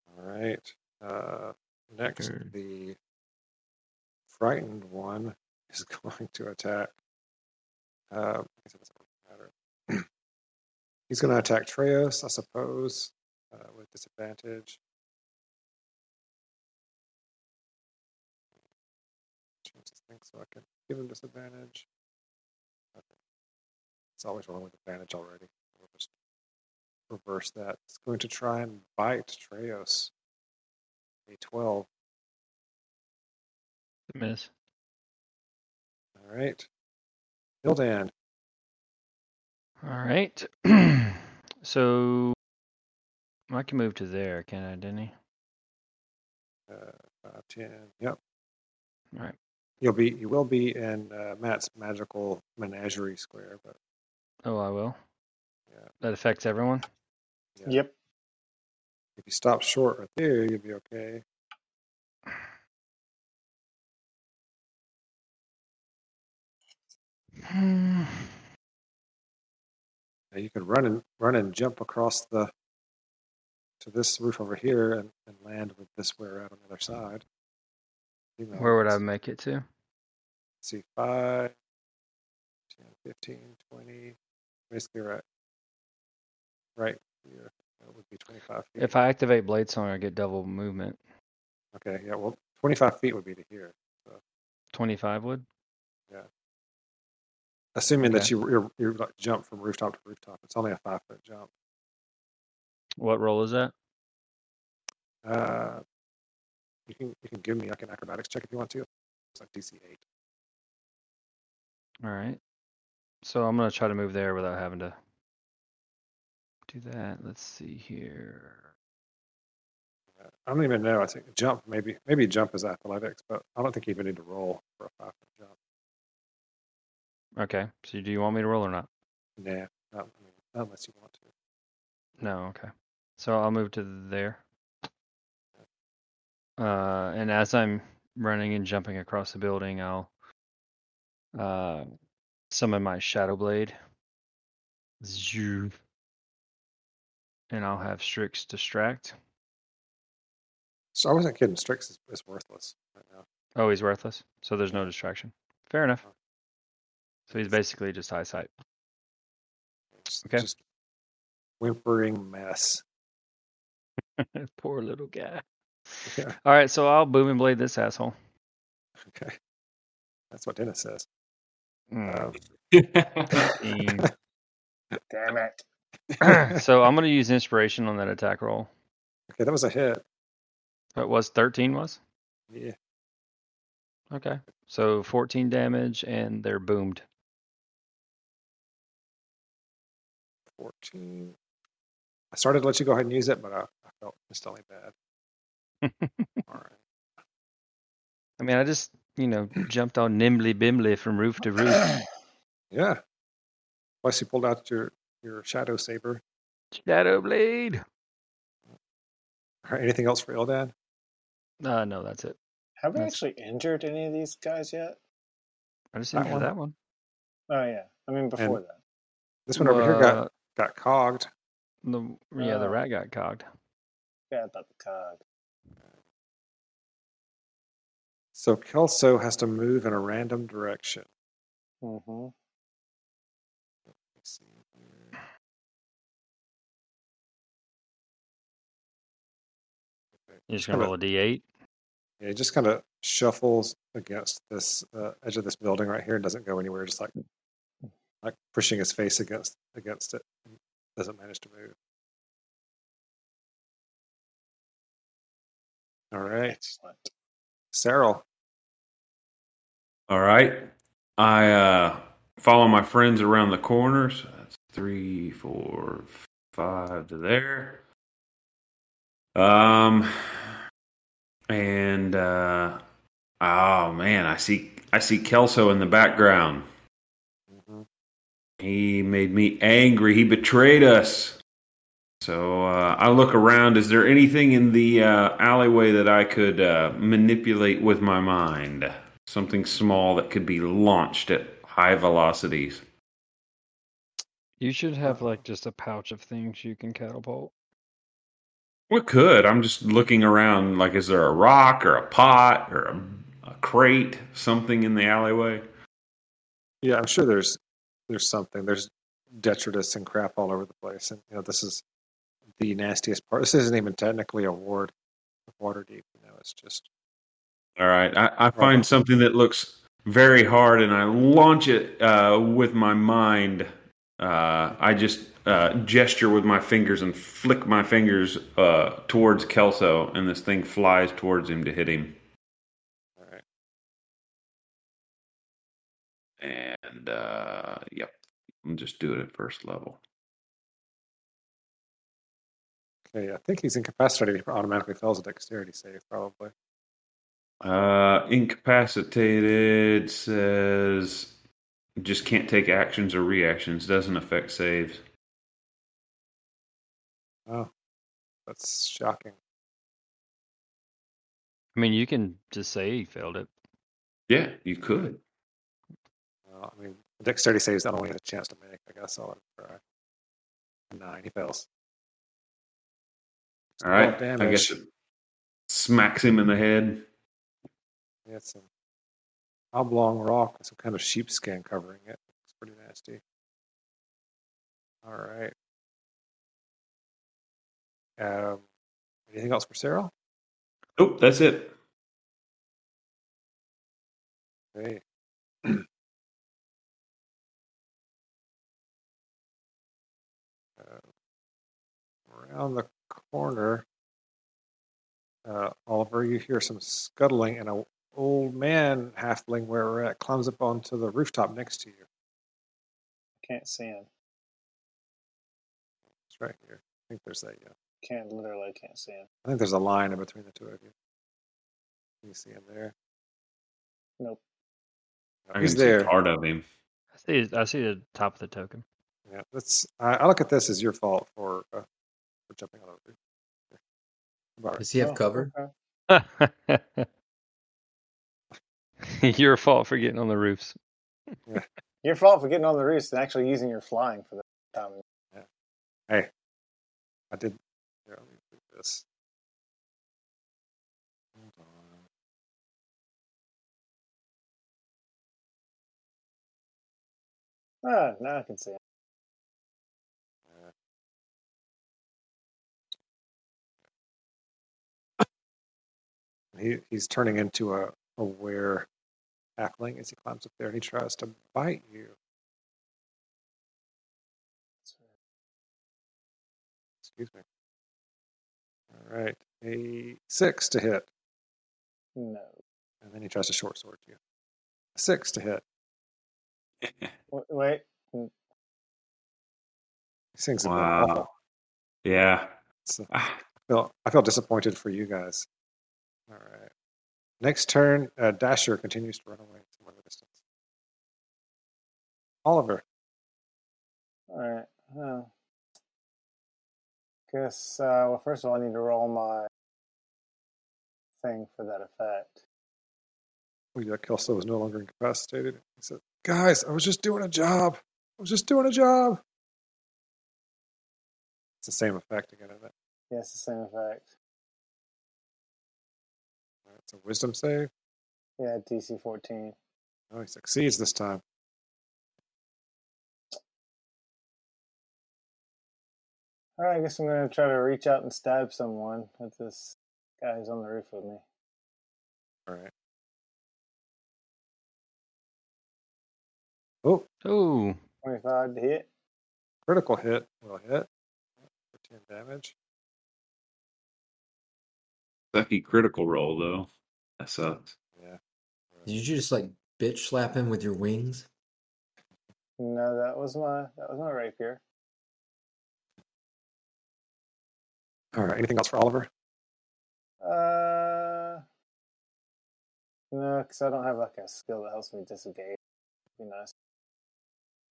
F: All right. Uh, next,
C: Turn.
F: the frightened one is going to attack. Uh, I guess it doesn't really matter. He's going to attack Treos, I suppose, uh, with disadvantage. Change this thing so I can give him disadvantage. Okay. It's always wrong with advantage already. We'll just reverse that. It's going to try and bite Treos. A twelve.
D: Miss.
F: All right. Hildan.
D: All right. so I can move to there, can I, Denny?
F: Uh, five, 10. Yep.
D: All right.
F: You'll be you will be in uh, Matt's magical menagerie square, but
D: Oh, I will.
F: yeah,
D: That affects everyone.
F: yeah.
A: Yep.
F: If you stop short right there, you'll be okay.
D: Hmm.
F: Now you can run and run and jump across the to this roof over here and, and land with this wear out on the other side. You know,
D: Where would I make it to?
F: see 5, 10, 15, 20, basically right right here. That would be 25 feet.
D: If I activate Blade Song, I get double movement.
F: Okay, yeah, well, 25 feet would be to here,
D: Twenty-five would.
F: assuming that
D: Okay.
F: you you're, you're like jump from rooftop to rooftop. It's only a five foot jump.
D: What roll is that?
F: Uh, you can you can give me like an acrobatics check if you want to. It's like DC eight.
D: All right. So I'm gonna try to move there without having to do that. Let's see here.
F: Uh, I don't even know. I think jump maybe maybe jump is athletics, but I don't think you even need to roll for a five foot jump.
D: Okay. So do you want me to roll or not?
F: Nah, not, I mean, not unless you want to.
D: No, okay. So I'll move to there. Uh, and as I'm running and jumping across the building, I'll uh, summon my Shadow Blade. Zoo. And I'll have Strix distract.
F: So I wasn't kidding. Strix is, is worthless right now.
D: Oh, he's worthless. So there's no distraction. Fair enough. So he's basically just eyesight.
F: It's
D: Okay.
F: Just whimpering mess.
D: Poor little guy.
F: Yeah.
D: All right, so I'll boom and blade this asshole.
F: Okay. That's what Dennis says. Um,
A: Damn it.
D: Um, Mm, so I'm going to use inspiration on that attack roll.
F: okay, that was a hit.
D: That was 13, was?
F: Yeah.
D: Okay. So 14 damage, and they're boomed.
F: 14. I started to let you go ahead and use it, but I, I felt instantly bad. All right.
D: I mean, I just, you know, jumped all nimbly bimbly from roof to roof.
F: Yeah. Plus, you pulled out your, your shadow saber.
D: Shadow blade.
F: All right, anything else for Ildan?
D: Uh, no, that's it.
A: Have we
D: That's-
A: actually injured any of these guys yet?
D: I just
F: That
D: injured
F: one?
D: that one.
A: Oh yeah. I mean before that.
F: This one over here got, got cogged.
D: Uh, the, yeah,
A: Uh,
D: the rat got cogged.
A: Yeah, about the cog.
F: So Kelso has to move in a random direction.
A: Mm-hmm.
F: Let's see here.
D: You're just
F: kinda-
D: going to roll a d8.
F: Yeah, he just kind of shuffles against this uh, edge of this building right here and doesn't go anywhere. Just like like pushing his face against against it, and doesn't manage to move. All right,
A: Excellent.
F: Cyril.
E: All right. I uh, follow my friends around the corners. that's three, four, five to there. Um, and uh, oh man, I see I see Kelso in the background.
F: Mhm.
E: He made me angry. He betrayed us. So uh, I look around. Is there anything in the uh, alleyway that I could uh, manipulate with my mind? Something small that could be launched at high velocities.
D: You should have, like, just a pouch of things you can catapult.
E: What could? I'm just looking around. Like, is there a rock or a pot or a, a crate? Something in the alleyway?
F: Yeah, I'm sure there's there's something. There's detritus and crap all over the place, and you know this is the nastiest part. This isn't even technically a ward of Waterdeep. You know, it's just
E: All right. I, I find something that looks very hard and I launch it uh, with my mind. Uh, I just uh, gesture with my fingers and flick my fingers uh, towards Kelso, and this thing flies towards him to hit him.
F: all right.
E: And uh, yep, I'm just do it at first level.
F: Okay, I think he's incapacitated. He automatically fails a dexterity save, probably.
E: Uh, incapacitated says just can't take actions or reactions, doesn't affect saves.
F: Oh, that's shocking.
D: I mean, you can just say he failed it.
E: Yeah, you could.
F: Well, I mean, dexterity save is the only one he has a chance to make. I guess I'll let him try. Nine, he fails.
E: All right.
F: Twelve
E: I guess it smacks him in the head.
F: Yeah, it's an oblong rock with some kind of sheepskin covering it. It's pretty nasty. All right. Um, anything else for Cyril?
E: Nope, that's it.
F: Okay. Uh, Around the corner, uh, Oliver, you hear some scuttling, and an old man halfling where we're at climbs up onto the rooftop next to you.
A: Can't see him.
F: It's right here. I think there's that. Yeah,
A: Can't literally can't see him.
F: I think there's a line in between the two of you. Can you see him there? Oh,
A: Nope.
E: I can
F: He's
E: see
F: there.
E: part of him.
D: I see. I see the top of the token.
F: Yeah, that's. I, I look at this as your fault for uh, for jumping on the roof. About right.
C: Does he have
A: Oh,
C: cover?
A: okay.
D: Your fault for getting on the roofs.
A: Your fault for getting on the roost and actually using your flying for the time.
F: I did. Here, let me do this. Hold on.
A: Ah, now I can see him.
F: He he's turning into a a were halfling as he climbs up there and he tries to bite you. Excuse me. All right, a six to hit,
A: No.
F: and then he tries to short sword you. A six to hit.
A: W- Wait.
F: These things have
E: Wow.
F: been awful.
E: Yeah.
F: It's, uh,
E: Ah,
F: I feel, I feel disappointed for you guys. All right. Next turn, uh, Dasher continues to run away somewhere in the distance. Oliver,
A: All right. Well, guess. Uh, well, first of all, I need to roll my thing for that effect.
F: we got Kelso is no longer incapacitated. He said, "Guys, I was just doing a job. I was just doing a job." It's the same effect again. Isn't it?
A: Yes, the same effect.
F: All right, It's a wisdom save.
A: Yeah, DC 14.
F: Oh, he succeeds this time.
A: All right. I guess I'm gonna try to reach out and stab someone with this guy who's on the roof with me.
F: All right. Oh,
D: Oh,
A: 25 to hit.
F: critical hit will hit for ten damage.
E: sucky critical roll though. That sucks.
F: Yeah.
C: Did you just like bitch slap him with your wings?
A: No, that was my that was my rapier.
F: All right. Anything else for Oliver?
A: Uh, no, because I don't have like a skill that helps me disengage. Be nice.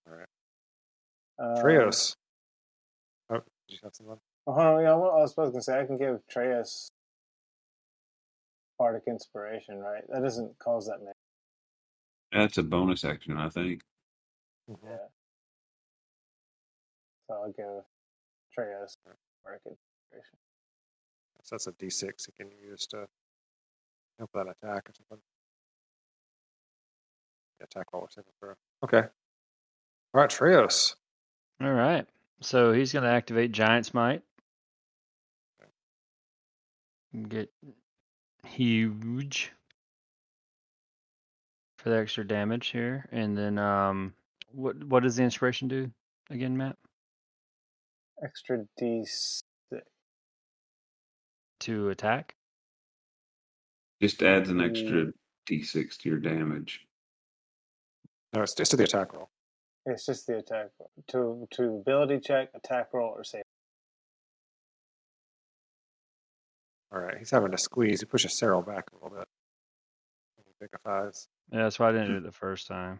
F: All right.
A: Um,
F: Trios. Oh, did you have someone?
A: Oh, hold on, yeah, what I was supposed to say, I can give Treyas bardic inspiration, right? That doesn't cause that many.
E: That's a bonus action, I think.
F: Mhm.
A: Yeah. So I'll give Treyas bardic inspiration.
F: So that's a D6 he can use to help that attack or something. Yeah, attack roll or saving throw. Okay. All right, Trios.
D: all right. So he's going to activate Giant Smite. And get huge for the extra damage here, and then um, what what does the inspiration do again, Matt?
A: Extra D6.
D: To attack.
E: Just adds an extra d6 to your damage.
F: No, it's just to the attack roll.
A: It's just the attack roll. To, to ability check, attack roll, or save.
F: All right, he's having to squeeze. He pushes Cyril back a little bit. He vivifies.
D: Yeah, that's why I didn't
F: Mm.
D: do it the first time.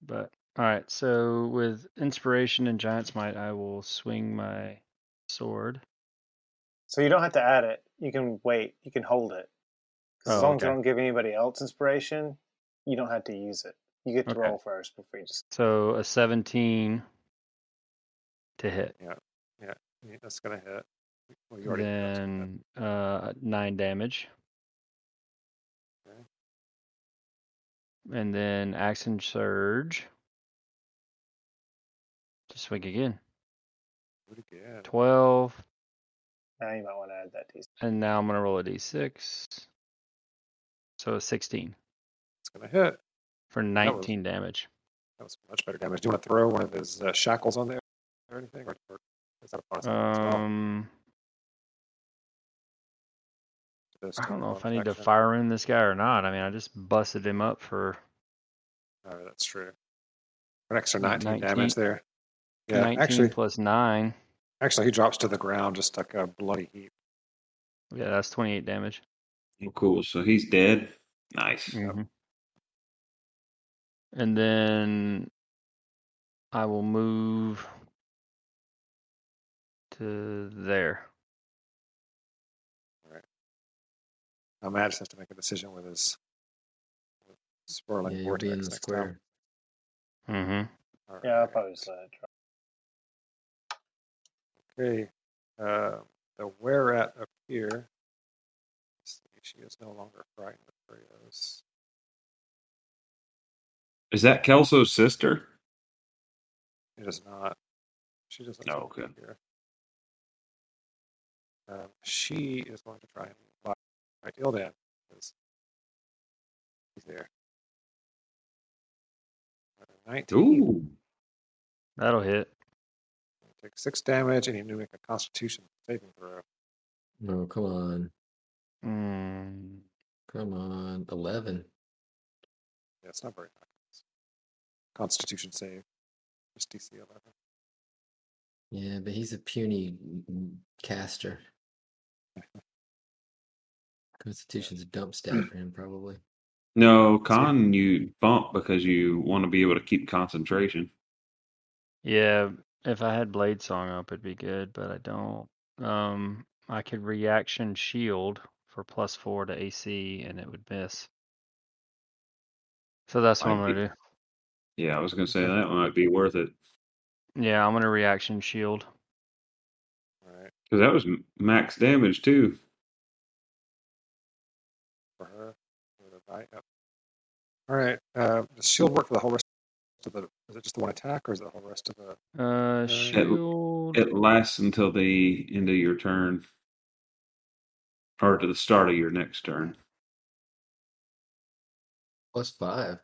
D: But all right, so with inspiration and giant smite, I will swing my sword.
A: So you don't have to add it. You can wait. You can hold it. 'Cause as
D: Oh,
A: long as you
D: okay.
A: don't give anybody else inspiration, you don't have to use it. You get to
D: Okay.
A: roll first before you just.
D: So a 17 to hit,
F: Yeah, that's going to hit. Well, you already that's gonna hit.
D: then uh, nine damage,
F: Okay.
D: and then action surge to swing again.
F: Do it again.
D: 12,
A: Now you might want to add that D6.
D: and now I'm gonna roll a d6. So a 16.
F: going to hit.
D: for 19 damage.
F: That was much better damage. Do you want to throw one of his uh, shackles on there or anything? Or, or is that a bonus? action as well?
D: Um,
F: Those
D: I
F: two
D: don't know
F: are
D: if I need to
F: bonus action.
D: fire in this guy or not. I mean, I just busted him up for
F: No, Oh, that's true. An extra
D: Not
F: 19,
D: 19.
F: damage there. Yeah,
D: 19
F: actually,
D: plus 9.
F: actually, he drops to the ground just like a bloody heap.
D: Yeah, that's 28 damage.
E: Oh, Cool. So he's dead. Nice.
D: Mhm. And then I will move to there.
F: Now Matt just has to make a decision with his with swirling
C: Yeah, you'll
F: vortex
C: be in the
F: next
C: square.
D: Mm-hmm.
F: time. All
A: Yeah, I'll
F: right.
A: probably just let it drop.
F: Okay. Uh, the where at up here. Let's see, She is no longer frightened of Krios.
E: Is that Kelso's sister?
F: It is not. She doesn't.
E: No,
F: look
E: good.
F: Here. Um, she is going to try and buy right Ildan because he's there. Uh, Nineteen
E: Ooh.
D: That'll hit.
F: takes six damage, and he knew make a Constitution saving throw.
C: No, come on.
D: Mm,
C: Come on. 11.
F: Yeah, it's not very high. It's Constitution save, just DC eleven.
C: Yeah, but he's a puny mm, mm, caster. Constitution's a dump stat for him, probably.
E: No, con you bump because you want to be able to keep concentration.
D: yeah, if I had Blade Song up, it'd be good, but I don't. Um, I could reaction shield for plus four to AC, and it would miss. So that's what I'm
E: Might
D: gonna
E: be-
D: do.
E: Yeah, I was going to say
D: Okay.
E: that might be worth it
D: Yeah, I'm gonna reaction shield.
F: All right,
E: because that was m- max damage too.
F: for her, for the die up. All right, uh, does shield work for the whole rest of the? Is it just the one attack, or is it the whole rest of the?
D: Uh, shield.
E: It lasts until the end of your turn or to the start of your next turn.
C: Plus five.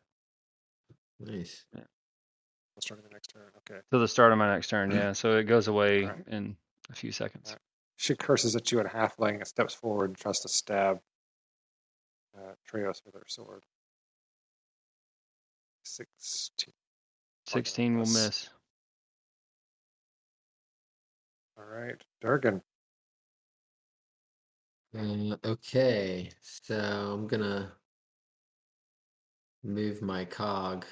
C: Nice.
F: Let's start the next turn. Okay.
D: To the start of my next turn, yeah. So it goes away
F: Alright.
D: in a few seconds.
F: Alright. She curses at you at halfling and steps forward and tries to stab uh, Treos with her sword. 16. Probably gonna
D: Sixteen will
F: miss.
D: miss.
F: All right. Durgan.
C: Uh, okay, so I'm gonna move my cog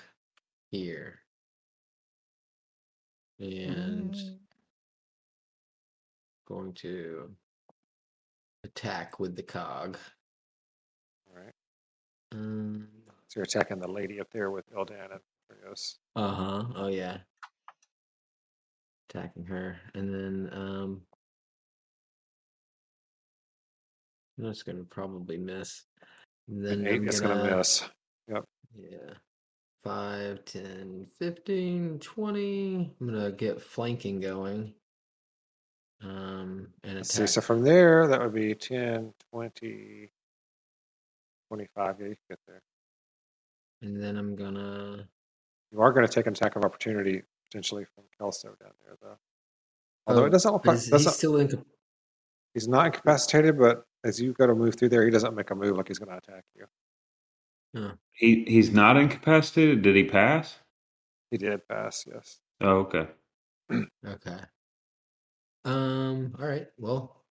C: here. And going to attack with the cog.
F: All right.
C: Um,
F: So you're attacking the lady up there with Ildan and Treos.
C: uh huh. Oh yeah, attacking her, and then um, that's gonna probably miss. And
F: An
C: then
F: 8
C: I'm
F: is going to
C: gonna
F: miss.
C: yeah, 5, 10, 15, 20. I'm gonna get flanking going. Um, and
F: Let's see.
C: attack.
F: So from there, that would be 10, 20, 25. Yeah, you can get there.
C: And then I'm gonna.
F: You are going to take an attack of opportunity potentially from Kelso down there, though. Although
C: oh,
F: it doesn't look
C: but
F: like.
C: is he
F: Doesn't,
C: still in?
F: he's not incapacitated, but as you go to move through there, he doesn't make a move like he's going to attack you.
E: He he's not incapacitated. Did he pass?
F: He did pass, yes.
E: Oh, okay.
C: Okay. Um. All right. Well,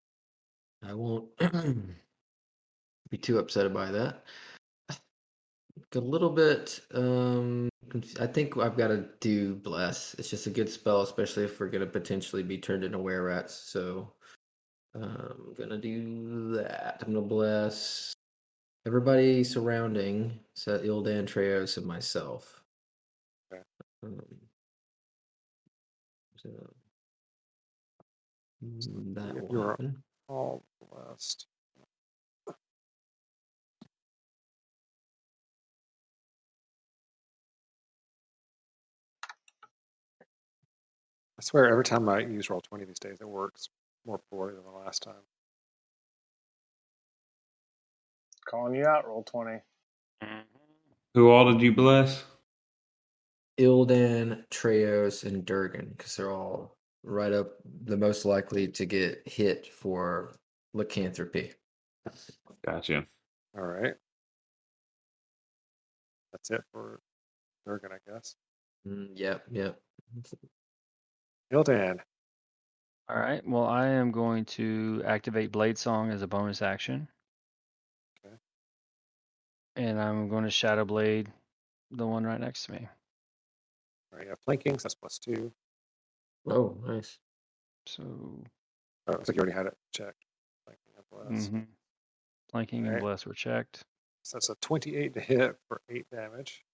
C: I won't be too upset about that. A little bit. Um. conf- I think I've got to do bless. It's just a good spell, especially if we're gonna potentially be turned into were rats. So I'm gonna do that. I'm gonna bless everybody surrounding, so Ildan, Treos, and myself.
F: Okay.
C: Um, so mm, that
F: You-
C: will
F: You're
C: happen.
F: all blessed. I swear, every time I use roll twenty these days, it works more poorly than the last time.
A: Calling you out, roll 20.
E: Who all did you bless?
C: Ildan, Treos, and Durgan, because they're all right up the most likely to get hit for lycanthropy.
E: Gotcha.
F: All right. That's it for Durgan, I guess.
C: Mm, yep, yep.
F: Hildan.
D: All right. Well, I am going to activate Blade Song as a bonus action.
F: Okay.
D: And I'm going to Shadow Blade the one right next to me.
F: All right, you have flanking, so that's plus two.
C: Oh, nice.
D: So,
F: Oh, looks like you already had it checked. Flanking and bless.
D: mhm. flanking and
F: Alright.
D: bless were checked.
F: So that's a 28 to hit for 8 damage.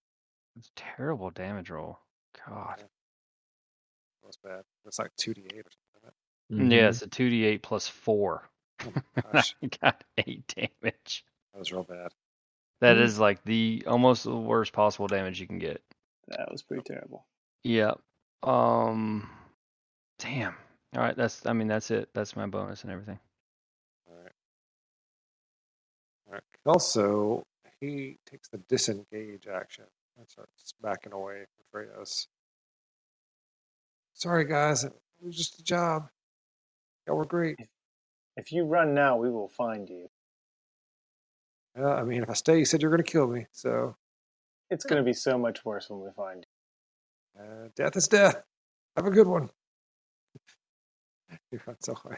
D: It's terrible damage roll. God.
F: That was bad. It's like 2d8 or something.
C: Mm-hmm.
D: Yeah, it's a 2d8 plus 4.
F: like that.
D: I
F: Mm-hmm. Oh, Gosh,
D: got 8 damage.
F: that was real bad.
D: That
C: Mm.
F: Mm-hmm.
D: is like the almost the worst possible damage you can get.
A: That was pretty terrible.
D: Yeah. Um. Damn. All right. That's. I mean. That's it. That's my bonus and everything.
F: All right. All right. Also, he takes the disengage action and starts backing away from Treyos. Sorry, guys. It was just a job. Y'all were great.
A: If you run now, we will find you.
F: Uh, I mean, if I stay, you said you're going to kill me. So,
A: It's going to be so much worse when we find you.
F: uh, death is death. Have a good one. he runs away.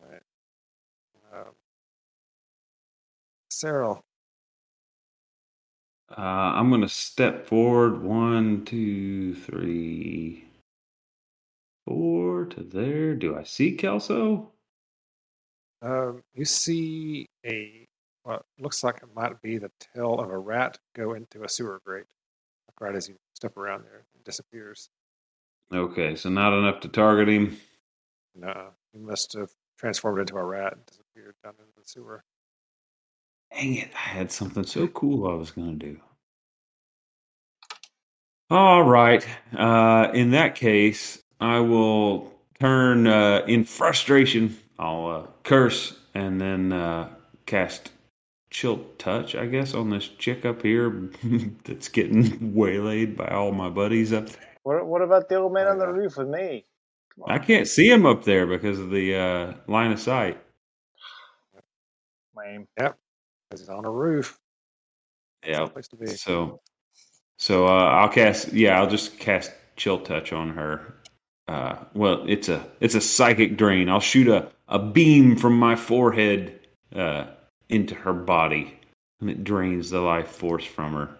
F: All right. Um, Cyril,
E: Uh, I'm going to step forward one, two, three, four to there. Do I see Kelso?
F: Um, you see a what looks like it might be the tail of a rat go into a sewer grate, like right as you step around there, it disappears.
E: Okay, so not enough to target him.
F: No, uh, you must have transformed into a rat and disappeared down into the sewer.
E: Dang it, I had something so cool I was going to do. All right. Uh, in that case, I will turn uh, in frustration. I'll uh, curse and then uh, cast chill touch, I guess, on this chick up here that's getting waylaid by all my buddies up there.
A: What, what about the old man
F: Oh,
A: on the
F: yeah.
A: roof with me? Come
E: I
A: on,
E: can't see him up there because of the uh, line of sight.
A: lame.
F: Because he's on a roof. It's
E: Yeah.
F: the place to be.
E: So, so uh, I'll cast. Yeah, I'll just cast chill touch on her. Uh, well, it's a it's a psychic drain. I'll shoot a a beam from my forehead uh, into her body, and it drains the life force from her.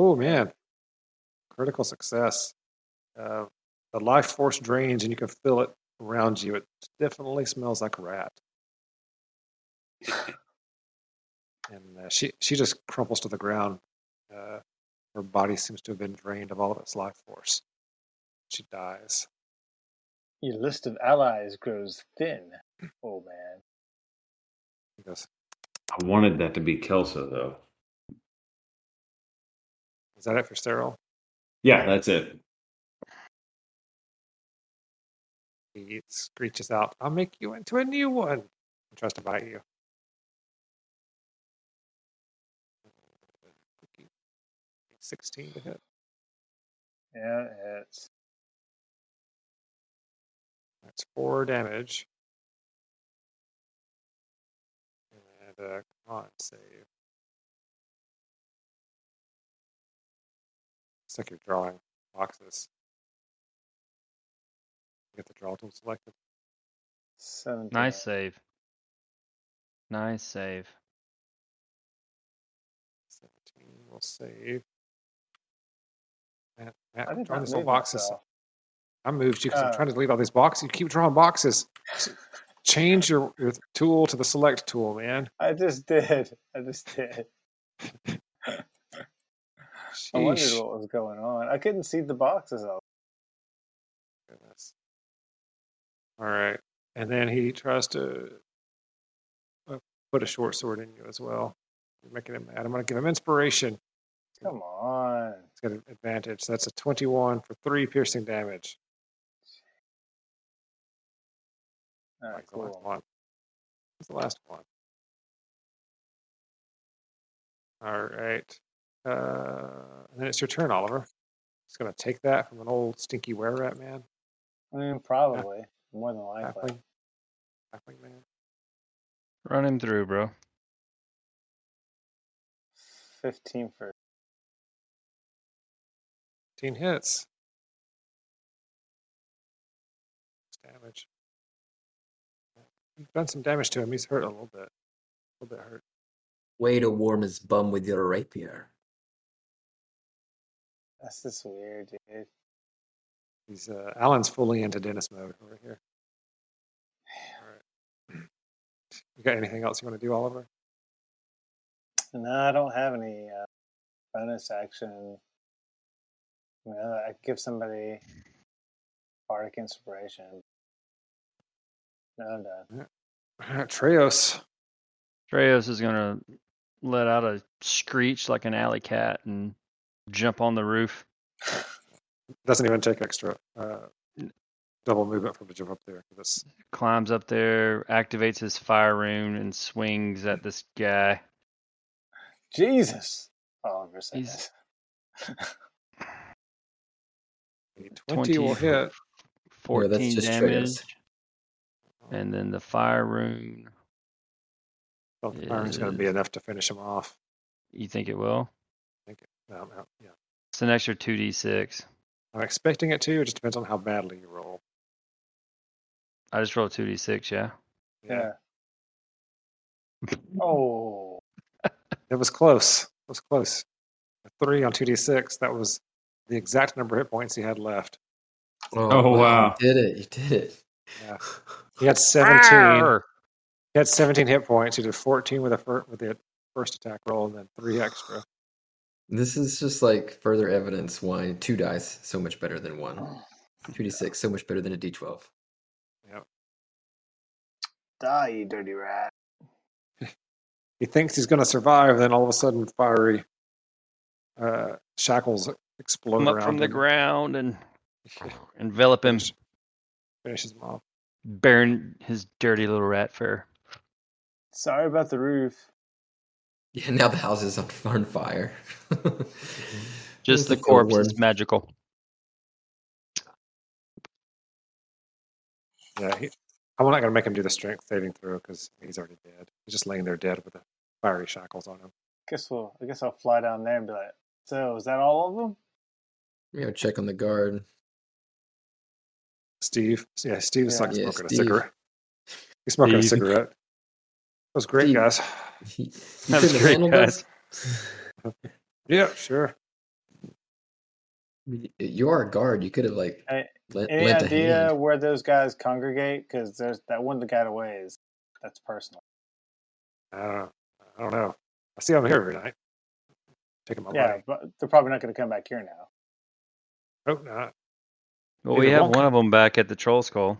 F: Oh man, critical success. Uh, the life force drains, and you can feel it around you. It definitely smells like rat. and uh, she she just crumples to the ground. Uh, her body seems to have been drained of all of its life force. She dies.
A: Your list of allies grows thin, old man.
F: He goes,
E: I wanted that to be Kelso though.
F: "Is that it for Sterile?"
E: Yeah, that's it.
F: He screeches out, "I'll make you into a new one." And tries to bite you. Sixteen to hit.
A: Yeah, it's
F: That's four damage. And uh, con save. It's like you're drawing boxes. Get the draw tool selected.
A: seven.
D: Nice save. Nice save.
F: 17 will save. Matt, Matt,
A: I
F: I'm
A: did
F: drawing
A: not
F: these little
A: move
F: boxes.
A: myself.
F: I moved you because I'm
A: Uh,
F: trying to delete all these boxes. You keep drawing boxes. S- Change your, your tool to the select tool, man.
A: I just did. I just did. I wondered
F: Sheesh.
A: what was going on. I couldn't see the boxes. All
F: Goodness. All right. And then he tries to uh, put a short sword in you as well. You're making him mad. I'm going to give him inspiration.
A: come on.
F: It's got an advantage. So that's a 21 for three piercing damage.
A: All right,
F: Like the last
A: cool.
F: one. That's the last one. All right. Uh, and then it's your turn, Oliver. Just gonna take that from an old stinky were rat man,
A: I mean, probably more than likely.
F: halfling, halfling man.
D: Run him through, bro.
A: Fifteen for
F: Fifteen hits. It's damage. You've done some damage to him. He's hurt a little bit. A little bit hurt.
C: Way to warm his bum with your rapier.
A: That's just weird, dude.
F: He's uh, Alan's fully into Dennis mode over here. All right. You got anything else you want to do, Oliver?
A: No, I don't have any uh, bonus action. I mean, I I could give somebody bardic inspiration. No, I'm done.
F: Treos.
D: Treos is gonna let out a screech like an alley cat and jump on the roof.
F: doesn't even take extra uh, double movement for him to jump up there. 'cause It's
D: climbs up there, activates his fire rune, and swings at this guy.
A: Jesus, Oliver says.
D: He's-
F: a 20 will
D: for
F: hit.
D: 14
C: that's just
D: damage.
C: triggers.
D: And then the fire rune,
F: Don't think Byron's going to be
D: is-
F: enough to finish him off.
D: you think it will?
F: No, no, yeah.
D: It's an extra 2d6.
F: I'm expecting it to. It just depends on how badly you roll.
D: I just rolled 2d6, yeah.
A: yeah. Oh,
F: It was close. It was close. A three on 2d6. That was the exact number of hit points he had left.
E: Oh, wow.
C: You did it. You did it.
F: Yeah. He had 17.
D: Arr!
F: He had 17 hit points. He did 14 with a fir- with the first attack roll, and then three extra.
C: This is just like further evidence why two dice so much better than one. Two d six so much better than a d twelve.
A: die, you dirty rat.
F: He thinks he's going to survive. Then all of a sudden, fiery uh, shackles explode
D: Come up
F: around
D: from the
F: him,
D: ground and envelop him,
F: Finish- Finishes him off.
D: burn his dirty little rat fur.
A: Sorry about the roof.
C: Yeah. Now the house is on, on fire. That's
D: Just the
C: field
D: corpse is
C: word.
D: magical.
F: Yeah, he, I'm not going to make him do the strength saving throw because he's already dead. He's just laying there dead with the fiery shackles on him.
A: Guess we'll. I guess I'll fly down there and be like, "So, is that all of them?"
C: You know, check on the guard.
F: Steve, yeah, Steve's like
C: Yeah. Yeah,
F: smoking
C: Steve.
F: a cigarette. He's smoking
D: Steve.
F: a cigarette. Those great
C: Steve.
F: guys.
C: He, you
D: That was
C: couldn't
D: great,
C: handle this.
F: Yeah, sure.
C: Y- You are a guard. You could have like
A: Hey,
C: lent,
A: Any
C: lent a
A: idea
C: hand.
A: where those guys congregate? Because there's that one that got away. Is that's personal.
F: I don't know. I don't know. I see him here every night. Taking my
C: Oh,
A: yeah,
F: money.
A: but they're probably not going to come back here now.
F: Hope not.
D: Well,
F: Either
D: we have
F: won't
D: one of them back at the troll skull.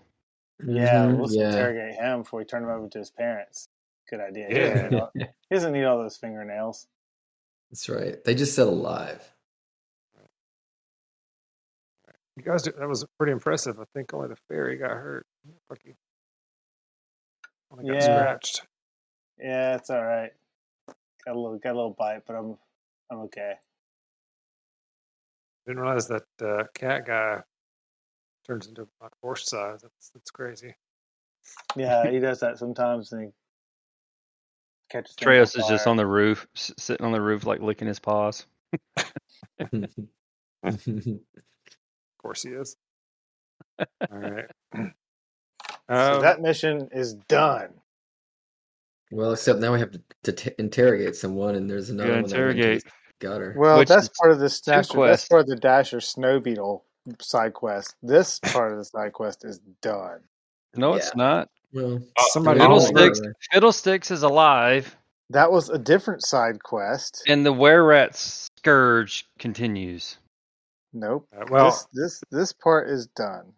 A: Yeah,
C: Mhm,
A: let's
C: yeah.
A: interrogate him before we turn him over to his parents. Good idea. He,
F: Yeah.
A: doesn't need all, he doesn't need all those fingernails.
C: That's right. They just said alive.
F: You guys, did, that was pretty impressive. I think only the fairy got hurt. Lucky. Only got
A: Yeah.
F: scratched.
A: Yeah, it's all right. Got a little, got a little bite, but I'm, I'm okay.
F: Didn't realize that uh, cat guy turns into a horse size. That's, that's crazy.
A: Yeah, he does that sometimes, and he catches. things on
D: Treos is just
A: fire.
D: on the roof, s- sitting on the roof, like licking his paws.
F: Of course he is. All right.
A: So
F: Um,
D: Oh.
A: that mission is done.
C: well, except now we have to, to t- interrogate someone, and there's another
D: Gotta
C: one that went to
D: interrogate.
C: this gutter.
A: Well,
D: Which
A: that's
D: is
A: part of the snatcher. That's
D: quest.
A: part of the dasher snow beetle side quest. This part of the side quest is done.
D: No,
C: Yeah.
D: it's not.
C: Well,
D: Uh,
F: somebody
C: They're all
D: Fiddlesticks,
C: together.
D: Fiddlesticks is alive,
A: That was a different side quest.
D: and the were rat scourge continues.
A: Nope.
F: Uh, well,
A: this this this part is done.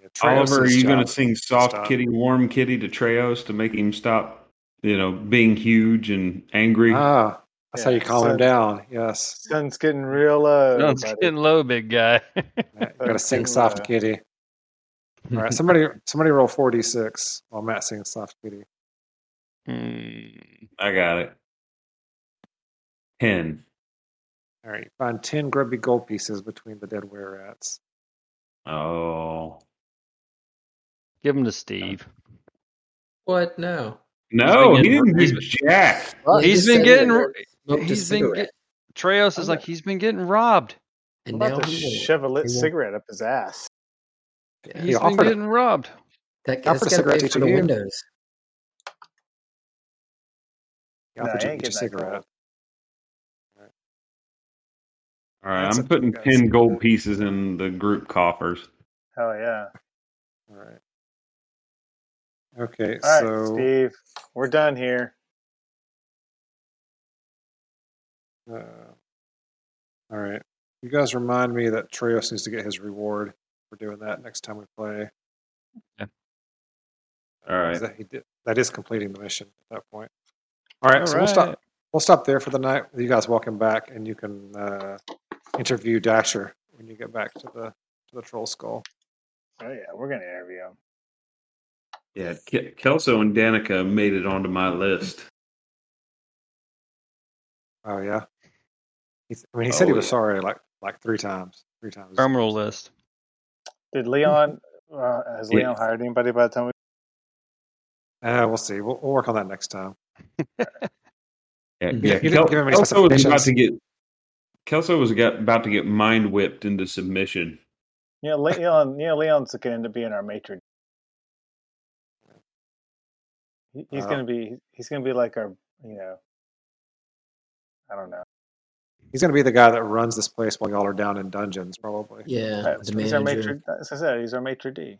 F: yeah,
E: Oliver, are
F: Treos's
E: you going
F: job
E: to
F: is
E: sing "Soft
F: stop.
E: Kitty, Warm Kitty" to Treos to make him stop, you know, being huge and angry?
F: Ah, that's how
A: Yeah,
F: you calm him
A: so-
F: down. Yes.
A: Sun's getting real low,
D: No, it's
A: Oh, buddy.
D: getting low, big guy.
F: Yeah, you got to
A: That's
F: sing
A: good,
F: soft
A: uh,
F: kitty. All right, somebody, somebody roll four d six while Matt sings soft kitty.
D: Hmm.
E: I got it. Ten.
F: All right, you find 10 grubby gold pieces between the dead were rats.
E: Oh
D: Give them to Steve.
C: What? No.
E: no,
D: He's
E: he
D: been
E: didn't do
D: getting-
E: jack.
A: Well,
C: He
D: he's
C: just
D: been
C: said
D: getting
C: that
D: r-
C: he smoked a
D: he's been
C: cigarette,
D: Treos is
A: I'm
D: like
A: not-
D: he's been getting robbed.
A: I'm
C: and now
A: about to
C: he won't.
A: shove a lit
C: He won't.
A: cigarette up his ass.
C: Yeah.
D: He's been
F: offered a-
D: getting robbed.
C: That, that's
F: offered a
C: got to
F: cigarette
C: pay
F: to
C: for the
F: you.
C: windows.
F: He
A: No,
F: offered
A: I
F: you
A: ain't
F: each a
A: getting that
F: cigarette.
A: gold.
E: All right,
F: That's
E: I'm
F: up to
E: putting
F: you guys.
E: ten gold pieces in the group coffers.
A: Hell yeah.
F: All right. Okay,
A: All right,
F: so
A: Steve, we're done here.
F: Uh, all right. You guys remind me that Treos needs to get his reward for doing that next time we play.
D: Yeah.
E: All right.
F: That, he did, that is completing the mission at that point. All right,
D: All
F: so we'll
D: right.
F: stop. We'll stop there for the night. You guys welcome back, and you can uh, interview Dasher when you get back to the to the Troll Skull.
A: Oh yeah, we're gonna interview him.
E: Yeah, Ke- Kelso and Danica made it onto my list.
F: Oh yeah, He's, I mean, he said he
E: Oh,
F: was
E: yeah.
F: sorry like like three times, three times.
D: Terminal list.
A: Did Leon? Uh, has
E: Yeah.
A: Leon hired anybody by the time we?
F: Uh, we'll see. We'll, we'll work on that next time.
E: Yeah,
C: Mhm.
E: yeah.
F: You didn't
E: Kel-
F: give him any
E: Kelso was about
F: specifications.
E: to get Kelso was got, about to get mind whipped into submission.
A: You know, Le- Leon. You know, Leon's gonna end up being our matron. He, he's
F: Uh,
A: gonna be. He's gonna be like our. You know. I don't know.
F: He's going to be the guy that runs this place while y'all are down in dungeons, probably.
C: Yeah,
A: Uh,
C: the
A: He's our
C: manager.
A: matron. As I said, he's our maitre d.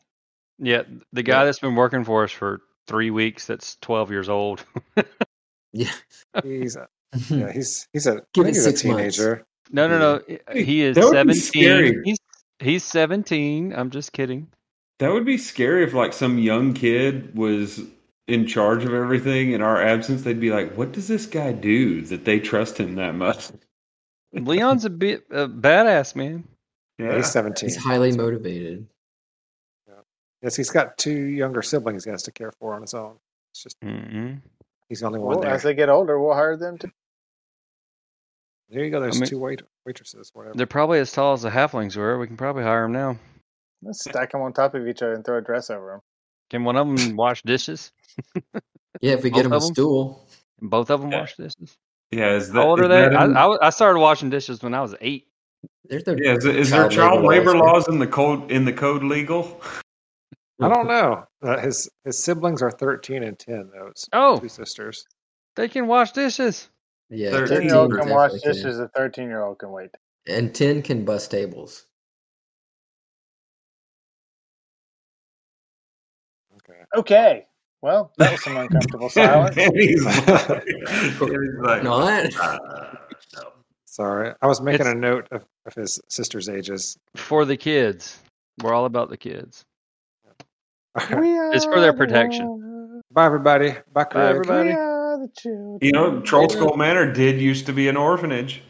D: Yeah, the guy
F: Yeah.
D: that's been working for us for three weeks. That's twelve years old.
C: Yeah. Hmm.
F: He's yeah, he's he's a I
C: Give
F: think
C: it
F: he's a
C: six months.
F: teenager.
D: No, no, no. i-
E: Hey,
D: He is
E: that would be
D: seventeen.
E: scary.
D: He's he's seventeen. I'm just kidding.
E: That would be scary if like some young kid was in charge of everything in our absence. They'd be like, "What does this guy do that they trust him that much?"
D: Leon's a bit a badass man.
F: Yeah, he's
E: Yeah,
C: He's
F: seventeen.
C: highly
F: So,
C: motivated.
F: yes, he's got two younger siblings he has to care for on his own. It's just
D: hmm
F: he's the only one
A: Well,
F: there.
A: as they get older, we'll hire them too.
F: There you go. There's
D: I mean-
F: two wait waitresses, whatever.
D: They're probably as tall as the halflings were. We can probably hire them now.
A: Let's stack them on top of each other and throw a dress over them.
D: Can one of them wash dishes?
C: Yeah, if we get
D: Both
C: him a
D: of 'em?
C: stool.
D: Can both of them
E: Yeah.
D: wash dishes?
E: yeah. Is
D: How
E: that,
D: old are
E: is
D: they?
E: that
D: I,
E: in-
D: I, I started washing dishes when I was eight.
C: There's no
E: yeah, is, is there
C: child labor
E: child
C: laws.
E: labor
C: right?
E: laws in the code in the code legal?
F: I
D: Mm-hmm.
F: don't know. Uh, his his siblings are thirteen and ten. Though it's
D: Oh,
F: two sisters.
D: they can wash dishes.
C: Yeah,
A: A ten
C: 13
E: 13
A: year old can
E: Thirteen.
A: wash
C: definitely can.
A: dishes. A thirteen year old can wait.
C: And 10 can bust tables.
F: Okay.
A: Okay. Well, that was some uncomfortable silence.
E: and he's like,
C: Or-
E: and he's
C: or
E: like
C: Not.
E: uh, no.
F: Sorry, I was making
D: It's-
F: a note of, of his sister's ages.
D: For the kids. We're all about the kids.
F: All right.
A: We are
D: It's for their
A: the
D: protection.
A: ones.
F: Bye, everybody. Bye,
D: Bye,
F: Craig.
A: We
D: everybody.
A: are the
E: You
A: children.
E: know, Troll Skull Manor did used to be an orphanage.